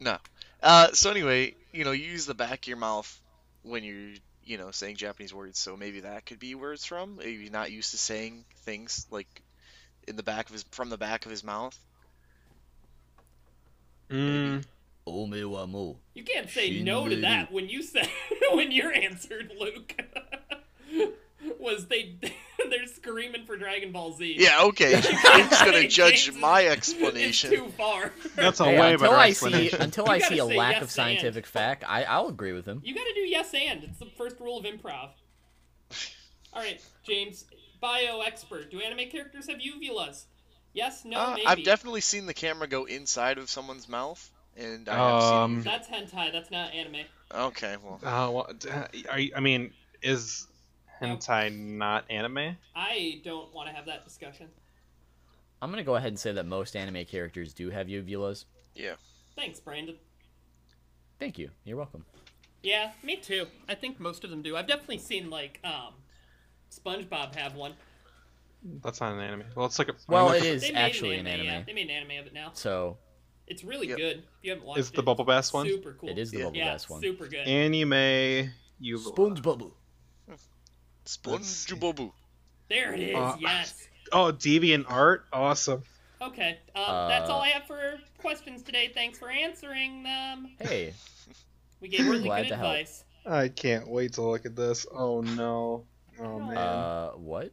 Speaker 4: no. Uh, so anyway, you know, you use the back of your mouth when you're you know saying Japanese words. So maybe that could be where it's from. Maybe you're not used to saying things like in the back of his from the back of his mouth.
Speaker 3: Mm,
Speaker 1: Ome Oh, wa mo.
Speaker 2: You can't say no to
Speaker 1: Shinrin.
Speaker 2: that when you said when your answered Luke was they they're screaming for Dragon Ball Z.
Speaker 4: Yeah, okay. James gonna
Speaker 2: James
Speaker 4: judge
Speaker 2: is-
Speaker 4: my
Speaker 2: It's
Speaker 4: explanation.
Speaker 2: too far.
Speaker 3: that's a
Speaker 1: Hey,
Speaker 3: way
Speaker 1: until
Speaker 3: better
Speaker 1: I see
Speaker 3: explanation.
Speaker 1: until
Speaker 2: You
Speaker 1: I
Speaker 2: gotta
Speaker 1: see a
Speaker 2: say
Speaker 1: lack
Speaker 2: yes
Speaker 1: of
Speaker 2: to and.
Speaker 1: scientific fact, I I'll agree with him.
Speaker 2: You got to do yes and. It's the first rule of improv. All right, James, bio expert. Do anime characters have uvulas? Yes, no,
Speaker 4: Uh,
Speaker 2: maybe.
Speaker 4: I've definitely seen the camera go inside of someone's mouth, and I have
Speaker 3: Um,
Speaker 2: That's hentai. That's not anime.
Speaker 4: seen. Okay, well,
Speaker 3: uh, well, d- are you- I mean, is hentai not anime?
Speaker 2: I don't want to have that discussion.
Speaker 1: I'm gonna go ahead and say that most anime characters do have uvulas.
Speaker 4: yeah.
Speaker 2: Thanks, Brandon.
Speaker 1: Thank you. You're welcome.
Speaker 2: Yeah, me too. I think most of them do. I've definitely seen like um, SpongeBob have one.
Speaker 3: That's not an anime. Well, let's look at. I'm
Speaker 1: Well, it
Speaker 3: looking-
Speaker 1: is
Speaker 2: They made
Speaker 1: actually
Speaker 2: an anime. yeah. They made an anime of it now.
Speaker 1: So
Speaker 2: It's really
Speaker 4: Yep.
Speaker 2: good. If you haven't watched
Speaker 3: Is
Speaker 2: it,
Speaker 3: it the Bubble Bass one?
Speaker 2: Super cool.
Speaker 1: it is the
Speaker 4: Yeah.
Speaker 1: bubble
Speaker 2: yeah,
Speaker 1: bass one.
Speaker 2: super good.
Speaker 3: Anime. You.
Speaker 1: bubble.
Speaker 4: SpongeBob.
Speaker 2: There it is.
Speaker 3: Uh,
Speaker 2: yes.
Speaker 3: Oh, deviant art. Awesome.
Speaker 2: Okay. Um, that's
Speaker 1: Uh,
Speaker 2: all I have for questions today. Thanks for answering them.
Speaker 1: Hey,
Speaker 2: We gave really
Speaker 1: Glad
Speaker 2: good
Speaker 1: to help.
Speaker 2: advice.
Speaker 3: I can't wait to look at this. Oh no. Oh man.
Speaker 1: uh, what?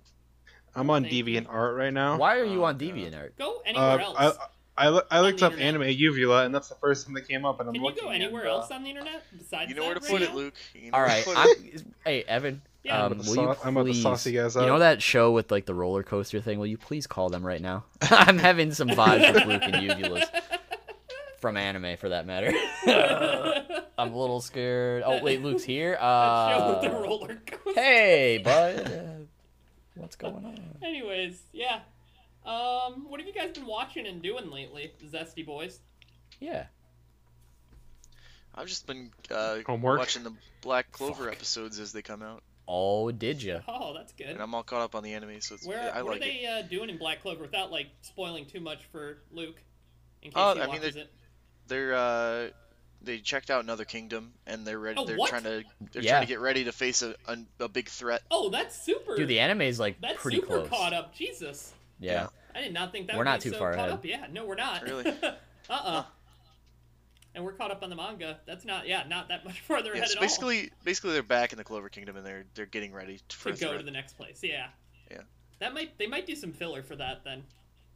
Speaker 3: I'm on
Speaker 2: thank you.
Speaker 3: deviant art right now.
Speaker 1: Why are you
Speaker 4: Oh,
Speaker 1: on
Speaker 4: God.
Speaker 1: DeviantArt?
Speaker 2: Go
Speaker 3: Uh,
Speaker 2: anywhere else.
Speaker 3: I, I, loo- I looked
Speaker 2: the
Speaker 3: up anime
Speaker 2: internet.
Speaker 3: uvula, and that's the first thing that came up. And I'm
Speaker 2: Can you
Speaker 3: looking.
Speaker 2: go
Speaker 3: and,
Speaker 2: anywhere
Speaker 3: uh,
Speaker 2: else on the internet besides
Speaker 4: You know
Speaker 2: that
Speaker 4: where to
Speaker 2: right
Speaker 4: put
Speaker 2: now?
Speaker 4: it, Luke. You know
Speaker 1: All
Speaker 4: where
Speaker 1: right.
Speaker 4: to put
Speaker 1: I'm,
Speaker 4: it.
Speaker 1: hey, Evan.
Speaker 2: Yeah.
Speaker 1: um,
Speaker 3: I'm
Speaker 1: will
Speaker 3: about to
Speaker 1: you
Speaker 3: sau- I'm about to
Speaker 1: please-
Speaker 3: sauce you guys
Speaker 1: know
Speaker 3: up.
Speaker 1: that show with like the roller coaster thing? Will you please call them right now? I'm having some vibes with Luke and Uvulas from anime, for that matter. I'm a little scared. Oh wait, Luke's here.
Speaker 2: Show with the
Speaker 1: Uh,
Speaker 2: roller coaster.
Speaker 1: hey, bud. Uh, What's going on?
Speaker 2: Anyways, yeah. Um, what have you guys been watching and doing lately, Zesty Boys?
Speaker 1: Yeah.
Speaker 4: I've just been uh,
Speaker 3: Homework.
Speaker 4: watching the Black Clover episodes as they come out,
Speaker 1: Oh, did you?
Speaker 2: Oh, that's good.
Speaker 4: and I'm all caught up on the anime, so it's,
Speaker 2: Where
Speaker 4: I
Speaker 2: what
Speaker 4: like
Speaker 2: are
Speaker 4: it.
Speaker 2: they uh, doing in Black Clover without like spoiling too much for Luke? In case
Speaker 4: Oh,
Speaker 2: he
Speaker 4: I mean,
Speaker 2: watches
Speaker 4: they're-
Speaker 2: it.
Speaker 4: They're uh, they checked out another kingdom, and they're ready.
Speaker 2: Oh,
Speaker 4: they're
Speaker 2: what?
Speaker 4: trying to they're
Speaker 1: Yeah.
Speaker 4: trying to get ready to face a, a, a big threat.
Speaker 2: Oh, that's super.
Speaker 1: Dude, the anime's like
Speaker 2: that's
Speaker 1: pretty
Speaker 2: super
Speaker 1: close.
Speaker 2: caught up. Jesus,
Speaker 1: Yeah.
Speaker 2: I did not think that
Speaker 1: We're
Speaker 2: would
Speaker 1: not
Speaker 2: be
Speaker 1: too
Speaker 2: so
Speaker 1: far
Speaker 2: caught
Speaker 1: ahead.
Speaker 2: up. Yeah, no, we're not.
Speaker 4: Really?
Speaker 2: uh uh And we're caught up on the manga. That's not yeah, not that much farther
Speaker 4: Yeah,
Speaker 2: ahead
Speaker 4: so
Speaker 2: at
Speaker 4: basically, basically they're back in the Clover Kingdom, and they're they're getting ready t- for
Speaker 2: all
Speaker 4: a
Speaker 2: to go
Speaker 4: threat.
Speaker 2: to the next place. Yeah.
Speaker 4: Yeah.
Speaker 2: That might they might do some filler for that then.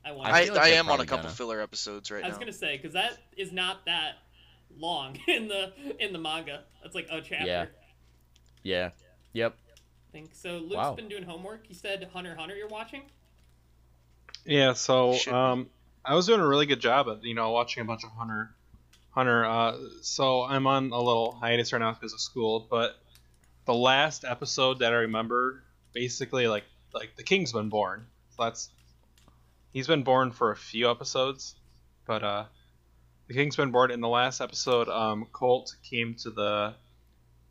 Speaker 2: I want.
Speaker 4: I,
Speaker 1: feel like
Speaker 4: I
Speaker 1: they're
Speaker 4: am on a
Speaker 1: probably
Speaker 4: couple
Speaker 1: gonna.
Speaker 4: filler episodes right
Speaker 2: I was
Speaker 4: now.
Speaker 2: gonna say because that is not that long in the in the manga. That's like a chapter.
Speaker 1: Yeah. Yeah. Yep.
Speaker 2: I think so. Luke's
Speaker 1: Wow.
Speaker 2: been doing homework. You said Hunter x Hunter. You're watching.
Speaker 3: Yeah, so
Speaker 4: Should be.
Speaker 3: um, I was doing a really good job at you know watching a bunch of Hunter, Hunter. Uh, so I'm on a little hiatus right now because of school, but the last episode that I remember, basically like like the king's been born. So that's he's been born for a few episodes, but uh, the king's been born. In the last episode, um, Colt came to the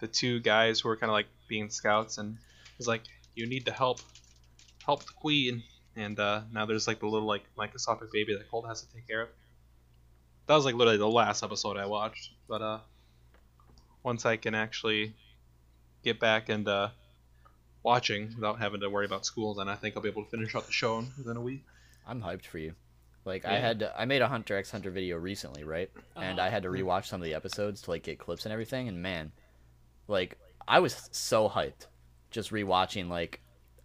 Speaker 3: the two guys who were kind of like being scouts, and he's like, "You need to help, help the queen." and uh, now there's like the little like microscopic baby that Colt has to take care of. That was like literally the last episode I watched, but uh, once I can actually get back and uh, watching without having to worry about school, then I think I'll be able to finish out the show in- within a week.
Speaker 1: I'm hyped for you. Like I had to, I made a Hunter x Hunter video recently, right? And
Speaker 2: Uh-huh.
Speaker 1: I had to rewatch some of the episodes to like get clips and everything and man, like I was so hyped just rewatching like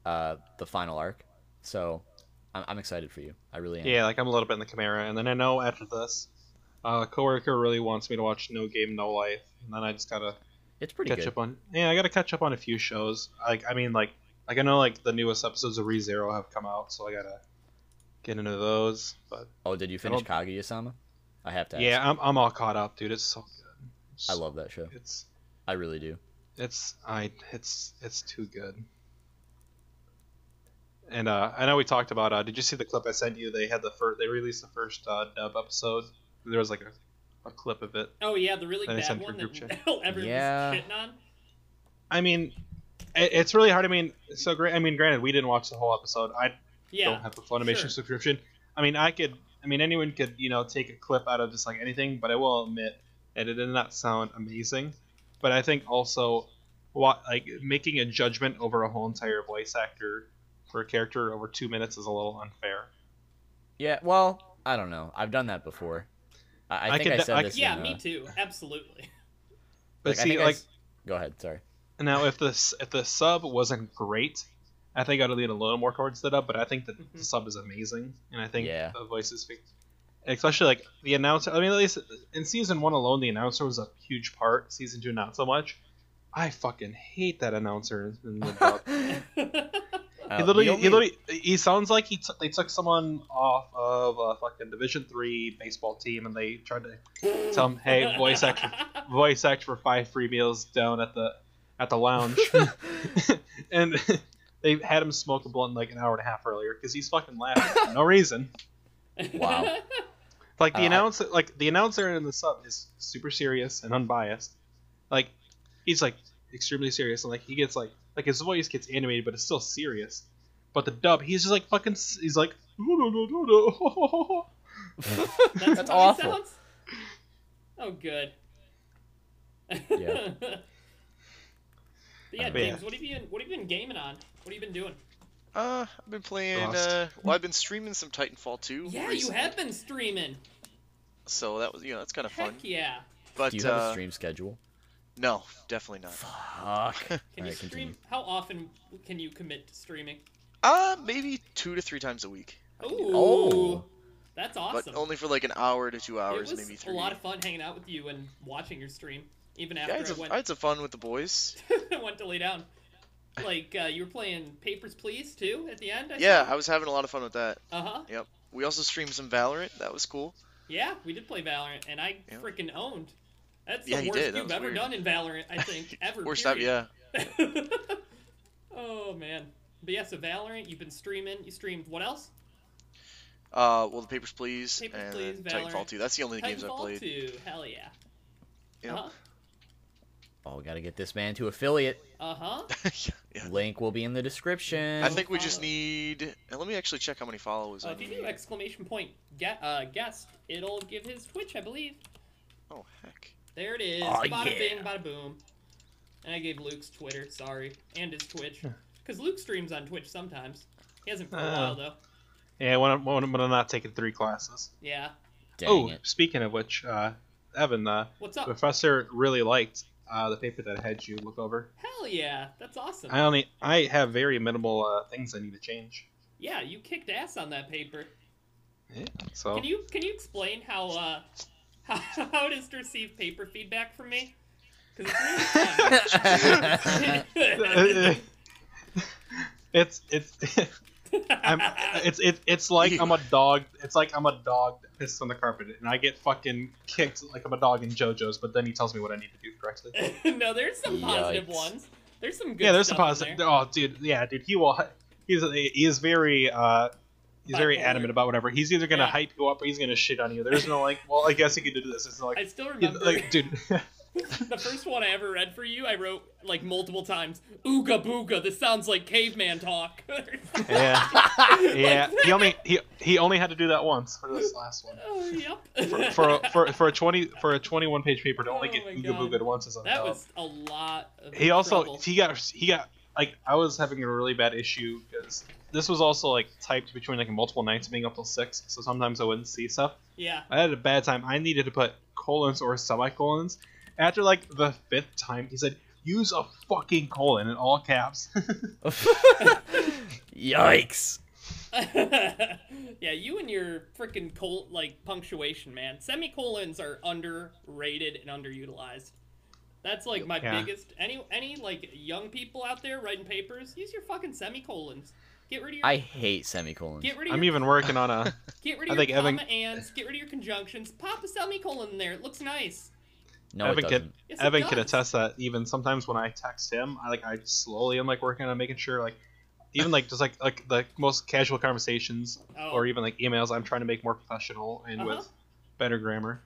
Speaker 1: uh the final arc. So I'm, I'm excited for you. I really am.
Speaker 3: Yeah, like I'm a little bit in the Chimera, and then I know after this, uh, a coworker really wants me to watch No Game No Life, and then I just gotta
Speaker 1: It's pretty
Speaker 3: catch
Speaker 1: good.
Speaker 3: up on. Yeah, I gotta catch up on a few shows. Like I mean, like like I know like the newest episodes of ReZero have come out, so I gotta get into those. But
Speaker 1: Oh, did you finish
Speaker 3: don't-
Speaker 1: Kaguya-sama? I have to. Ask.
Speaker 3: yeah, I'm, I'm all caught up, dude. It's so good. It's,
Speaker 1: I love that show.
Speaker 3: it's
Speaker 1: I really do.
Speaker 3: it's I it's it's too good. And uh, I know we talked about. Uh, did you see the clip I sent you? They had the first. They released the first uh, dub episode. There was like a, a clip of it.
Speaker 2: Oh yeah, the really
Speaker 3: That is
Speaker 2: bad
Speaker 3: some
Speaker 2: one
Speaker 3: group
Speaker 2: that
Speaker 3: chat.
Speaker 2: everyone's
Speaker 1: Yeah.
Speaker 2: shitting on.
Speaker 3: I mean, it, it's really hard. I mean, so great. I mean, granted, we didn't watch the whole episode. I
Speaker 2: Yeah.
Speaker 3: don't have a Funimation
Speaker 2: sure.
Speaker 3: subscription. I mean, I could. I mean, anyone could, you know, take a clip out of just like anything. But I will admit that it did not sound amazing. But I think also, what like making a judgment over a whole entire voice actor for a character over two minutes is a little unfair.
Speaker 1: Yeah. Well, I don't know. I've done that before. I, I
Speaker 3: I
Speaker 1: think
Speaker 3: could-
Speaker 1: I said
Speaker 3: I-
Speaker 1: this.
Speaker 2: yeah,
Speaker 1: in,
Speaker 2: me
Speaker 1: uh,
Speaker 2: too. Absolutely.
Speaker 3: But
Speaker 1: Like, I
Speaker 3: see,
Speaker 1: think I
Speaker 3: like
Speaker 1: s- Go ahead. Sorry.
Speaker 3: now, if the s- if the sub wasn't great, I think I'd lean a little more towards the dub. But I think the,
Speaker 2: Mhm.
Speaker 3: the sub is amazing, and I think
Speaker 1: Mm-hmm. Yeah.
Speaker 3: the voices speak. Especially like the announcer. I mean, at least in season one alone, the announcer was a huge part. Season two, not so much. I fucking hate that announcer. In the dub.
Speaker 1: Uh,
Speaker 3: he
Speaker 1: the
Speaker 3: literally,
Speaker 1: only-
Speaker 3: he literally, he sounds like he took they took someone off of a fucking Division Three baseball team and they tried to tell him, "Hey, voice actor, voice act for five free meals down at the at the lounge," and they had him smoke a blunt like an hour and a half earlier because he's fucking laughing for no reason.
Speaker 1: Wow.
Speaker 3: Like the
Speaker 1: Uh, I-
Speaker 3: announcer, like the announcer in the sub is super serious and unbiased. Like he's like extremely serious, and like he gets like like his voice gets animated, but it's still serious. But the dub, he's just like fucking. s- He's like, "No, no, no, no, no."
Speaker 2: That's,
Speaker 1: That's
Speaker 2: how he
Speaker 1: awful.
Speaker 2: Sounds? Oh, good.
Speaker 1: Yeah.
Speaker 2: But yeah,
Speaker 3: Yeah.
Speaker 2: James. What have you been? What have you been gaming on? What have you been doing?
Speaker 4: Uh, I've been playing.
Speaker 3: Lost.
Speaker 4: Uh, well, I've been streaming some Titanfall 2.
Speaker 2: Yeah, you
Speaker 4: recently,
Speaker 2: have been streaming.
Speaker 4: So that was, you know, that's kind of
Speaker 2: Heck
Speaker 4: fun.
Speaker 2: yeah!
Speaker 4: But
Speaker 1: Do you have
Speaker 4: uh,
Speaker 1: a stream schedule?
Speaker 4: no, definitely not.
Speaker 1: Fuck.
Speaker 2: Can you
Speaker 1: Alright,
Speaker 2: stream?
Speaker 1: continue.
Speaker 2: How often can you commit to streaming?
Speaker 4: Uh, maybe two to three times a week,
Speaker 2: Ooh,
Speaker 1: Oh.
Speaker 2: that's awesome.
Speaker 4: but only for like an hour to two hours,
Speaker 2: it was
Speaker 4: maybe
Speaker 2: a
Speaker 4: three.
Speaker 2: lot of fun hanging out with you and watching your stream, even
Speaker 4: yeah, I
Speaker 2: after
Speaker 4: had,
Speaker 2: I
Speaker 4: some,
Speaker 2: went
Speaker 4: I had some fun with the boys.
Speaker 2: I went to lay down. Like uh, you were playing Papers Please too at the end. I
Speaker 4: yeah, I was having a lot of fun with that.
Speaker 2: Uh huh.
Speaker 4: Yep. We also streamed some Valorant. That was cool.
Speaker 2: Yeah, we did play Valorant, and I
Speaker 4: Yeah.
Speaker 2: freaking owned. That's the
Speaker 4: Yeah, you
Speaker 2: worst
Speaker 4: did, that
Speaker 2: you've
Speaker 4: was
Speaker 2: ever
Speaker 4: weird.
Speaker 2: done in Valorant, I think, ever.
Speaker 4: Worst time, yeah.
Speaker 2: period. oh man. But yeah, so Valorant, you've been streaming. You streamed what else?
Speaker 4: Uh, well, the Papers Please
Speaker 2: Papers,
Speaker 4: and
Speaker 2: Please, Valorant.
Speaker 4: Titanfall 2. That's the only games I
Speaker 2: Titanfall
Speaker 4: played.
Speaker 2: 2. Hell yeah.
Speaker 4: Yep.
Speaker 2: Uh
Speaker 1: Oh, we gotta get this man to affiliate.
Speaker 2: huh. Uh huh.
Speaker 4: yeah.
Speaker 1: Link will be in the description.
Speaker 4: I think we just
Speaker 2: follow.
Speaker 4: need. and Let me actually check how many followers
Speaker 2: Uh,
Speaker 4: I
Speaker 2: if you do
Speaker 4: need.
Speaker 2: exclamation point get uh, guest, it'll give his Twitch, I believe.
Speaker 4: Oh heck.
Speaker 2: There it is.
Speaker 1: Aw,
Speaker 2: bada
Speaker 1: yeah.
Speaker 2: bing, bada boom. And I gave Luke's Twitter, sorry, and his Twitch, because Luke streams on Twitch sometimes. He hasn't for a
Speaker 3: Oh.
Speaker 2: while though.
Speaker 3: yeah, when I'm, when I'm when I'm not taking three classes.
Speaker 2: Yeah.
Speaker 1: Dang
Speaker 3: oh,
Speaker 1: it.
Speaker 3: speaking of which, uh, Evan, uh,
Speaker 2: What's
Speaker 3: the
Speaker 2: up?
Speaker 3: professor really liked uh, the paper that I had you look over.
Speaker 2: Hell yeah, that's awesome.
Speaker 3: I only I have very minimal uh, things I need to change.
Speaker 2: Yeah, you kicked ass on that paper.
Speaker 3: Yeah, so
Speaker 2: Can you can you explain how uh how, how it is to receive paper feedback from me? 'Cause it's really fun.
Speaker 3: it's it's. I'm, it's it, it's like I'm a dog. It's like I'm a dog that pisses on the carpet, and I get fucking kicked like I'm a dog in JoJo's. But then he tells me what I need to do correctly.
Speaker 2: no, there's some positive
Speaker 1: Yikes.
Speaker 2: ones. There's some good.
Speaker 3: yeah, there's some
Speaker 2: stuff in
Speaker 3: positive.
Speaker 2: there.
Speaker 3: Oh, dude, yeah, dude, he will. He's he is very uh, he's very
Speaker 2: Bipolar.
Speaker 3: adamant about whatever. He's either gonna
Speaker 2: Yeah.
Speaker 3: hype you up or he's gonna shit on you. There's no like, well, I guess he could do this. It's
Speaker 2: I
Speaker 3: like,
Speaker 2: still
Speaker 3: he's
Speaker 2: remember.
Speaker 3: like, dude,
Speaker 2: The first one I ever read for you, I wrote like multiple times, Ooga booga, this sounds like caveman talk.
Speaker 3: yeah, yeah. He only he he only had to do that once for this last one.
Speaker 2: oh, yep.
Speaker 3: for for a, for, for a twenty for a twenty one page paper to only
Speaker 2: Oh
Speaker 3: get
Speaker 2: my
Speaker 3: Ooga
Speaker 2: God.
Speaker 3: Booga once is
Speaker 2: that
Speaker 3: unhealthy.
Speaker 2: was a lot of
Speaker 3: he also
Speaker 2: trouble.
Speaker 3: he got he got like I was having a really bad issue because this was also like typed between like multiple nights being up till six, so sometimes I wouldn't see stuff.
Speaker 2: Yeah.
Speaker 3: I had a bad time. I needed to put colons or semicolons. After like the fifth time, he said, "Use a fucking colon in all caps."
Speaker 1: Yikes.
Speaker 2: yeah, you and your freaking col- like punctuation, man. Semicolons are underrated and underutilized. That's like my
Speaker 3: Yeah.
Speaker 2: biggest any any like young people out there writing papers, use your fucking semicolons. Get rid of your
Speaker 1: I hate semicolons.
Speaker 2: get rid of your
Speaker 3: I'm even working on a.
Speaker 2: Get rid
Speaker 3: I
Speaker 2: of
Speaker 3: think
Speaker 2: your comma
Speaker 3: Evan-
Speaker 2: ands. Get rid of your conjunctions. Pop a semicolon in there. It looks nice.
Speaker 1: no, it
Speaker 3: Evan
Speaker 1: doesn't.
Speaker 3: can
Speaker 2: Yes, it
Speaker 3: Evan can
Speaker 2: does.
Speaker 3: attest that even sometimes when I text him, I like I slowly am like working on making sure like even like just like like the most casual conversations
Speaker 2: Oh.
Speaker 3: or even like emails, I'm trying to make more professional and
Speaker 2: Uh-huh.
Speaker 3: with better grammar.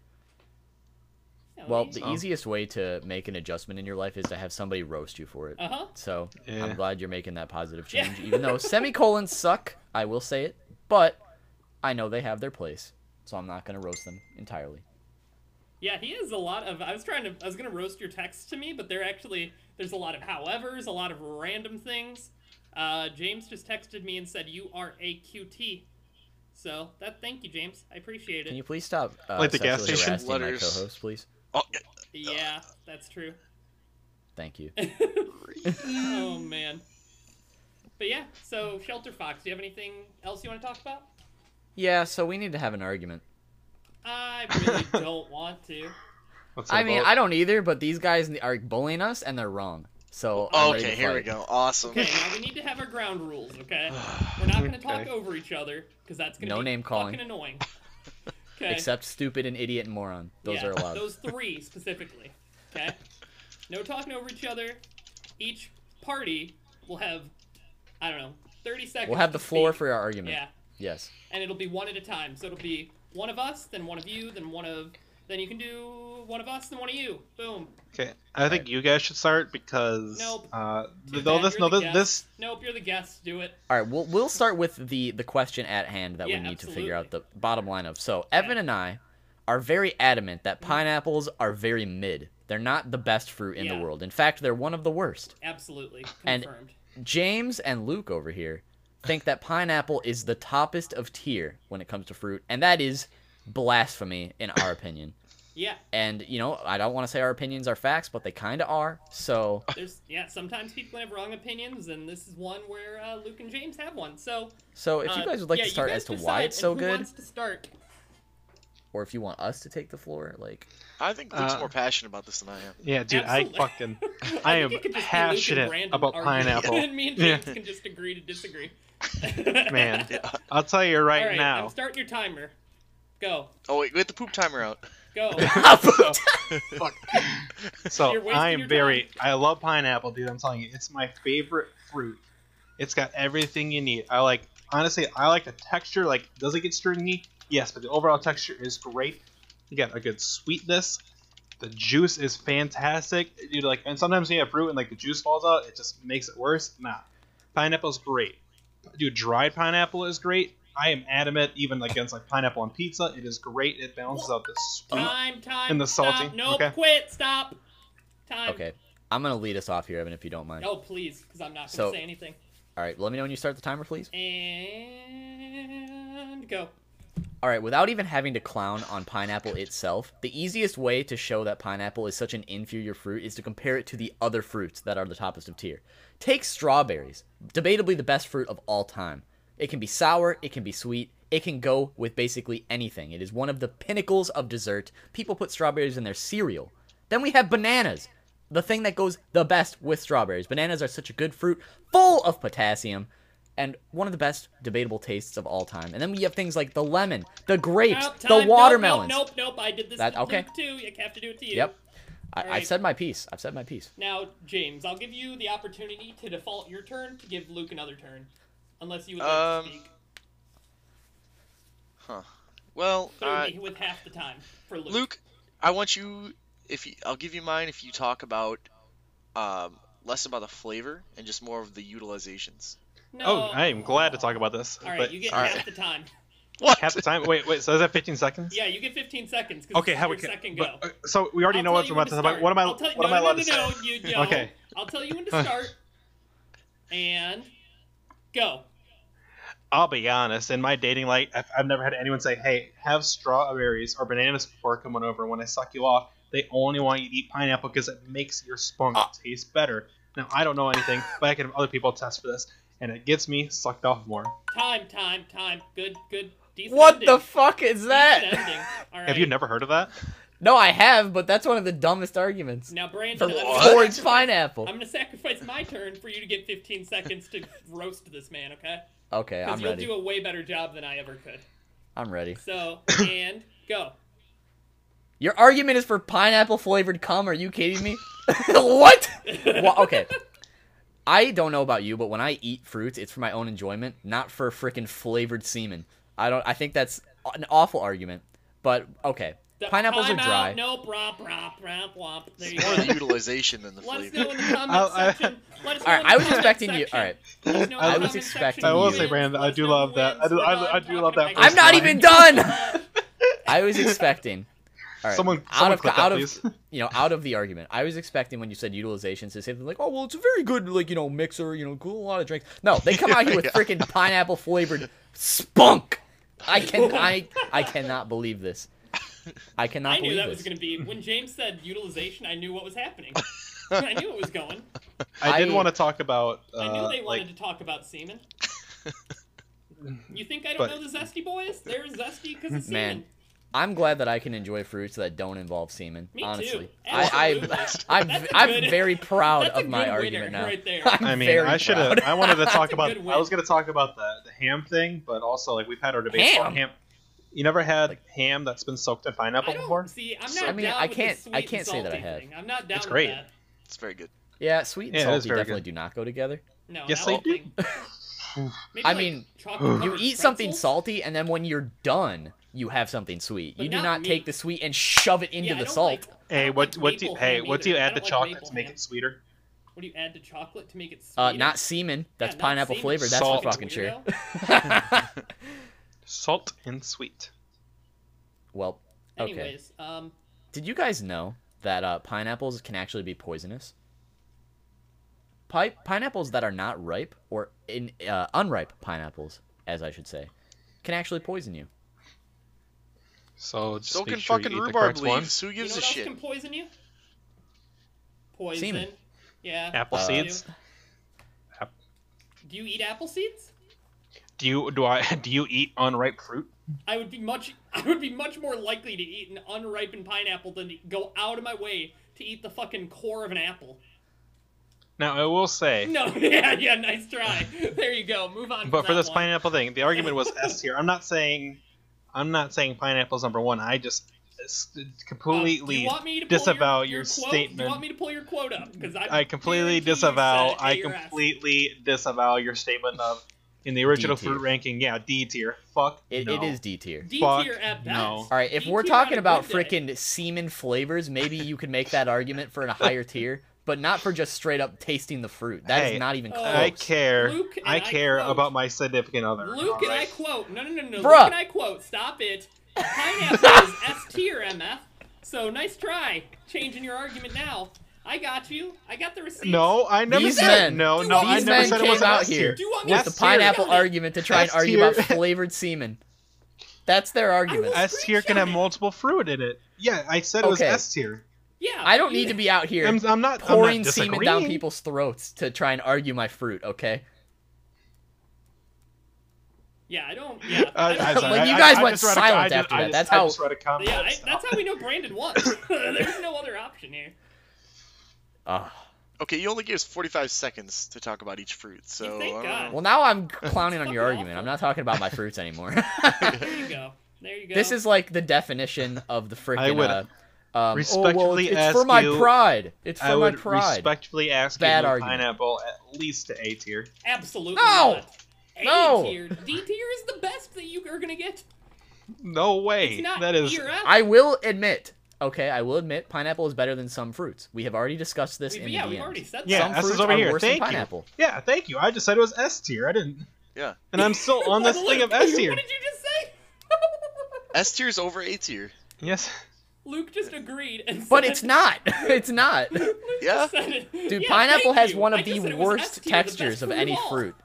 Speaker 2: Yeah,
Speaker 1: Well,
Speaker 2: you-
Speaker 1: the
Speaker 3: So-
Speaker 1: easiest way to make an adjustment in your life is to have somebody roast you for it.
Speaker 2: uh-huh.
Speaker 1: So
Speaker 3: Yeah.
Speaker 1: I'm glad you're making that positive
Speaker 2: Yeah.
Speaker 1: change, even though semicolons suck. I will say it, but I know they have their place, so I'm not gonna roast them entirely.
Speaker 2: Yeah, he has a lot of. I was trying to. I was gonna roast your text to me, but they're actually there's a lot of howevers, a lot of random things. Uh, James just texted me and said you are a QT. So that thank you, James. I appreciate it.
Speaker 1: Can you please stop uh,
Speaker 3: Like the gas
Speaker 1: sexually
Speaker 3: station?
Speaker 1: harassing my
Speaker 4: Letters.
Speaker 1: co-host, please?
Speaker 4: Oh,
Speaker 2: Yeah, that's true.
Speaker 1: Thank you.
Speaker 2: Oh man. But yeah, so Shelter Fox, do you have anything else you want to talk about?
Speaker 1: Yeah, so we need to have an argument.
Speaker 2: I really don't want to.
Speaker 3: Let's
Speaker 1: I
Speaker 3: have
Speaker 1: mean,
Speaker 3: a-
Speaker 1: I don't either, but these guys are bullying us and they're wrong. So I'm ready
Speaker 4: Oh, Okay,
Speaker 1: to
Speaker 4: here we
Speaker 1: fight.
Speaker 4: go. Awesome.
Speaker 2: Okay, now we need to have our ground rules, okay? We're not going to talk
Speaker 3: Okay.
Speaker 2: over each other because that's going to
Speaker 1: No
Speaker 2: be
Speaker 1: name calling.
Speaker 2: fucking annoying. Okay.
Speaker 1: Except stupid and idiot and moron. Those
Speaker 2: Yeah,
Speaker 1: are allowed.
Speaker 2: Those three specifically. Okay? No talking over each other. Each party will have, I don't know, 30 seconds.
Speaker 1: We'll have
Speaker 2: to
Speaker 1: the floor
Speaker 2: speak.
Speaker 1: for our argument.
Speaker 2: Yeah,
Speaker 1: Yes.
Speaker 2: and it'll be one at a time. So it'll be one of us, then one of you, then one of. Then you can do one of us, then one of you. Boom.
Speaker 3: Okay, I think you guys should start because
Speaker 2: Nope.
Speaker 3: uh,
Speaker 2: Too
Speaker 3: th- no,
Speaker 2: bad
Speaker 3: this,
Speaker 2: you're
Speaker 3: no,
Speaker 2: the
Speaker 3: this,
Speaker 2: guest.
Speaker 3: this,
Speaker 2: Nope, you're the guest. Do it.
Speaker 1: All right. We'll we'll start with the the question at hand that
Speaker 2: Yeah,
Speaker 1: we need to figure out the bottom line of. So Evan and I are very adamant that pineapples are very mid. They're not the best fruit in
Speaker 2: Yeah.
Speaker 1: the world. In fact, they're one of the worst.
Speaker 2: Absolutely
Speaker 1: And-
Speaker 2: confirmed.
Speaker 1: James and Luke over here think that pineapple is the toppest of tier when it comes to fruit, and that is blasphemy in our opinion.
Speaker 2: yeah,
Speaker 1: And you know, I don't want to say our opinions are facts, but they kind of are. So
Speaker 2: there's yeah. Sometimes people have wrong opinions, and this is one where uh, Luke and James have one. So
Speaker 1: so if
Speaker 2: uh,
Speaker 1: you guys would like
Speaker 2: yeah,
Speaker 1: to
Speaker 2: you
Speaker 1: start
Speaker 2: guys
Speaker 1: as to
Speaker 2: decide
Speaker 1: why it's so
Speaker 2: who
Speaker 1: good,
Speaker 2: Wants to start?
Speaker 1: or if you want us to take the floor, like
Speaker 4: I think Luke's
Speaker 3: Uh,
Speaker 4: more passionate about this than I am.
Speaker 3: yeah, dude,
Speaker 2: Absolute-
Speaker 3: I fucking,
Speaker 2: think
Speaker 3: I am
Speaker 2: it could just be Luke and
Speaker 3: passionate
Speaker 2: Brandon
Speaker 3: about
Speaker 2: arguing,
Speaker 3: pineapple,
Speaker 2: and me and
Speaker 3: Yeah.
Speaker 2: James can just agree to disagree.
Speaker 3: man.
Speaker 4: Yeah.
Speaker 3: I'll tell you
Speaker 2: All
Speaker 3: right,
Speaker 2: right,
Speaker 3: now.
Speaker 2: I'm starting your timer. Go,
Speaker 4: Oh wait, we have the poop timer out.
Speaker 2: go. You're
Speaker 3: So
Speaker 2: wasting
Speaker 3: I
Speaker 2: your
Speaker 3: am very. I love pineapple, dude. I'm telling you, it's my favorite fruit. It's got everything you need. I like. Honestly, I like the texture. Like, does it get stringy? Yes, but the overall texture is great. You got a good sweetness. The juice is fantastic, dude. Like, and sometimes you have fruit and like the juice falls out, it just makes it worse. Nah, pineapple's great. Dude, dried pineapple is great. I am adamant, even against like pineapple on pizza. It is great. It balances out the sweet.
Speaker 2: time, time.
Speaker 3: And the
Speaker 2: stop.
Speaker 3: salty,
Speaker 2: Nope,
Speaker 3: okay.
Speaker 2: quit. Stop. Time.
Speaker 1: okay, I'm gonna lead us off here, Evan, if you don't mind.
Speaker 2: Oh please, because I'm not gonna
Speaker 1: So-
Speaker 2: say anything.
Speaker 1: All right, let me know when you start the timer, please.
Speaker 2: And go.
Speaker 1: All right, without even having to clown on pineapple itself, the easiest way to show that pineapple is such an inferior fruit is to compare it to the other fruits that are the toppest of tier. Take strawberries, debatably the best fruit of all time. It can be sour, it can be sweet, it can go with basically anything. It is one of the pinnacles of dessert. People put strawberries in their cereal. Then we have bananas, the thing that goes the best with strawberries. Bananas are such a good fruit, full of potassium, and one of the best debatable tastes of all time. And then we have things like the lemon, the grapes,
Speaker 2: Nope, time.
Speaker 1: the watermelons.
Speaker 2: Nope, nope, nope, nope. I did this
Speaker 1: That-
Speaker 2: to
Speaker 1: okay.
Speaker 2: Luke too. I have to do it to you.
Speaker 1: Yep. I,
Speaker 2: Alright.
Speaker 1: I've said my piece. I've said my piece.
Speaker 2: Now, James, I'll give you the opportunity to default your turn to give Luke another turn, unless you would like
Speaker 4: Um,
Speaker 2: to speak.
Speaker 4: Well,
Speaker 2: Throw
Speaker 4: uh,
Speaker 2: me with half the time for Luke.
Speaker 4: Luke, I want you. If you, I'll give you mine, if you talk about um, less about the flavor and just more of the utilizations.
Speaker 2: No.
Speaker 3: Oh, I am glad to talk about this.
Speaker 2: All right,
Speaker 3: but
Speaker 2: you get
Speaker 4: all
Speaker 2: half
Speaker 4: right.
Speaker 2: the time.
Speaker 4: What?
Speaker 3: half the time. Wait, wait. So is that 15 seconds?
Speaker 2: Yeah, you get 15 seconds. 'cause
Speaker 3: Okay,
Speaker 2: it's
Speaker 3: how
Speaker 2: your
Speaker 3: we can.
Speaker 2: second
Speaker 3: But,
Speaker 2: go.
Speaker 3: uh, so we already
Speaker 2: I'll
Speaker 3: know
Speaker 2: tell
Speaker 3: what's
Speaker 2: you
Speaker 3: about
Speaker 2: when
Speaker 3: to talk about. What am I?
Speaker 2: start. I'll tell-
Speaker 3: what
Speaker 2: no,
Speaker 3: am I
Speaker 2: no,
Speaker 3: allowed
Speaker 2: no,
Speaker 3: to
Speaker 2: no,
Speaker 3: say?
Speaker 2: You, no.
Speaker 3: Okay.
Speaker 2: I'll tell you when to start. and go.
Speaker 3: I'll be honest. In my dating life, I've, I've never had anyone say, "Hey, have strawberries or bananas before coming over." When I suck you off, they only want you to eat pineapple because it makes your spunk taste better. Now I don't know anything, but I can have other people test for this, and it gets me sucked off more.
Speaker 2: Time, time, time. Good, good. Decent
Speaker 1: What
Speaker 2: ending.
Speaker 1: the fuck is
Speaker 2: Decent
Speaker 1: that?
Speaker 2: ending. All right.
Speaker 3: Have you never heard of that?
Speaker 1: No, I have, but that's one of the dumbest arguments.
Speaker 2: Now,
Speaker 1: For
Speaker 2: Brandon, I'm gonna
Speaker 1: orange
Speaker 2: sacrifice-
Speaker 1: pineapple.
Speaker 2: I'm gonna sacrifice my turn for you to get 15 seconds to roast this man, okay?
Speaker 1: Okay,
Speaker 2: Because
Speaker 1: I'm
Speaker 2: you'll
Speaker 1: ready.
Speaker 2: do a way better job than I ever could.
Speaker 1: I'm ready.
Speaker 2: So, and go.
Speaker 1: Your argument is for pineapple flavored cum. Are you kidding me? what? Wha- okay. I don't know about you, but when I eat fruits, it's for my own enjoyment, not for frickin' flavored semen. I don't. I think that's an awful argument. But okay,
Speaker 2: The-
Speaker 1: pineapples are
Speaker 2: time out.
Speaker 1: dry.
Speaker 2: Nope, romp, romp, romp, romp. There you
Speaker 4: More of the
Speaker 2: go.
Speaker 4: utilization than the
Speaker 2: Let us
Speaker 4: flavor.
Speaker 2: know in the comment
Speaker 3: I'll- I-
Speaker 2: section. Let us know
Speaker 1: All right,
Speaker 2: in the
Speaker 1: I was
Speaker 2: comment
Speaker 1: expecting you.
Speaker 2: section.
Speaker 1: All right,
Speaker 2: Let us know in
Speaker 3: I
Speaker 2: the
Speaker 3: was
Speaker 2: comment section
Speaker 1: expecting
Speaker 2: who
Speaker 1: I will
Speaker 2: wins.
Speaker 1: say,
Speaker 3: Brandon,
Speaker 2: Let
Speaker 3: I
Speaker 2: us
Speaker 3: do
Speaker 2: know who
Speaker 3: love that.
Speaker 2: wins.
Speaker 3: I do-
Speaker 2: We're
Speaker 3: I-
Speaker 2: done
Speaker 3: I do
Speaker 2: talking
Speaker 3: love that
Speaker 2: about
Speaker 3: first
Speaker 1: I'm
Speaker 2: games.
Speaker 1: not
Speaker 3: line.
Speaker 1: even done. I was expecting. All right,
Speaker 3: Someone,
Speaker 1: out
Speaker 3: someone
Speaker 1: of
Speaker 3: click
Speaker 1: out
Speaker 3: that,
Speaker 1: of
Speaker 3: please.
Speaker 1: you know, out of the argument, I was expecting when you said utilizations to say something like, "Oh, well, it's a very good like you know mixer, you know, cool a lot of drinks." No, they come out here with freaking pineapple flavored spunk. I can I I cannot believe this. I cannot
Speaker 2: I knew
Speaker 1: believe
Speaker 2: that
Speaker 1: this.
Speaker 2: was going to be when James said utilization. I knew what was happening. I knew it was going.
Speaker 3: I, did
Speaker 1: I-
Speaker 3: want to talk about. Uh,
Speaker 2: I knew they wanted
Speaker 3: like,
Speaker 2: to talk about semen. You think I don't
Speaker 3: But-
Speaker 2: know the Zesty Boys? They're zesty because of semen.
Speaker 1: Man. I'm glad that I can enjoy fruits that don't involve semen.
Speaker 2: Me
Speaker 1: honestly,
Speaker 2: too.
Speaker 1: I, I, I'm,
Speaker 2: Absolutely. That's a
Speaker 1: I'm
Speaker 2: good-
Speaker 1: very proud
Speaker 2: That's a
Speaker 1: of my
Speaker 2: good
Speaker 1: argument
Speaker 2: winner
Speaker 1: now.
Speaker 2: right there.
Speaker 1: I'm
Speaker 3: I mean,
Speaker 1: very
Speaker 3: I should have.
Speaker 1: proud.
Speaker 3: I wanted to talk
Speaker 2: a
Speaker 3: about.
Speaker 2: good
Speaker 3: I was
Speaker 2: win.
Speaker 3: going to talk about the the ham thing, but also like we've had our debates
Speaker 1: Ham?
Speaker 3: about ham. You never had ham that's been soaked in
Speaker 2: I
Speaker 3: pineapple before?
Speaker 2: don't see. I'm
Speaker 4: So-
Speaker 2: not
Speaker 4: I
Speaker 1: mean,
Speaker 2: down
Speaker 1: I
Speaker 2: with
Speaker 1: can't-
Speaker 2: The
Speaker 1: I
Speaker 2: sweet and
Speaker 1: can't say that I
Speaker 2: salty
Speaker 1: have.
Speaker 2: thing. I'm not down
Speaker 3: It's
Speaker 2: with
Speaker 3: great.
Speaker 2: that.
Speaker 4: It's very good.
Speaker 1: Yeah, sweet and
Speaker 3: Yeah, it is
Speaker 1: salty
Speaker 3: very
Speaker 1: definitely
Speaker 3: good.
Speaker 1: do not go together.
Speaker 2: No.
Speaker 3: Yes,
Speaker 2: not
Speaker 3: they
Speaker 2: with
Speaker 3: do.
Speaker 2: things. Maybe
Speaker 1: I
Speaker 2: like
Speaker 1: mean,
Speaker 2: chocolate-covered
Speaker 1: You eat something
Speaker 2: pretzels?
Speaker 1: salty, and then when you're done, you have something sweet.
Speaker 2: But
Speaker 1: you do
Speaker 2: not
Speaker 1: not,
Speaker 2: me.
Speaker 1: take the sweet and shove it into
Speaker 2: Yeah, I
Speaker 1: the
Speaker 2: don't
Speaker 1: salt.
Speaker 2: like- I
Speaker 3: Hey,
Speaker 2: don't
Speaker 3: what
Speaker 2: like
Speaker 3: what do you,
Speaker 2: maple
Speaker 3: hey
Speaker 2: ham
Speaker 3: what do you
Speaker 2: either. I
Speaker 3: add to
Speaker 2: don't like
Speaker 3: chocolate
Speaker 2: maple
Speaker 3: to make
Speaker 2: ham.
Speaker 3: it sweeter?
Speaker 2: What do you add to chocolate to make it sweet?
Speaker 1: uh, not semen. That's pineapple flavor. That's
Speaker 3: Salt.
Speaker 1: for fucking sure.
Speaker 3: Salt and sweet.
Speaker 1: well, okay.
Speaker 2: Anyways, um,
Speaker 1: Did you guys know that uh, pineapples can actually be poisonous? Pi- pineapples that are not ripe or in uh, unripe pineapples, as I should say, can actually poison you.
Speaker 3: So just
Speaker 4: So
Speaker 3: make
Speaker 4: can
Speaker 3: sure you
Speaker 4: fucking
Speaker 3: eat the
Speaker 4: rhubarb
Speaker 3: correct one.
Speaker 4: leaves. Who
Speaker 2: you know
Speaker 4: gives
Speaker 2: what
Speaker 4: a
Speaker 2: else
Speaker 4: shit?
Speaker 2: can poison you? Poison.
Speaker 1: Semen.
Speaker 2: Yeah.
Speaker 3: Apple
Speaker 2: I do.
Speaker 3: seeds. Ap-
Speaker 2: Do you eat apple seeds?
Speaker 3: Do you do I do you eat unripe fruit?
Speaker 2: I would be much. I would be much more likely to eat an unripened pineapple than to go out of my way to eat the fucking core of an apple.
Speaker 3: Now I will say,
Speaker 2: No. Yeah. Yeah. Nice try. There you go. Move on.
Speaker 3: but
Speaker 2: from
Speaker 3: for
Speaker 2: that
Speaker 3: this
Speaker 2: one.
Speaker 3: pineapple thing, the argument was S tier. I'm not saying, I'm not saying pineapple's number one. I just s-
Speaker 2: Um, do you
Speaker 3: completely
Speaker 2: want me to pull
Speaker 3: disavow your,
Speaker 2: quote? Do you
Speaker 3: statement.
Speaker 2: want me to pull your quote up? Because
Speaker 3: I completely disavow. I completely disavow your statement of in the original
Speaker 1: D tier.
Speaker 3: fruit ranking. Yeah, D tier. Fuck.
Speaker 1: It,
Speaker 3: no.
Speaker 1: it is D tier.
Speaker 2: D
Speaker 3: Fuck
Speaker 2: tier at best.
Speaker 3: no.
Speaker 1: All right, if
Speaker 2: D
Speaker 1: we're
Speaker 2: tier on
Speaker 1: talking
Speaker 2: a
Speaker 1: about
Speaker 2: good day.
Speaker 1: frickin' semen flavors, maybe you could make that argument for a higher tier, but not for just straight up tasting the fruit. That is
Speaker 3: Hey,
Speaker 1: not even
Speaker 2: uh,
Speaker 1: close.
Speaker 3: I care.
Speaker 2: Luke and
Speaker 3: I
Speaker 2: I
Speaker 3: care
Speaker 2: quote.
Speaker 3: about my significant other.
Speaker 2: Luke and I
Speaker 3: alright?
Speaker 2: quote. No, no, no, no. Luke
Speaker 1: Bruh.
Speaker 2: and I quote. Stop it. Pineapple is S tier, MF. So nice try changing your argument now. I got you. I got the receipt.
Speaker 3: No, I never
Speaker 1: These
Speaker 3: said
Speaker 1: men-
Speaker 3: no.
Speaker 2: these
Speaker 3: No, I
Speaker 1: These
Speaker 3: never
Speaker 1: men
Speaker 3: said it
Speaker 1: came
Speaker 3: was
Speaker 1: out here
Speaker 2: Do you want me
Speaker 1: with
Speaker 2: to
Speaker 1: the
Speaker 2: scream out
Speaker 1: pineapple
Speaker 2: it?
Speaker 1: argument to try and
Speaker 3: S
Speaker 1: argue
Speaker 3: tier.
Speaker 1: about flavored semen. That's their argument.
Speaker 2: I will-
Speaker 3: S tier can have
Speaker 2: Screenshot it.
Speaker 3: multiple fruit in it. Yeah, I said it was
Speaker 1: Okay.
Speaker 3: S tier.
Speaker 2: Yeah.
Speaker 1: I don't
Speaker 2: you-
Speaker 1: need to be out here
Speaker 3: I'm, I'm not I'm
Speaker 1: pouring
Speaker 3: not
Speaker 1: semen down
Speaker 3: disagreeing.
Speaker 1: people's throats to try and argue my fruit, okay?
Speaker 2: Yeah, I don't. Yeah.
Speaker 3: Uh, I,
Speaker 2: I don't-
Speaker 3: I'm sorry,
Speaker 1: Like, you
Speaker 3: I-
Speaker 1: guys
Speaker 3: I
Speaker 1: went
Speaker 3: just read a-
Speaker 1: silent
Speaker 3: I just-
Speaker 1: after
Speaker 3: I
Speaker 1: that.
Speaker 3: just-
Speaker 1: That's
Speaker 3: I
Speaker 1: how-
Speaker 3: just read a comment.
Speaker 2: yeah. I,
Speaker 3: Stop.
Speaker 2: that's how we know Brandon won. There's no other option here.
Speaker 1: Ugh.
Speaker 4: Okay, you only gave us 45 seconds to talk about each fruit, so
Speaker 2: thank
Speaker 4: I don't
Speaker 2: God.
Speaker 4: know.
Speaker 1: Well, now I'm clowning on your
Speaker 2: fucking
Speaker 1: argument.
Speaker 2: awful.
Speaker 1: I'm not talking about my fruits anymore.
Speaker 2: There you go. There you go.
Speaker 1: This is like the definition of the
Speaker 3: I
Speaker 1: freaking.
Speaker 3: would
Speaker 1: uh, um, oh, well,
Speaker 3: respectfully
Speaker 1: it's, it's
Speaker 3: ask
Speaker 1: for my
Speaker 3: you-
Speaker 1: pride. It's for
Speaker 3: I
Speaker 1: my
Speaker 3: would
Speaker 1: pride.
Speaker 3: respectfully ask
Speaker 1: Bad
Speaker 3: you to move
Speaker 1: argument.
Speaker 3: pineapple at least to A tier.
Speaker 2: Absolutely
Speaker 1: No!
Speaker 2: not. A
Speaker 1: No!
Speaker 2: tier. D tier is the best that you are gonna get.
Speaker 3: No
Speaker 2: It's
Speaker 3: way.
Speaker 2: not
Speaker 3: That is
Speaker 2: tier F.
Speaker 1: I will admit. Okay, I will admit pineapple is better than some fruits. We have already discussed this
Speaker 2: We've-
Speaker 1: in
Speaker 2: yeah,
Speaker 1: the
Speaker 2: we've
Speaker 1: DMs.
Speaker 2: already said that.
Speaker 3: yeah.
Speaker 1: Some
Speaker 3: S is
Speaker 1: fruits
Speaker 3: over
Speaker 1: are
Speaker 3: here.
Speaker 1: worse than
Speaker 3: Thank you.
Speaker 1: pineapple.
Speaker 3: Yeah, thank you. I just said it was S tier. I didn't,
Speaker 4: Yeah.
Speaker 3: and I'm still on this thing of S tier.
Speaker 2: What did you just say?
Speaker 4: S tier is over A tier.
Speaker 3: Yes.
Speaker 2: Luke just agreed and
Speaker 1: But
Speaker 2: said-
Speaker 1: it's not. It's not.
Speaker 4: Yeah?
Speaker 2: said it.
Speaker 1: Dude,
Speaker 2: Yeah,
Speaker 1: pineapple
Speaker 2: thank
Speaker 1: has
Speaker 2: you.
Speaker 1: one
Speaker 2: I
Speaker 1: of
Speaker 2: just
Speaker 1: the
Speaker 2: said it was S
Speaker 1: worst
Speaker 2: tier, the best
Speaker 1: textures of
Speaker 2: fruit
Speaker 1: any
Speaker 2: all.
Speaker 1: fruit.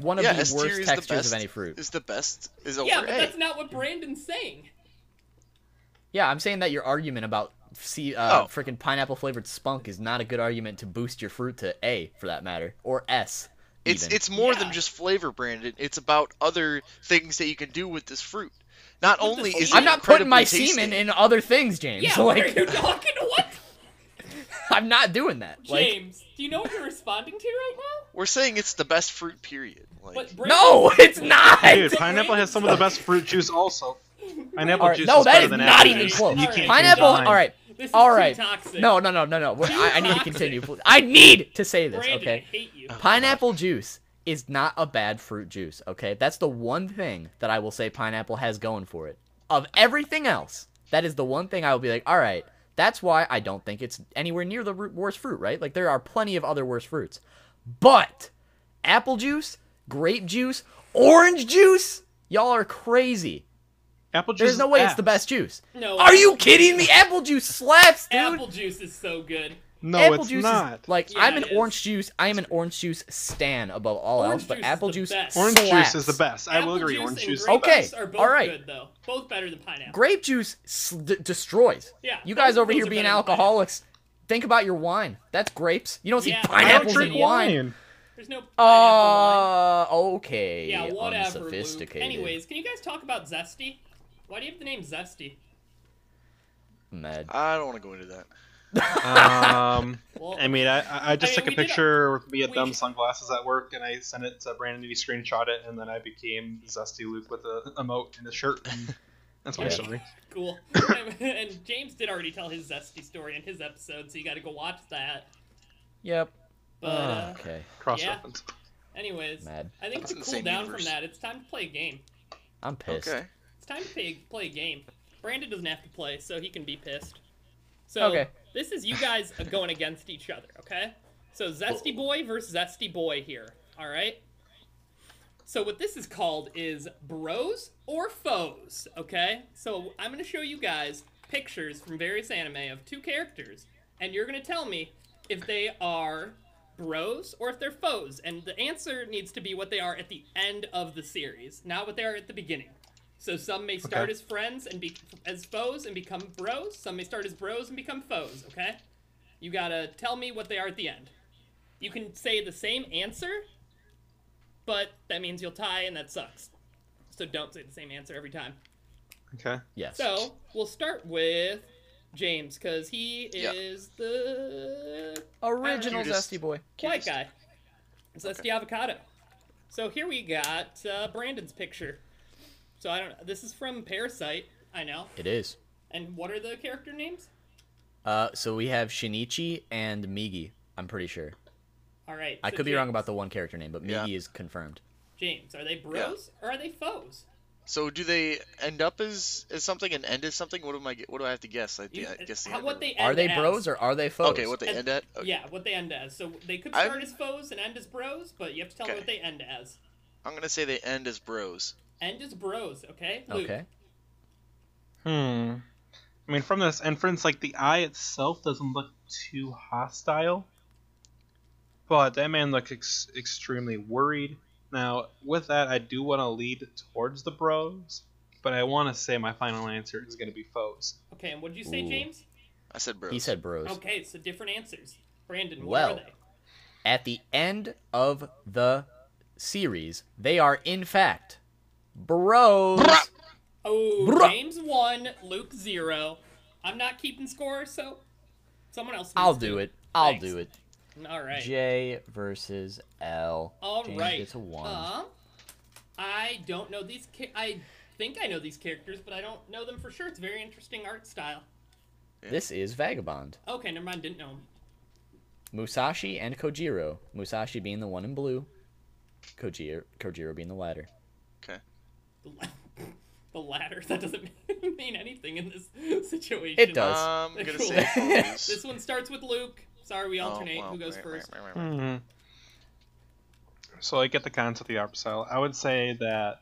Speaker 1: One of
Speaker 4: yeah,
Speaker 1: the
Speaker 4: S tier
Speaker 1: worst
Speaker 4: is the
Speaker 1: textures
Speaker 4: best.
Speaker 1: of any fruit.
Speaker 4: Is the best is over
Speaker 2: Yeah, but
Speaker 4: A.
Speaker 2: that's not what Brandon's saying.
Speaker 1: Yeah, I'm saying that your argument about see uh,
Speaker 4: Oh.
Speaker 1: freaking pineapple flavored spunk is not a good argument to boost your fruit to A for that matter or S.
Speaker 4: It's
Speaker 1: even.
Speaker 4: it's more
Speaker 2: Yeah.
Speaker 4: than just flavor, Brandon. It's about other things that you can do with this fruit. Not
Speaker 2: With
Speaker 4: only
Speaker 2: this
Speaker 4: is
Speaker 2: fruit.
Speaker 4: it
Speaker 1: I'm not putting my
Speaker 4: incredibly tasty-
Speaker 1: semen in other things, James.
Speaker 2: Yeah, what
Speaker 1: like
Speaker 2: are you talking? What?
Speaker 1: I'm not doing that. Like
Speaker 2: James, do you know what you're responding to right now?
Speaker 4: We're saying it's the best fruit, period. Like,
Speaker 2: But Brandon,
Speaker 1: no, it's not.
Speaker 3: Dude, pineapple has some of the best fruit juice. Also, pineapple
Speaker 1: All right,
Speaker 3: juice
Speaker 1: no,
Speaker 3: is
Speaker 1: that
Speaker 3: better
Speaker 1: is
Speaker 3: than
Speaker 1: not
Speaker 3: apple
Speaker 1: even
Speaker 3: juice.
Speaker 1: close.
Speaker 3: You
Speaker 2: All
Speaker 3: can't
Speaker 2: right.
Speaker 3: change
Speaker 1: Pineapple.
Speaker 3: your mind.
Speaker 1: All right,
Speaker 2: This is
Speaker 1: all
Speaker 2: too
Speaker 1: right.
Speaker 2: toxic.
Speaker 1: No, no, no, no, no. We're-
Speaker 2: Too
Speaker 1: I, I need to
Speaker 2: toxic.
Speaker 1: continue. I need to say this.
Speaker 2: Brandon, I
Speaker 1: Okay. Uh,
Speaker 2: hate you.
Speaker 1: Pineapple juice is not a bad fruit juice, okay? That's the one thing that I will say pineapple has going for it. Of everything else, that is the one thing I will be like, all right, that's why I don't think it's anywhere near the ru- worst fruit, right? Like, there are plenty of other worse fruits. But apple juice, grape juice, orange juice, y'all are crazy.
Speaker 3: Apple juice.
Speaker 1: There's
Speaker 3: is
Speaker 1: no way it's
Speaker 3: ass.
Speaker 1: the best juice.
Speaker 2: No.
Speaker 1: Are you kidding me? Apple juice slaps, dude.
Speaker 2: Apple juice is so good.
Speaker 3: No,
Speaker 1: apple
Speaker 3: it's
Speaker 1: juice
Speaker 3: not.
Speaker 1: is like
Speaker 2: Yeah,
Speaker 1: I'm
Speaker 2: it
Speaker 1: an
Speaker 2: is.
Speaker 1: orange juice. I am an orange juice stan above all
Speaker 2: Orange
Speaker 1: else, but
Speaker 2: juice is
Speaker 1: apple
Speaker 2: the
Speaker 1: juice
Speaker 2: best.
Speaker 3: Orange juice is
Speaker 1: slaps.
Speaker 3: the best. I will
Speaker 2: Apple
Speaker 3: agree.
Speaker 2: juice
Speaker 3: Orange
Speaker 2: and
Speaker 3: juice. is
Speaker 2: grape
Speaker 3: the best.
Speaker 1: Okay,
Speaker 2: juice Are both
Speaker 1: all right.
Speaker 2: Good though. Both better than pineapple.
Speaker 1: Grape juice s- d- destroys.
Speaker 2: Yeah,
Speaker 1: You guys over
Speaker 2: those
Speaker 1: here
Speaker 2: are
Speaker 1: being
Speaker 2: better than
Speaker 1: alcoholics. Think about your wine. That's grapes. You don't see
Speaker 2: Yeah.
Speaker 3: I don't
Speaker 1: pineapples
Speaker 3: drink
Speaker 1: in wine.
Speaker 3: wine.
Speaker 2: There's no pineapple
Speaker 1: Uh,
Speaker 2: wine.
Speaker 1: okay.
Speaker 2: Yeah, whatever. Luke.
Speaker 1: Unsophisticated.
Speaker 2: Anyways, can you guys talk about zesty? Why do you have the name zesty?
Speaker 1: mad.
Speaker 4: I don't want to go into that.
Speaker 3: Um,
Speaker 2: Well,
Speaker 3: I mean, I- I, I just
Speaker 2: I mean, we
Speaker 3: took a
Speaker 2: did a-
Speaker 3: picture with me at
Speaker 2: we-
Speaker 3: dumb sunglasses at work, and I sent it to Brandon, and he screenshot it, and then I became Zesty Luke with a emote and a shirt. And that's my
Speaker 1: Yeah.
Speaker 3: story.
Speaker 2: cool. and James did already tell his zesty story in his episode, so you got to go watch that.
Speaker 1: Yep. Ah,
Speaker 2: But uh,
Speaker 1: okay.
Speaker 3: Cross
Speaker 2: Yeah.
Speaker 3: reference.
Speaker 2: anyways,
Speaker 1: Mad.
Speaker 2: I think
Speaker 4: That's
Speaker 2: to
Speaker 4: in the
Speaker 2: cool
Speaker 4: same
Speaker 2: down
Speaker 4: universe.
Speaker 2: from that, it's time to play a game.
Speaker 1: I'm pissed.
Speaker 4: Okay.
Speaker 2: It's time to play, play a game. Brandon doesn't have to play, so he can be pissed. So
Speaker 1: Okay.
Speaker 2: this is you guys going against each other, okay? So Zesty Boy versus Zesty Boy here, all right? So what this is called is bros or foes, okay? So I'm going to show you guys pictures from various anime of two characters, and you're going to tell me if they are bros or if they're foes, and the answer needs to be what they are at the end of the series, not what they are at the beginning. So some may start
Speaker 3: Okay.
Speaker 2: as friends and be as foes and become bros. Some may start as bros and become foes. Okay, you gotta tell me what they are at the end. You can say the same answer, but that means you'll tie, and that sucks. So don't say the same answer every time.
Speaker 3: Okay.
Speaker 1: Yes.
Speaker 2: So we'll start with James because he
Speaker 4: Yeah.
Speaker 2: is the
Speaker 1: Original
Speaker 4: Cutest.
Speaker 1: zesty boy.
Speaker 2: white guy. Zesty avocado. So here we got uh, Brandon's picture. So I don't. This is from Parasite. I know.
Speaker 1: It is.
Speaker 2: And what are the character names?
Speaker 1: Uh, so we have Shinichi and Migi. I'm pretty sure.
Speaker 2: All right.
Speaker 1: I
Speaker 2: so
Speaker 1: could be
Speaker 2: James-
Speaker 1: wrong about the one character name, but Migi
Speaker 4: Yeah.
Speaker 1: is confirmed.
Speaker 2: James. Are they bros or are they foes?
Speaker 4: So do they end up as, as something and end as something? What am I? ge- What do I have to guess? I,
Speaker 2: You-
Speaker 4: think I guess the
Speaker 2: how-
Speaker 4: end
Speaker 2: what
Speaker 4: of
Speaker 2: they
Speaker 4: it.
Speaker 2: end
Speaker 1: Are they
Speaker 2: as.
Speaker 1: bros or are they foes?
Speaker 4: Okay, what they
Speaker 2: And-
Speaker 4: end at? Okay.
Speaker 2: Yeah, what they end as. So they could
Speaker 4: I'm-
Speaker 2: start as foes and end as bros, but you have to tell me
Speaker 4: Okay.
Speaker 2: what they end as.
Speaker 4: I'm gonna say they end as bros.
Speaker 2: End as bros, okay? Luke,
Speaker 1: Okay.
Speaker 3: Hmm. I mean, from this inference, like the eye itself doesn't look too hostile, but that man looks ex- extremely worried. Now, with that, I do want to lead towards the bros, but I want to say my final answer is going to be foes.
Speaker 2: Okay, and what did you say,
Speaker 1: Ooh.
Speaker 2: James?
Speaker 4: I said bros.
Speaker 1: He said bros.
Speaker 2: Okay, so different answers. Brandon, what
Speaker 1: Well.
Speaker 2: are they?
Speaker 1: At the end of the series, they are in fact bros.
Speaker 2: Oh,
Speaker 1: Bruh.
Speaker 2: James one, Luke zero. I'm not keeping score, so someone else.
Speaker 1: I'll
Speaker 2: needs
Speaker 1: do
Speaker 2: to.
Speaker 1: it. I'll
Speaker 2: Thanks.
Speaker 1: do it.
Speaker 2: All right.
Speaker 1: J versus L.
Speaker 2: All right.
Speaker 1: James gets a one.
Speaker 2: Um, I don't know these. Ca- I think I know these characters, but I don't know them for sure. It's very interesting art style.
Speaker 1: This is Vagabond.
Speaker 2: Okay, never mind. Didn't know them.
Speaker 1: Musashi and Kojiro. Musashi being the one in blue. Kojiro, Kojiro being the latter.
Speaker 4: Okay.
Speaker 2: The, la- the latter. That doesn't mean anything in this situation.
Speaker 1: It does.
Speaker 4: I'm gonna
Speaker 2: Cool.
Speaker 4: say foes.
Speaker 2: This one starts with Luke. Sorry,
Speaker 4: Oh,
Speaker 2: we alternate. Who goes first?
Speaker 3: Hmm. So I get the concept of the opera style. I would say that,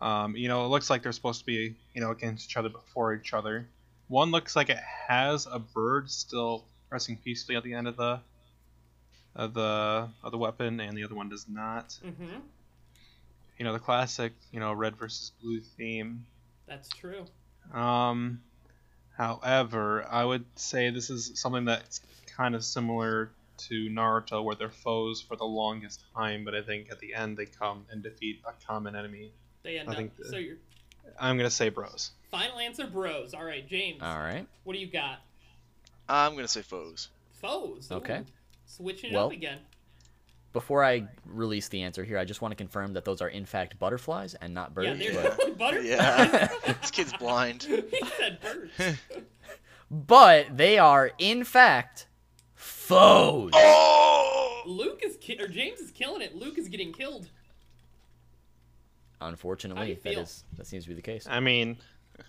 Speaker 3: um, you know, it looks like they're supposed to be, you know, against each other before each other. One looks like it has a bird still resting peacefully at the end of the, of the of the weapon, and the other one does not.
Speaker 2: Mm-hmm.
Speaker 3: You know, the classic, you know, red versus blue theme.
Speaker 2: That's true.
Speaker 3: Um, however, I would say this is something that's kind of similar to Naruto, where they're foes for the longest time, but I think at the end they come and defeat a common enemy.
Speaker 2: They end
Speaker 3: I
Speaker 2: up.
Speaker 3: think the-
Speaker 2: So your
Speaker 3: I'm gonna say bros.
Speaker 2: final answer, bros. All right, James.
Speaker 1: All right.
Speaker 2: What do you got?
Speaker 4: I'm gonna say foes.
Speaker 2: Foes. Ooh.
Speaker 1: Okay.
Speaker 2: Switching it
Speaker 1: Well.
Speaker 2: up again.
Speaker 1: Before I release the answer here, I just want to confirm that those are in fact butterflies and not
Speaker 2: Yeah,
Speaker 1: birds.
Speaker 2: there's
Speaker 1: but,
Speaker 2: no butterflies.
Speaker 4: Yeah. this kid's blind.
Speaker 2: he said birds.
Speaker 1: but they are in fact foes. Oh!
Speaker 2: Luke is ki- or James is killing it. Luke is getting killed. How do you
Speaker 1: Unfortunately, that
Speaker 2: feel?
Speaker 1: is that seems to be the case.
Speaker 3: I mean,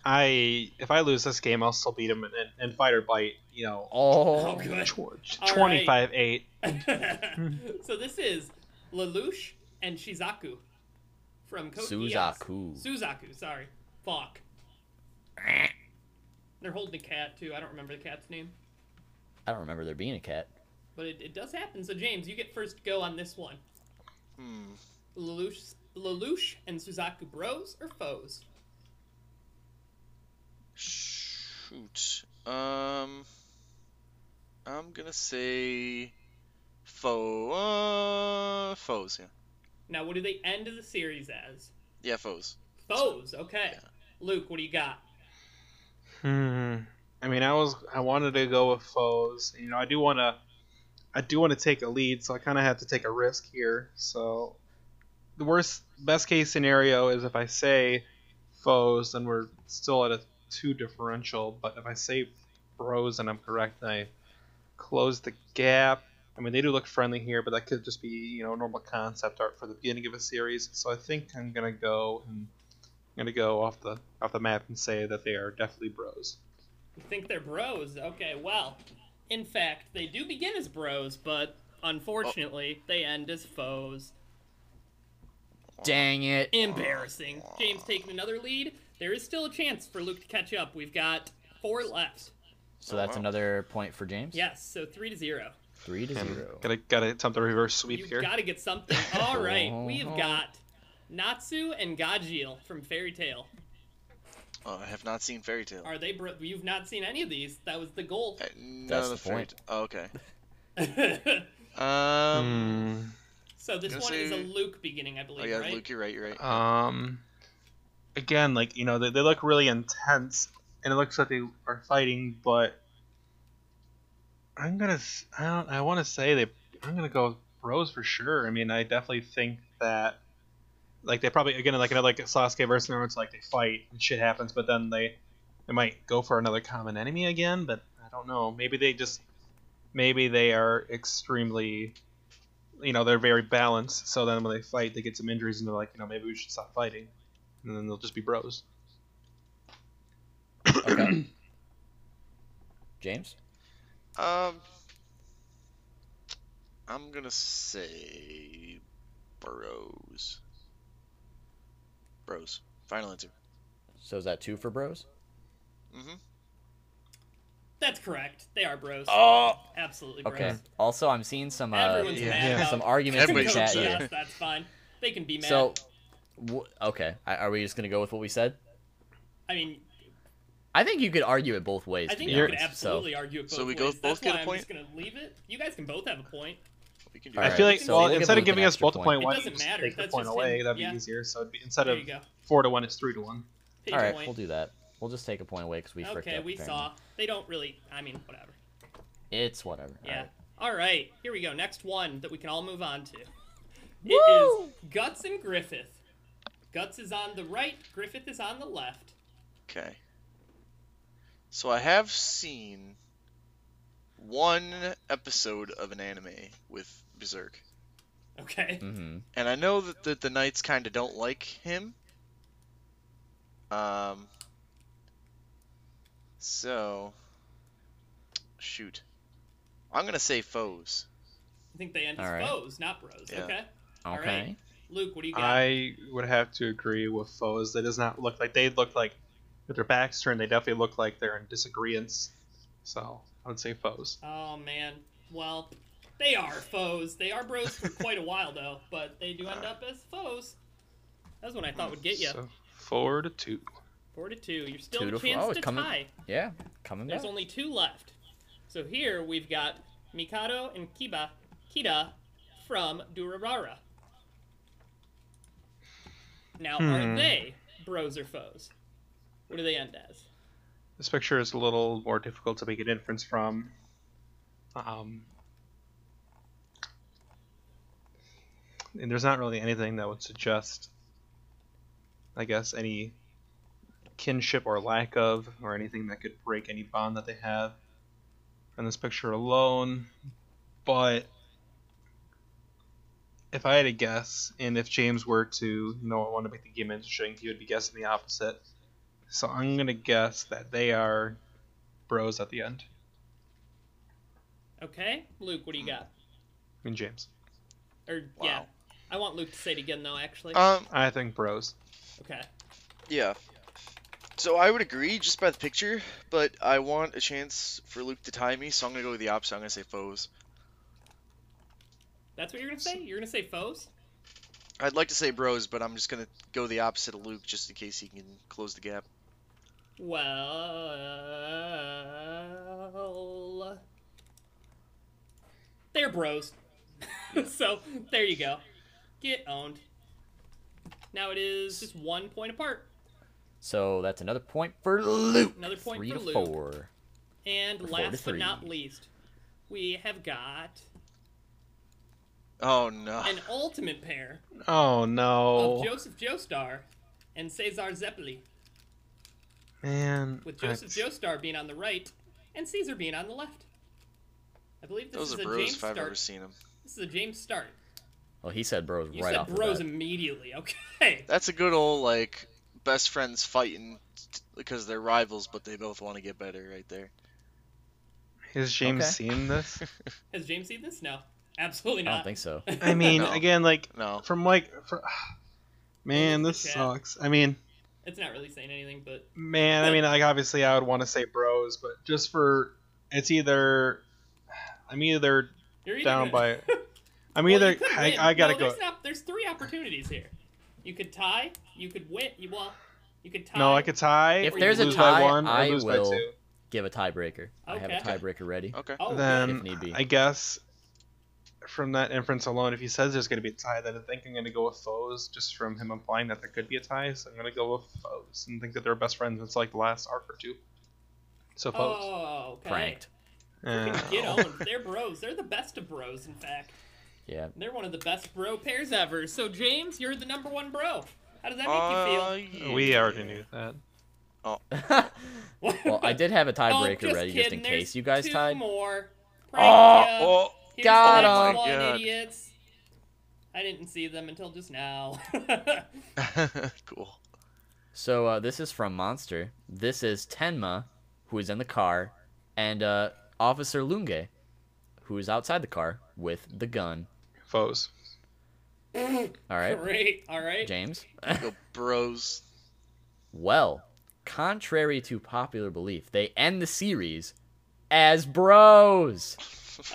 Speaker 3: I if I lose this game, I'll still beat him in, in, in fight or bite. You know,
Speaker 1: Oh,
Speaker 2: good. All right.
Speaker 3: twenty five eight.
Speaker 2: so this is Lelouch and Shizaku from Code Geass.
Speaker 1: Suzaku.
Speaker 2: Suzaku, sorry. Fuck. They're holding a cat too. I don't remember the cat's name,
Speaker 1: I don't remember there being a cat.
Speaker 2: but it, it does happen. So James, you get first go on this one.
Speaker 4: Hmm.
Speaker 2: Lelouch, Lelouch and Suzaku bros or foes?
Speaker 4: Shoot. Um. I'm gonna say foe. Uh, foes. Yeah.
Speaker 2: Now, what do they end the series as?
Speaker 4: Yeah, foes.
Speaker 2: Foes. Okay. Luke, what do you got?
Speaker 3: Hmm. I mean, I was I wanted to go with foes. You know, I do want to I do want to take a lead, so I kind of have to take a risk here. So the worst best case scenario is if I say foes, then we're still at a two differential. But if I say bros and I'm correct, then I close the gap. I mean, they do look friendly here, but that could just be you know normal concept art for the beginning of a series. So I think I'm gonna go and I'm gonna go off the off the map and say that they are definitely bros.
Speaker 2: You think they're bros? Okay, well, in fact, they do begin as bros, but unfortunately, they end as foes.
Speaker 1: Dang it.
Speaker 2: Embarrassing. James taking another lead. There is still a chance for Luke to catch up. We've got four left.
Speaker 1: So
Speaker 2: Oh.
Speaker 1: that's another point for James.
Speaker 2: Yes, so three to zero.
Speaker 1: Three to
Speaker 3: And
Speaker 1: zero.
Speaker 3: gotta gotta attempt a reverse sweep
Speaker 2: You've
Speaker 3: here.
Speaker 2: got to get something. All right, we have got Natsu and Gajeel from Fairy Tale.
Speaker 4: Oh, I have not seen Fairy Tale.
Speaker 2: Are they? Bro- you've not seen any of these. That was the goal.
Speaker 4: Uh, None
Speaker 1: That's
Speaker 4: of
Speaker 1: the
Speaker 4: Fairy
Speaker 1: point.
Speaker 4: T- oh, okay.
Speaker 2: so
Speaker 4: Um.
Speaker 3: Hmm.
Speaker 2: this
Speaker 4: Gonna
Speaker 2: one is a
Speaker 4: say-
Speaker 2: Luke beginning, I
Speaker 4: Oh
Speaker 2: believe,
Speaker 4: yeah,
Speaker 2: right?
Speaker 4: Luke, you're right. You're right.
Speaker 3: Um, again, like you know, they, they look really intense, and it looks like they are fighting. But I'm gonna, s- I don't, I want to say they, I'm gonna go with Rose for sure. I mean, I definitely think that, like, they probably again like another like Sasuke versus Naruto, it's like they fight and shit happens, but then they, they might go for another common enemy again. But I don't know. Maybe they just, maybe they are extremely you know they're very balanced. So then when they fight, they get some injuries, and they're like, you know, maybe we should stop fighting, and then they'll just be bros.
Speaker 1: Okay. James?
Speaker 4: Um, I'm gonna say Burrows. Bros. Final answer.
Speaker 1: So is that two for bros?
Speaker 4: Mm-hmm.
Speaker 2: That's correct. They are bros.
Speaker 8: Oh,
Speaker 2: Absolutely bros.
Speaker 1: Okay. Also, I'm seeing some uh,
Speaker 2: Everyone's
Speaker 4: yeah,
Speaker 2: mad.
Speaker 3: yeah.
Speaker 2: about-
Speaker 1: some arguments in the
Speaker 4: Everybody's
Speaker 1: chat
Speaker 4: upset.
Speaker 1: here.
Speaker 2: Yes, that's fine. They can be mad.
Speaker 1: So, w- okay, I- are we just gonna go with what we said?
Speaker 2: I mean,
Speaker 1: I think you could argue it both ways.
Speaker 2: I
Speaker 1: to
Speaker 2: think
Speaker 1: be
Speaker 2: you
Speaker 1: honest,
Speaker 2: could
Speaker 1: so-
Speaker 2: absolutely argue it both
Speaker 4: So we go
Speaker 2: ways. That's
Speaker 4: both get
Speaker 2: why
Speaker 4: a
Speaker 2: I'm just
Speaker 4: point?
Speaker 2: gonna leave it. You guys can both have a point.
Speaker 4: We can do
Speaker 1: All
Speaker 3: I
Speaker 4: that.
Speaker 3: feel
Speaker 1: right,
Speaker 3: like
Speaker 1: so
Speaker 3: well,
Speaker 1: we'll give
Speaker 3: instead of
Speaker 1: Luke an
Speaker 3: giving us
Speaker 1: extra
Speaker 3: both a
Speaker 1: point.
Speaker 3: point,
Speaker 2: It
Speaker 3: why don't
Speaker 2: doesn't
Speaker 3: you just
Speaker 2: matter,
Speaker 3: take the
Speaker 2: that's
Speaker 3: point
Speaker 2: just
Speaker 3: away?
Speaker 2: him,
Speaker 3: That'd
Speaker 2: yeah.
Speaker 3: be easier. So it'd be, instead
Speaker 2: There
Speaker 3: of
Speaker 2: you go.
Speaker 3: four to one, it's three to one.
Speaker 2: Take
Speaker 1: All
Speaker 2: a
Speaker 1: right,
Speaker 2: point.
Speaker 1: we'll do that. We'll just take a point away because we fricked
Speaker 2: Okay,
Speaker 1: up,
Speaker 2: we
Speaker 1: apparently.
Speaker 2: saw. They don't really. I mean, whatever.
Speaker 1: It's whatever.
Speaker 2: Yeah.
Speaker 1: alright.
Speaker 2: All right. Here we go. Next one that we can all move on to. It is Guts and Griffith. Guts is on the right. Griffith is on the left.
Speaker 4: Okay. So I have seen one episode of an anime with Berserk,
Speaker 2: Okay.
Speaker 1: Mhm.
Speaker 4: and I know that the, the knights kind of don't like him. Um. So. Shoot. I'm gonna say foes.
Speaker 2: I think they end as
Speaker 1: All right.
Speaker 2: foes, not bros.
Speaker 4: Yeah.
Speaker 2: Okay. All
Speaker 1: Okay.
Speaker 2: right. Luke, what do you got?
Speaker 3: I would have to agree with foes. That does not look like they look like with their backs turned. They definitely look like they're in disagreements. So I would say foes.
Speaker 2: Oh man. Well, they are foes. They are bros for quite a while though, but they do end up as foes. That's what I thought would get you.
Speaker 3: So four to two.
Speaker 2: Four to two. You're still
Speaker 1: Two
Speaker 2: a
Speaker 1: to four.
Speaker 2: chance
Speaker 1: Oh,
Speaker 2: to
Speaker 1: it's coming-
Speaker 2: tie.
Speaker 1: Yeah, coming back.
Speaker 2: There's only two left. So here we've got Mikado and Kiba, Kida from Durarara. Now, are they bros or foes? What do they end as?
Speaker 3: This picture is a little more difficult to make an inference from. Um, and there's not really anything that would suggest, I guess, any kinship or lack of, or anything that could break any bond that they have in this picture alone. But if I had to guess, and if James were to, you know, want to make the game interesting, he would be guessing the opposite. So I'm gonna guess that they are bros at the end.
Speaker 2: Okay, Luke, what do
Speaker 1: Hmm.
Speaker 2: you got?
Speaker 3: I mean James.
Speaker 2: Or yeah,
Speaker 4: Wow.
Speaker 2: I want Luke to say it again though. Actually,
Speaker 4: Um.
Speaker 3: I think bros.
Speaker 2: okay.
Speaker 4: Yeah. So I would agree just by the picture, but I want a chance for Luke to tie me, so I'm gonna go with the opposite. I'm gonna say foes.
Speaker 2: That's what you're gonna say? You're gonna say foes?
Speaker 4: I'd like to say bros, but I'm just gonna go the opposite of Luke just in case he can close the gap.
Speaker 2: Well, they're bros. so there you go. Get owned. Now it is just one point apart.
Speaker 1: So that's another point for Luke.
Speaker 2: Another point
Speaker 1: Three
Speaker 2: for
Speaker 1: to
Speaker 2: Luke.
Speaker 1: four.
Speaker 2: And
Speaker 1: Four to
Speaker 2: last but
Speaker 1: three.
Speaker 2: not least, we have got
Speaker 4: Oh no.
Speaker 1: Ah.
Speaker 2: an ultimate pair
Speaker 3: Oh
Speaker 2: of
Speaker 3: no,
Speaker 2: Joseph Joestar and Cesar Zeppeli,
Speaker 3: man.
Speaker 2: with Joseph
Speaker 3: that's-
Speaker 2: Joestar being on the right and Caesar being on the left. I believe this
Speaker 4: Those
Speaker 2: is
Speaker 4: are
Speaker 2: a
Speaker 4: bros
Speaker 2: James
Speaker 4: if I've ever
Speaker 2: start.
Speaker 4: seen them.
Speaker 2: This is a James start.
Speaker 1: Well, he said bros
Speaker 2: You
Speaker 1: right off
Speaker 2: said bros
Speaker 1: the bat.
Speaker 2: immediately. Okay.
Speaker 4: That's a good old like best friends fighting t- because they're rivals, but they both want to get better right there.
Speaker 3: Has James
Speaker 1: Okay.
Speaker 3: seen this?
Speaker 2: Has James seen this? No, absolutely
Speaker 1: I
Speaker 2: not.
Speaker 1: don't think so.
Speaker 3: I mean,
Speaker 4: No.
Speaker 3: again, like
Speaker 4: No.
Speaker 3: from like, fr man, this
Speaker 2: Yeah.
Speaker 3: sucks. I mean,
Speaker 2: It's not really saying anything, but
Speaker 3: man, I mean, like obviously, I would want to say bros, but just for it's either I'm either
Speaker 2: you're either
Speaker 3: down
Speaker 2: gonna-
Speaker 3: by. I'm
Speaker 2: Well, you
Speaker 3: either
Speaker 2: could
Speaker 3: I,
Speaker 2: win.
Speaker 3: I gotta
Speaker 2: No,
Speaker 3: go.
Speaker 2: There's, not- there's three opportunities here. You could tie. You could win. You well. You could tie.
Speaker 3: No, I could tie.
Speaker 1: If
Speaker 3: or
Speaker 1: there's a
Speaker 3: lose
Speaker 1: tie,
Speaker 3: by one, or
Speaker 1: I
Speaker 3: lose
Speaker 1: will-
Speaker 3: by two.
Speaker 1: Give a tiebreaker. I have a
Speaker 2: Okay.
Speaker 1: tiebreaker ready.
Speaker 4: Okay.
Speaker 2: Oh,
Speaker 3: then
Speaker 1: If need be.
Speaker 3: I guess from that inference alone, if he says there's going to be a tie, then I think I'm going to go with foes, just from him implying that there could be a tie. So I'm going to go with foes and think that they're best friends. It's like the last arc or two. So
Speaker 2: good.
Speaker 3: foes. Eh,
Speaker 2: Oh, okay.
Speaker 1: Pranked.
Speaker 2: Oh,
Speaker 3: Yeah.
Speaker 2: Get on. They're bros. They're the best of bros, in fact.
Speaker 1: Yeah.
Speaker 2: They're one of the best bro pairs ever. So James, you're the number one bro. How does that make
Speaker 4: Uh,
Speaker 2: you feel?
Speaker 4: yeah.
Speaker 3: We already knew that.
Speaker 1: Well, I did have a
Speaker 2: Oh,
Speaker 1: tiebreaker
Speaker 2: just
Speaker 1: ready
Speaker 2: kidding.
Speaker 1: just in
Speaker 2: There's
Speaker 1: case you guys
Speaker 2: two
Speaker 1: tied.
Speaker 2: More. Oh,
Speaker 4: Oh,
Speaker 2: Here's
Speaker 1: got
Speaker 2: the next
Speaker 1: him.
Speaker 2: one,
Speaker 4: God.
Speaker 2: idiots. I didn't see them until just now.
Speaker 4: cool.
Speaker 1: So uh, this is from Monster. This is Tenma, who is in the car, and uh, Officer Lunge, who is outside the car with the gun.
Speaker 3: Foes.
Speaker 1: All right,
Speaker 2: Great. All right.
Speaker 1: James.
Speaker 4: Go bros.
Speaker 1: well, contrary to popular belief, they end the series as bros.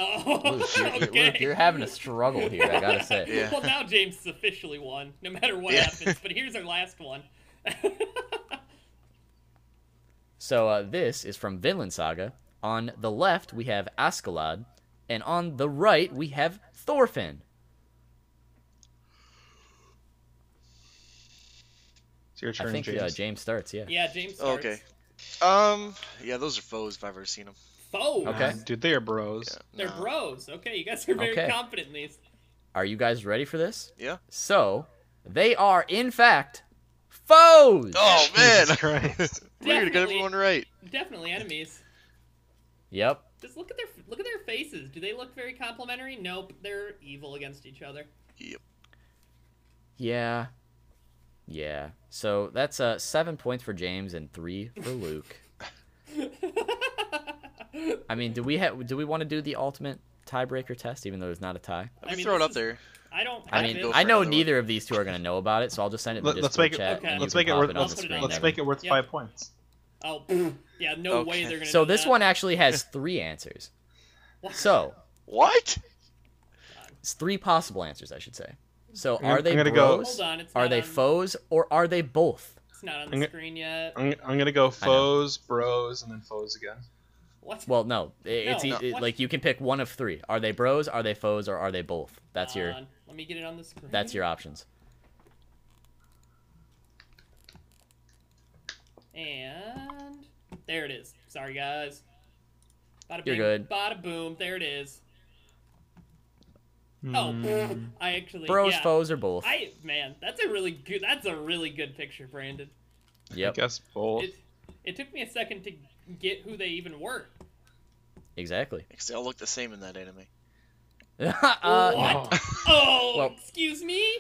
Speaker 2: Oh,
Speaker 1: Luke, you're,
Speaker 2: okay.
Speaker 1: you're- Luke, you're having a struggle here. I gotta say.
Speaker 4: Yeah.
Speaker 2: Well, now James is officially won, no matter what
Speaker 4: Yeah.
Speaker 2: happens. But here's our last one.
Speaker 1: So uh, this is from Vinland Saga. On the left we have Ascalad, and on the right we have Thorfinn.
Speaker 3: It's your
Speaker 1: I
Speaker 3: turn,
Speaker 1: think
Speaker 3: James.
Speaker 1: Uh, James starts. Yeah.
Speaker 2: Yeah, James starts.
Speaker 4: Okay. Um. Yeah, those are foes if I've ever seen them.
Speaker 2: Foes.
Speaker 1: Okay.
Speaker 3: Uh, Dude, they are bros.
Speaker 2: They're bros. Okay, you guys are very
Speaker 1: Okay.
Speaker 2: confident in these.
Speaker 1: Are you guys ready for this?
Speaker 4: Yeah.
Speaker 1: So, they are in fact foes.
Speaker 4: Oh man.
Speaker 3: Jesus Christ.
Speaker 4: Weird. Got
Speaker 2: Definitely.
Speaker 4: everyone right.
Speaker 2: Definitely enemies.
Speaker 1: Yep.
Speaker 2: Just look at their look at their faces. Do they look very complimentary? Nope. They're evil against each other.
Speaker 4: Yep.
Speaker 1: Yeah. Yeah. So that's uh seven points for James and three for Luke. I mean, do we have? Do we want to do the ultimate tiebreaker test, even though there's not a tie?
Speaker 4: Let me
Speaker 2: I mean,
Speaker 4: throw it
Speaker 2: this
Speaker 4: up
Speaker 2: is-
Speaker 4: there.
Speaker 2: I don't.
Speaker 1: I
Speaker 2: have
Speaker 1: mean,
Speaker 4: go
Speaker 2: it.
Speaker 4: for
Speaker 1: I know
Speaker 4: another
Speaker 1: neither of these two are gonna know about it, so I'll just send it. in the
Speaker 3: Let, us
Speaker 1: Discord
Speaker 3: make it.
Speaker 1: Chat,
Speaker 2: Okay.
Speaker 1: and you
Speaker 3: Let's
Speaker 1: can
Speaker 3: make it
Speaker 1: pop
Speaker 3: worth.
Speaker 1: on the
Speaker 3: Let's,
Speaker 1: screen
Speaker 3: let's
Speaker 1: there.
Speaker 3: make it worth
Speaker 2: Yep.
Speaker 3: five points.
Speaker 2: Oh, yeah. No way
Speaker 4: Okay.
Speaker 2: they're gonna.
Speaker 1: So
Speaker 2: do
Speaker 1: this
Speaker 2: that.
Speaker 1: one actually has three answers.
Speaker 2: What?
Speaker 1: So
Speaker 4: What?
Speaker 1: it's three possible answers, I should say. So
Speaker 3: I'm-
Speaker 1: are they
Speaker 3: I'm gonna go- Um,
Speaker 1: bros?
Speaker 2: Hold on, it's
Speaker 1: are
Speaker 2: not
Speaker 1: they
Speaker 2: on.
Speaker 1: foes or are they both?
Speaker 2: It's not on
Speaker 3: I'm
Speaker 2: the
Speaker 3: go-
Speaker 2: screen yet.
Speaker 3: I'm, I'm gonna go foes, bros, and then foes again.
Speaker 2: What?
Speaker 1: Well, no. i- It's
Speaker 2: No,
Speaker 1: e-
Speaker 2: no.
Speaker 1: it- like you can pick one of three. Are they bros? Are they foes? Or are they both? That's
Speaker 2: Hold
Speaker 1: your
Speaker 2: on. Let me get it on the screen.
Speaker 1: that's your options.
Speaker 2: And there it is. Sorry guys. Bada
Speaker 1: You're
Speaker 2: bing,
Speaker 1: good.
Speaker 2: Bada boom. There it is. Oh,
Speaker 3: Hmm.
Speaker 2: I actually
Speaker 1: Bros,
Speaker 2: yeah.
Speaker 1: foes, or both?
Speaker 2: I man, that's a really good. That's a really good picture, Brandon.
Speaker 3: I
Speaker 1: Yep,
Speaker 3: guess both.
Speaker 2: It it took me a second to get who they even were.
Speaker 1: exactly.
Speaker 4: Because they all look the same in that anime.
Speaker 1: uh,
Speaker 2: what? Oh,
Speaker 1: Well-
Speaker 2: excuse me.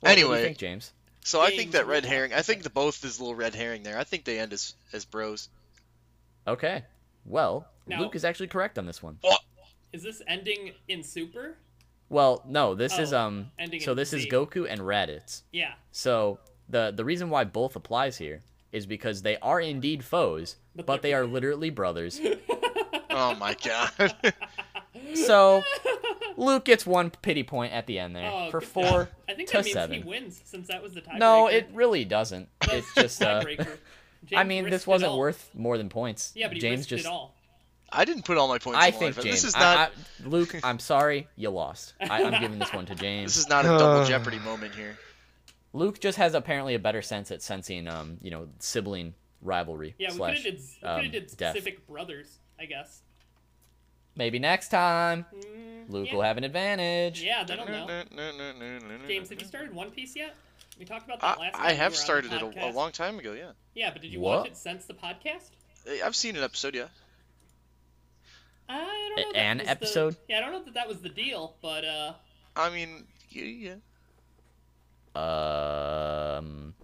Speaker 1: what do you
Speaker 4: anyway,
Speaker 1: think, James?
Speaker 4: so I think that
Speaker 2: James
Speaker 4: red
Speaker 2: Wolfe.
Speaker 4: herring. I think the both is a little red herring there. I think they end as as bros.
Speaker 1: Okay. Well,
Speaker 2: No.
Speaker 1: Luke is actually correct on this one.
Speaker 2: Is this ending in super?
Speaker 1: Well, no, this is
Speaker 2: Oh,
Speaker 1: um.
Speaker 2: ending
Speaker 1: So
Speaker 2: in
Speaker 1: this is
Speaker 2: Z.
Speaker 1: Goku and Raditz.
Speaker 2: Yeah,
Speaker 1: So the the reason why both applies here is because they are indeed foes,
Speaker 2: But
Speaker 1: but
Speaker 2: they're-
Speaker 1: they are literally brothers.
Speaker 4: Oh my god.
Speaker 1: So Luke gets one pity point at the end there
Speaker 2: Oh,
Speaker 1: for
Speaker 2: good
Speaker 1: four
Speaker 2: job. I think
Speaker 1: to
Speaker 2: that means he
Speaker 1: seven.
Speaker 2: wins since that was the tiebreaker.
Speaker 1: No, it really doesn't.
Speaker 2: That's
Speaker 1: It's just
Speaker 2: the
Speaker 1: uh,
Speaker 2: tiebreaker. James
Speaker 1: I mean,
Speaker 2: risked
Speaker 1: this
Speaker 2: it
Speaker 1: wasn't
Speaker 2: all.
Speaker 1: worth more than points.
Speaker 2: Yeah, but he
Speaker 1: James
Speaker 2: risked
Speaker 1: just.
Speaker 2: it all.
Speaker 4: I didn't put all my points.
Speaker 1: I
Speaker 4: in
Speaker 1: think
Speaker 4: life.
Speaker 1: James.
Speaker 4: This is
Speaker 1: I-
Speaker 4: not.
Speaker 1: I- Luke, I'm sorry, you lost. I, I'm giving this one to James.
Speaker 4: This is not a double
Speaker 3: Uh.
Speaker 4: jeopardy moment here.
Speaker 1: Luke just has apparently a better sense at sensing, um, you know, sibling rivalry.
Speaker 2: Yeah, we could
Speaker 1: slash,
Speaker 2: have did, we coulda
Speaker 1: um,
Speaker 2: did
Speaker 1: death.
Speaker 2: specific brothers, I guess.
Speaker 1: Maybe next time Luke
Speaker 2: Mm, yeah.
Speaker 1: will have an advantage.
Speaker 2: Yeah, they don't know. James,
Speaker 4: James,
Speaker 2: have you started One Piece yet? We talked about that
Speaker 4: I,
Speaker 2: last. time
Speaker 4: I
Speaker 2: you
Speaker 4: have
Speaker 2: were on the
Speaker 4: started it a, a
Speaker 2: podcast.
Speaker 4: long time ago. Yeah,
Speaker 2: Yeah, but did you
Speaker 1: What?
Speaker 2: watch it since the podcast?
Speaker 4: I- I've seen an episode. Yeah,
Speaker 2: I don't
Speaker 1: A-
Speaker 2: know. that
Speaker 1: an
Speaker 2: was the-
Speaker 1: episode?
Speaker 2: yeah, I don't know that that was the deal, but uh,
Speaker 4: I mean, yeah, yeah.
Speaker 1: Um,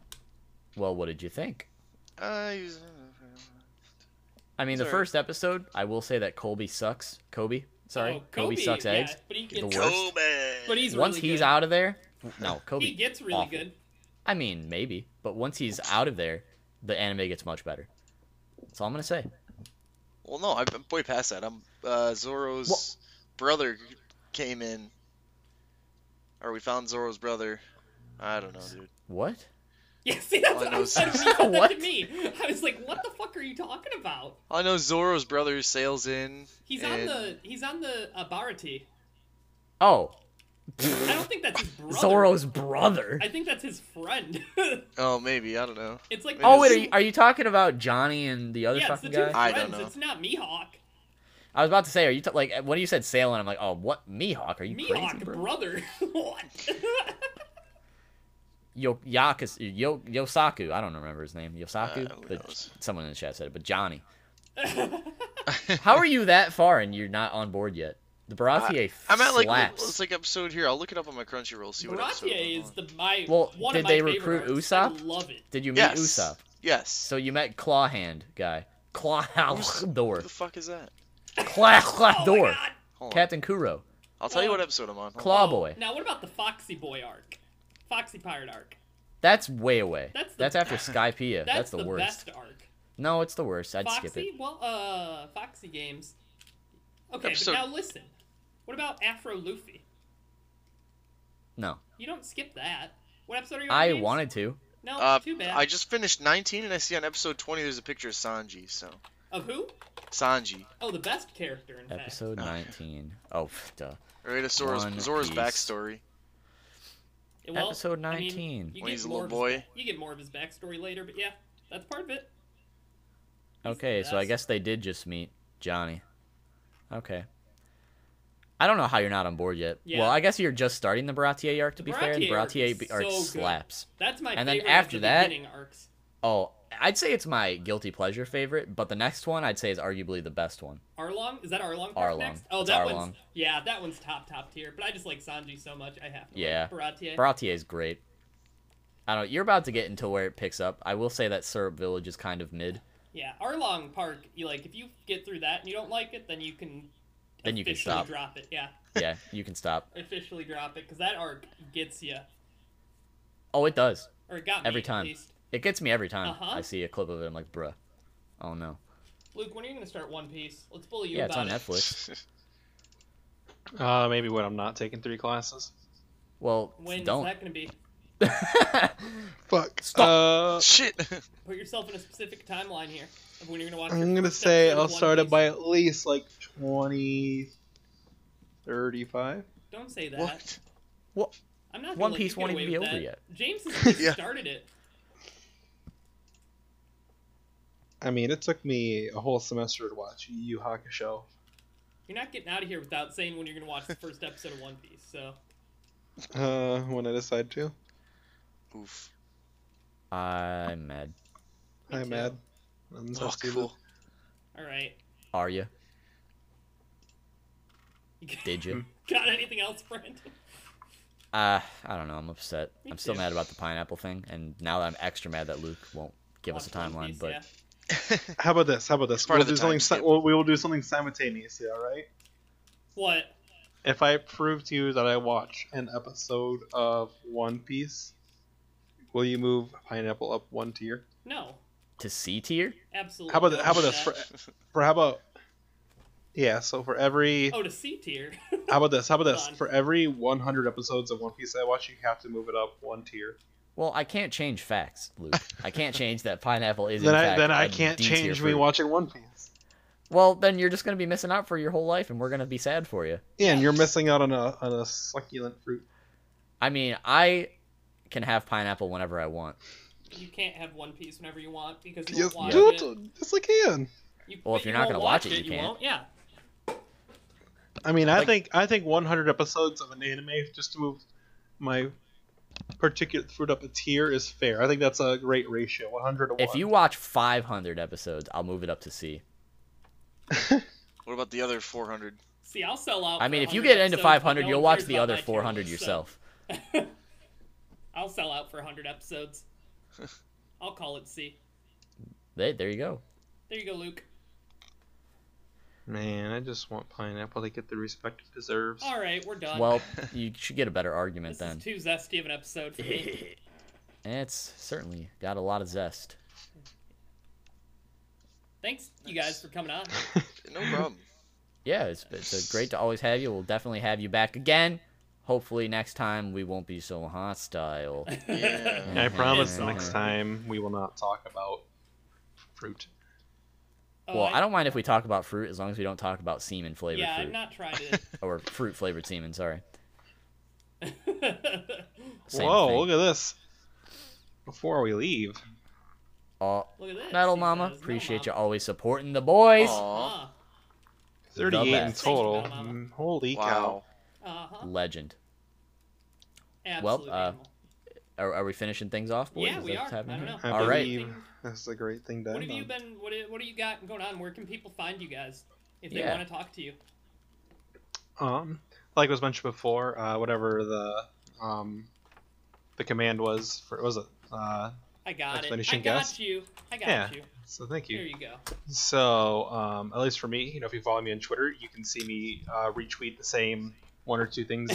Speaker 1: well, what did you think?
Speaker 4: I was-
Speaker 1: I mean, the
Speaker 4: Sorry.
Speaker 1: first episode, I will say that Colby sucks. Kobe, sorry,
Speaker 2: oh,
Speaker 1: Kobe, sucks
Speaker 2: yeah,
Speaker 1: eggs.
Speaker 2: But he
Speaker 1: He's
Speaker 2: gets,
Speaker 1: the worst.
Speaker 4: Kobe.
Speaker 2: but he's
Speaker 1: once
Speaker 2: really
Speaker 1: he's
Speaker 2: good.
Speaker 1: out of there, no, Kobe.
Speaker 2: he gets really
Speaker 1: awful.
Speaker 2: good.
Speaker 1: I mean, maybe, but once he's out of there, the anime gets much better. That's all I'm gonna say.
Speaker 4: Well, no, I'm I'm way past that. I'm uh, Zoro's brother came in, or we found Zoro's brother. I don't know, dude.
Speaker 1: What?
Speaker 2: Yeah, see, that's
Speaker 4: All I
Speaker 2: what
Speaker 4: know
Speaker 2: I was
Speaker 4: is-
Speaker 2: saying. when you said that
Speaker 1: What?
Speaker 2: to me. I was like, what the fuck are you talking about?
Speaker 4: I know Zoro's brother sails in.
Speaker 2: He's on
Speaker 4: and-
Speaker 2: the he's on the Abarati.
Speaker 1: Oh,
Speaker 2: I don't think that's his brother.
Speaker 1: Zoro's brother.
Speaker 2: I think that's his friend.
Speaker 4: Oh, maybe I don't know.
Speaker 2: it's like
Speaker 1: Oh
Speaker 4: Yes.
Speaker 1: wait, are you, are you talking about Johnny and the other
Speaker 2: yeah, it's the
Speaker 1: fucking
Speaker 2: two
Speaker 1: guy?
Speaker 2: friends.
Speaker 4: I don't know.
Speaker 2: It's not Mihawk.
Speaker 1: I was about to say, are you t- like when you said Sailing? I'm like, oh, what Mihawk? Are you crazy?
Speaker 2: Mihawk brother. what?
Speaker 1: Yo Yakus Yo Yosaku. I don't remember his name. Yosaku,
Speaker 4: Uh, who
Speaker 1: but
Speaker 4: knows?
Speaker 1: someone in the chat said it. But Johnny, how are you that far and you're not on board yet? The Baratie
Speaker 4: I'm at like
Speaker 1: slaps.
Speaker 4: it's like episode here. I'll look it up on my Crunchyroll. See what episode. I'm
Speaker 2: Baratier is
Speaker 4: on.
Speaker 2: the my
Speaker 1: Well,
Speaker 2: one
Speaker 1: did
Speaker 2: of my
Speaker 1: they
Speaker 2: favorite
Speaker 1: recruit
Speaker 2: arcs. I
Speaker 1: Usopp?
Speaker 2: love it.
Speaker 1: Did you meet
Speaker 4: Yes.
Speaker 1: Usopp?
Speaker 4: Yes.
Speaker 1: So you met Clawhand guy.
Speaker 4: Who
Speaker 1: Clawhaldor.
Speaker 4: the fuck is that?
Speaker 2: Oh my
Speaker 1: Clawhaldor.
Speaker 2: God.
Speaker 4: Hold on.
Speaker 1: Captain Kuro.
Speaker 4: I'll tell you what episode I'm on. Hold on.
Speaker 1: Clawboy.
Speaker 2: Now what about the Foxy Boy arc? Foxy Pirate arc.
Speaker 1: That's way away.
Speaker 2: That's
Speaker 1: That's,
Speaker 2: the
Speaker 1: after Skypea. That's,
Speaker 2: That's,
Speaker 1: the, worst.
Speaker 2: best arc.
Speaker 1: No, it's the worst. I'd
Speaker 2: Foxy?
Speaker 1: skip it.
Speaker 2: Well, uh, Foxy Games. Okay,
Speaker 4: Episode-
Speaker 2: but now listen. What about Afro Luffy?
Speaker 1: No.
Speaker 2: You don't skip that. What episode are you on?
Speaker 1: I
Speaker 2: James?
Speaker 1: wanted to.
Speaker 2: No,
Speaker 4: Uh,
Speaker 2: too bad.
Speaker 4: I just finished 19 and I see on episode 20 there's a picture of Sanji. So
Speaker 2: Of who?
Speaker 4: Sanji,
Speaker 2: Oh, the best character in
Speaker 1: Episode
Speaker 4: Okay.
Speaker 1: 19. Oh, pff, duh.
Speaker 4: right? Of Zoro's,
Speaker 1: One
Speaker 4: Zoro's
Speaker 1: Piece.
Speaker 4: backstory.
Speaker 2: fact. Well,
Speaker 1: Episode
Speaker 2: I mean,
Speaker 1: 19.
Speaker 2: you
Speaker 4: When
Speaker 2: get
Speaker 4: he's a
Speaker 2: more
Speaker 4: little
Speaker 2: of his-
Speaker 4: boy.
Speaker 2: you get more of his backstory later, but yeah, that's part of it. He's the
Speaker 1: Okay, so I
Speaker 2: best.
Speaker 1: guess they did just meet Johnny. Okay. I don't know how you're not on board yet.
Speaker 2: Yeah.
Speaker 1: Well, I guess you're just starting the Baratier arc, to be fair, and
Speaker 2: Baratier arc
Speaker 1: Baratier
Speaker 2: is
Speaker 1: b- arc
Speaker 2: so good.
Speaker 1: slaps.
Speaker 2: That's my
Speaker 1: And then
Speaker 2: favorite of
Speaker 1: after
Speaker 2: the
Speaker 1: that-
Speaker 2: beginning arcs.
Speaker 1: Oh, I'd say it's my guilty pleasure favorite, but the next one I'd say is arguably the best one.
Speaker 2: Arlong? Is that Arlong? part
Speaker 1: Arlong.
Speaker 2: Next? Oh,
Speaker 1: It's
Speaker 2: that
Speaker 1: Arlong.
Speaker 2: one's yeah, that one's top top tier. But I just like Sanji so much, I have to.
Speaker 1: Yeah.
Speaker 2: Like Baratier.
Speaker 1: Baratier is great. I don't. You're about to get into where it picks up. I will say that Syrup Village is kind of mid.
Speaker 2: Yeah, Arlong Park. You like if you get through that and you don't like it, then you can
Speaker 1: Then you can
Speaker 2: officially
Speaker 1: stop.
Speaker 2: drop it. Yeah,
Speaker 1: Yeah, you can stop.
Speaker 2: officially drop it because that arc gets you
Speaker 1: Oh, it does.
Speaker 2: or it got me
Speaker 1: Every
Speaker 2: at
Speaker 1: time.
Speaker 2: least.
Speaker 1: It gets me every time
Speaker 2: Uh-huh.
Speaker 1: I see a clip of it. I'm like, bruh. Oh no.
Speaker 2: Luke, when are you gonna start One Piece? Let's bully you
Speaker 1: Yeah, it's
Speaker 2: about
Speaker 1: on
Speaker 2: it.
Speaker 1: Netflix.
Speaker 3: Uh, maybe when I'm not taking three classes.
Speaker 1: Well,
Speaker 2: When's
Speaker 1: don't.
Speaker 2: that gonna be?
Speaker 3: Fuck. Uh,
Speaker 4: Shit.
Speaker 2: Put yourself in a specific timeline here of when you're gonna watch. your
Speaker 3: I'm gonna
Speaker 2: first
Speaker 3: say
Speaker 2: episode of
Speaker 3: I'll
Speaker 2: One
Speaker 3: start it
Speaker 2: Piece.
Speaker 3: by at least like 20, 35.
Speaker 2: Don't say that.
Speaker 4: what?
Speaker 2: I'm not. gonna
Speaker 1: One
Speaker 2: let
Speaker 1: Piece
Speaker 2: you get
Speaker 1: won't
Speaker 2: away
Speaker 1: even be
Speaker 2: with
Speaker 1: over
Speaker 2: that.
Speaker 1: yet.
Speaker 2: James has just
Speaker 4: Yeah.
Speaker 2: started it.
Speaker 3: I mean, it took me a whole semester to watch Yu Yu Hakusho.
Speaker 2: You're not getting out of here without saying when you're gonna watch the first episode of One Piece. So
Speaker 3: Uh, when I decide to,
Speaker 4: Oof.
Speaker 1: I'm mad.
Speaker 2: Me
Speaker 3: I'm
Speaker 2: too.
Speaker 3: mad. I'm
Speaker 4: Oh,
Speaker 3: just
Speaker 4: cool.
Speaker 2: all right.
Speaker 1: Are you? Did you?
Speaker 2: Got anything else, Brent?
Speaker 1: Uh, I don't know. I'm upset.
Speaker 2: Me
Speaker 1: I'm still
Speaker 2: too.
Speaker 1: mad about the pineapple thing, and now that I'm extra mad that Luke won't give us a
Speaker 2: Watch One
Speaker 1: timeline.
Speaker 2: Piece,
Speaker 1: but
Speaker 2: yeah.
Speaker 3: How about this? How about this?
Speaker 4: It's part
Speaker 3: We'll
Speaker 4: of the
Speaker 3: do something.
Speaker 4: time
Speaker 3: si-
Speaker 4: skip.
Speaker 3: we'll, we will do something simultaneously. All right.
Speaker 2: what?
Speaker 3: If I prove to you that I watch an episode of One Piece, will you move Pineapple up one tier?
Speaker 2: No,
Speaker 1: to C tier,
Speaker 2: absolutely.
Speaker 3: How about th-
Speaker 2: not
Speaker 3: how about
Speaker 2: do
Speaker 3: this? For,
Speaker 2: that.
Speaker 3: for how about yeah? So for every
Speaker 2: Oh, to C tier.
Speaker 3: how about this? How about this?
Speaker 2: Fun.
Speaker 3: For every 100 episodes of One Piece I watch, you have to move it up one tier.
Speaker 1: well, I can't change facts, Luke. I can't change that pineapple is.
Speaker 3: then
Speaker 1: in
Speaker 3: I
Speaker 1: fact
Speaker 3: then
Speaker 1: a
Speaker 3: I can't
Speaker 1: D tier
Speaker 3: change me
Speaker 1: fruit.
Speaker 3: watching One Piece.
Speaker 1: Well, then you're just gonna be missing out for your whole life, and we're gonna be sad for you.
Speaker 3: Yeah, and you're missing out on a on a succulent fruit.
Speaker 1: I mean, I can have pineapple whenever I want.
Speaker 2: You can't have One Piece whenever you want because you
Speaker 3: Yes,
Speaker 2: won't watch
Speaker 3: do it.
Speaker 2: it.
Speaker 3: Yes, I can.
Speaker 2: You,
Speaker 1: Well, if
Speaker 2: but
Speaker 1: you're not
Speaker 2: won't
Speaker 1: gonna watch it, you can't.
Speaker 2: won't. Yeah.
Speaker 3: I mean, I think I think 100 episodes of an anime just to move my particular fruit up a tier is fair. I think that's a great ratio, 100 to 1.
Speaker 1: If you watch 500 episodes, I'll move it up to C.
Speaker 4: What about the other 400?
Speaker 2: See, I'll sell out.
Speaker 1: I
Speaker 2: for
Speaker 1: mean, if you
Speaker 2: 100
Speaker 1: get into
Speaker 2: episodes, but
Speaker 1: 500,
Speaker 2: no
Speaker 1: you'll
Speaker 2: one
Speaker 1: watch
Speaker 2: cares
Speaker 1: the
Speaker 2: about
Speaker 1: other
Speaker 2: my
Speaker 1: 400
Speaker 2: channel, so
Speaker 1: yourself.
Speaker 2: I'll sell out for 100 episodes. I'll call it C.
Speaker 1: There, there you go.
Speaker 2: There you go, Luke.
Speaker 3: Man, I just want pineapple to get the respect it deserves.
Speaker 2: All right, we're done.
Speaker 1: Well, you should get a better argument
Speaker 2: this
Speaker 1: then.
Speaker 2: is too zesty of an episode for me.
Speaker 1: And it's certainly got a lot of zest.
Speaker 2: Thanks, you guys, for coming on.
Speaker 4: No problem.
Speaker 1: Yeah, it's, it's uh, great to always have you. We'll definitely have you back again. Hopefully next time we won't be so hostile. uh,
Speaker 4: Yeah.
Speaker 1: Mm-hmm.
Speaker 3: I promise
Speaker 2: Yeah.
Speaker 3: next time we will not talk about fruit.
Speaker 2: Oh,
Speaker 1: Well, I don't mind if we talk about fruit as long as we don't talk about semen flavored
Speaker 2: Yeah,
Speaker 1: fruit
Speaker 2: I'm not trying to.
Speaker 1: or fruit flavored semen. Sorry. Same
Speaker 3: Whoa,
Speaker 1: thing.
Speaker 3: look at this. Before we leave,
Speaker 1: Aw,
Speaker 2: Look at this.
Speaker 1: metal
Speaker 2: he
Speaker 1: mama,
Speaker 2: says.
Speaker 1: appreciate you
Speaker 2: Metal
Speaker 1: always supporting the boys.
Speaker 4: Aw.
Speaker 2: Mama.
Speaker 3: 38 in
Speaker 1: best.
Speaker 3: total.
Speaker 2: Thank you, Mama.
Speaker 3: Mm, Holy
Speaker 4: Wow.
Speaker 3: cow.
Speaker 2: Uh huh.
Speaker 1: Legend.
Speaker 2: Absolutely.
Speaker 1: uh, Are, are we finishing things off, boys?
Speaker 2: yeah,
Speaker 1: Is
Speaker 2: we
Speaker 1: that
Speaker 2: are.
Speaker 1: what's
Speaker 2: I don't
Speaker 1: happening here?
Speaker 2: know.
Speaker 3: I
Speaker 1: All right.
Speaker 3: believe that's a great thing to
Speaker 2: What
Speaker 3: end
Speaker 2: have you
Speaker 3: on.
Speaker 1: um,
Speaker 2: been? What do- What do you got going on? Where can people find you guys if they
Speaker 1: Yeah.
Speaker 2: want to talk to you?
Speaker 3: Um, like was mentioned before, uh, whatever the um, the command was for was it? Uh,
Speaker 2: I got it. I
Speaker 3: Explanation
Speaker 2: got
Speaker 3: guess?
Speaker 2: you. I got
Speaker 3: Yeah.
Speaker 2: you.
Speaker 3: so thank
Speaker 2: Here
Speaker 3: you.
Speaker 2: you go.
Speaker 3: So um, at least for me, you know, if you follow me on Twitter, you can see me uh, retweet the same one or two things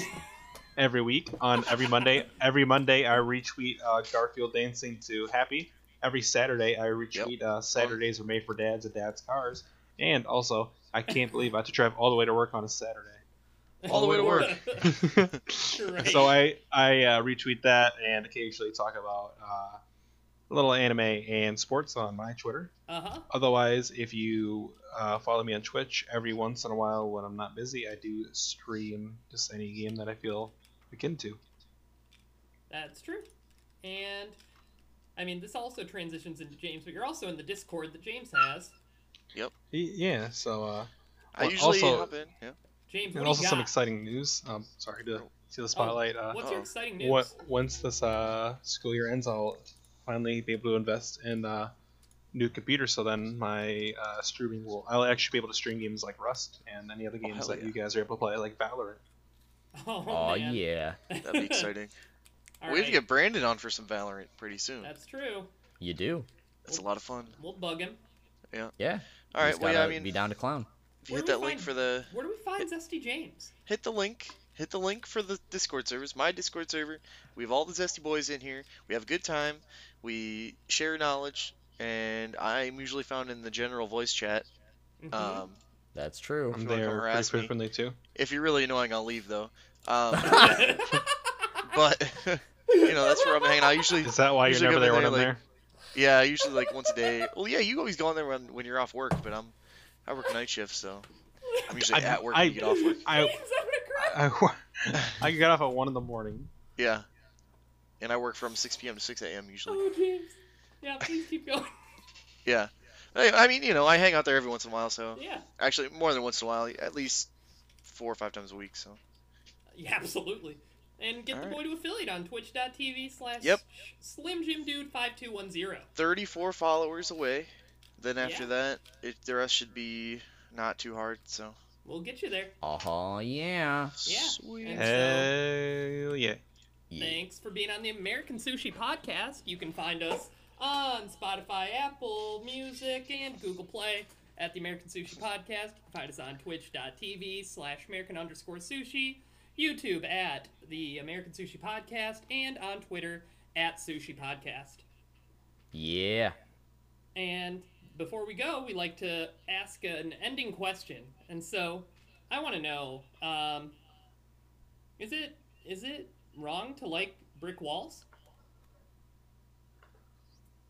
Speaker 3: every week on every Monday. Every Monday, I retweet uh, Garfield dancing to Happy. Every Saturday, I retweet uh, Saturdays are made for dads and dads cars. And also, I can't believe I have to drive all the way to work on a Saturday.
Speaker 4: All the way to work.
Speaker 2: Great.
Speaker 3: so I I uh, retweet that and occasionally talk about uh, a little anime and sports on my Twitter.
Speaker 2: Uh huh.
Speaker 3: Otherwise, if you uh, follow me on Twitch, every once in a while when I'm not busy, I do stream just any game that I feel akin to.
Speaker 2: That's true. And I mean, this also transitions into James, but you're also in the Discord that James has.
Speaker 3: Y- Yeah, so uh,
Speaker 4: I
Speaker 3: Well,
Speaker 4: usually
Speaker 3: also-
Speaker 4: hop in. Yeah.
Speaker 2: James, what do
Speaker 3: and
Speaker 2: you
Speaker 3: also
Speaker 2: got?
Speaker 3: some exciting news. Um, sorry to see
Speaker 4: Oh,
Speaker 3: the spotlight. uh,
Speaker 2: What's your
Speaker 4: Uh-oh.
Speaker 2: exciting news?
Speaker 3: what once this uh, school year ends, I'll finally be able to invest in uh, new computer. So then my uh, streaming will I'll actually be able to stream games like Rust and any other games
Speaker 4: Oh, hell
Speaker 3: that
Speaker 4: yeah.
Speaker 3: you guys are able to play, like Valorant.
Speaker 2: Oh,
Speaker 1: Oh
Speaker 2: man.
Speaker 1: yeah,
Speaker 4: That'd be exciting.
Speaker 2: All
Speaker 4: we
Speaker 2: right.
Speaker 4: have to get Brandon on for some Valorant pretty soon.
Speaker 2: That's true.
Speaker 1: you do.
Speaker 4: That's a lot of fun.
Speaker 2: We'll bug him.
Speaker 1: Yeah.
Speaker 4: All right.
Speaker 1: Just
Speaker 4: Well, yeah, I
Speaker 1: gotta
Speaker 4: mean,
Speaker 1: be down to clown.
Speaker 2: Where
Speaker 4: hit
Speaker 2: do we
Speaker 4: that link
Speaker 2: find-
Speaker 4: for the
Speaker 2: Where do we find Zesty James?
Speaker 4: hit the link. Hit the link for the Discord servers. My Discord server. We have all the zesty boys in here. We have a good time. We share knowledge, and I'm usually found in the general voice chat.
Speaker 2: Mhm.
Speaker 4: Um,
Speaker 1: That's true.
Speaker 3: I'm
Speaker 4: you wanna come
Speaker 3: there pretty
Speaker 4: harass me?
Speaker 3: frequently too.
Speaker 4: if you're really annoying, I'll leave though. Um, but you know that's where I'm hanging. I usually
Speaker 3: Is that why you're
Speaker 4: Usually
Speaker 3: never
Speaker 4: go
Speaker 3: there when
Speaker 4: there,
Speaker 3: I'm
Speaker 4: like-
Speaker 3: there?
Speaker 4: yeah, usually like once a day. Well, yeah, you always go on there when when you're off work, but I'm I work night shifts, so I'm usually
Speaker 3: I-
Speaker 4: at work
Speaker 3: I-
Speaker 4: when you get off work.
Speaker 3: I
Speaker 2: James, I'm gonna cry.
Speaker 3: I, I got off at one in the morning.
Speaker 4: Yeah, and I work from 6 p.m. to 6 a.m. usually.
Speaker 2: Oh, James. Yeah, please keep going.
Speaker 4: Yeah. I, I mean, you know, I hang out there every once in a while, so
Speaker 2: Yeah.
Speaker 4: actually more than once in a while, at least four or five times a week. So
Speaker 2: Yeah, absolutely. And get
Speaker 4: All
Speaker 2: the
Speaker 4: right.
Speaker 2: boy to affiliate on twitch.tv slash
Speaker 4: Yep.
Speaker 2: Slim Jim Dude 5210.
Speaker 4: 34 followers away. Then after
Speaker 2: Yeah.
Speaker 4: that, it, the rest should be not too hard. So
Speaker 2: We'll get you there.
Speaker 1: Oh yeah.
Speaker 2: Yeah.
Speaker 4: sweet.
Speaker 2: And so-
Speaker 3: Hell yeah.
Speaker 1: yeah.
Speaker 2: Thanks for being on the American Sushi Podcast. You can find us on Spotify, Apple Music, and Google Play at the American Sushi Podcast. You can find us on twitch.tv slash American underscore sushi, YouTube at the American Sushi Podcast, and on Twitter at Sushi Podcast.
Speaker 1: Yeah.
Speaker 2: And before we go, we like to ask an ending question. And so, I want to know: um, is it is it wrong to like brick walls?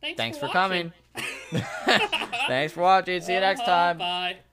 Speaker 2: Thanks.
Speaker 1: Thanks for
Speaker 2: watching. Uh-huh.
Speaker 1: coming. Thanks for watching. See you next time.
Speaker 2: Bye.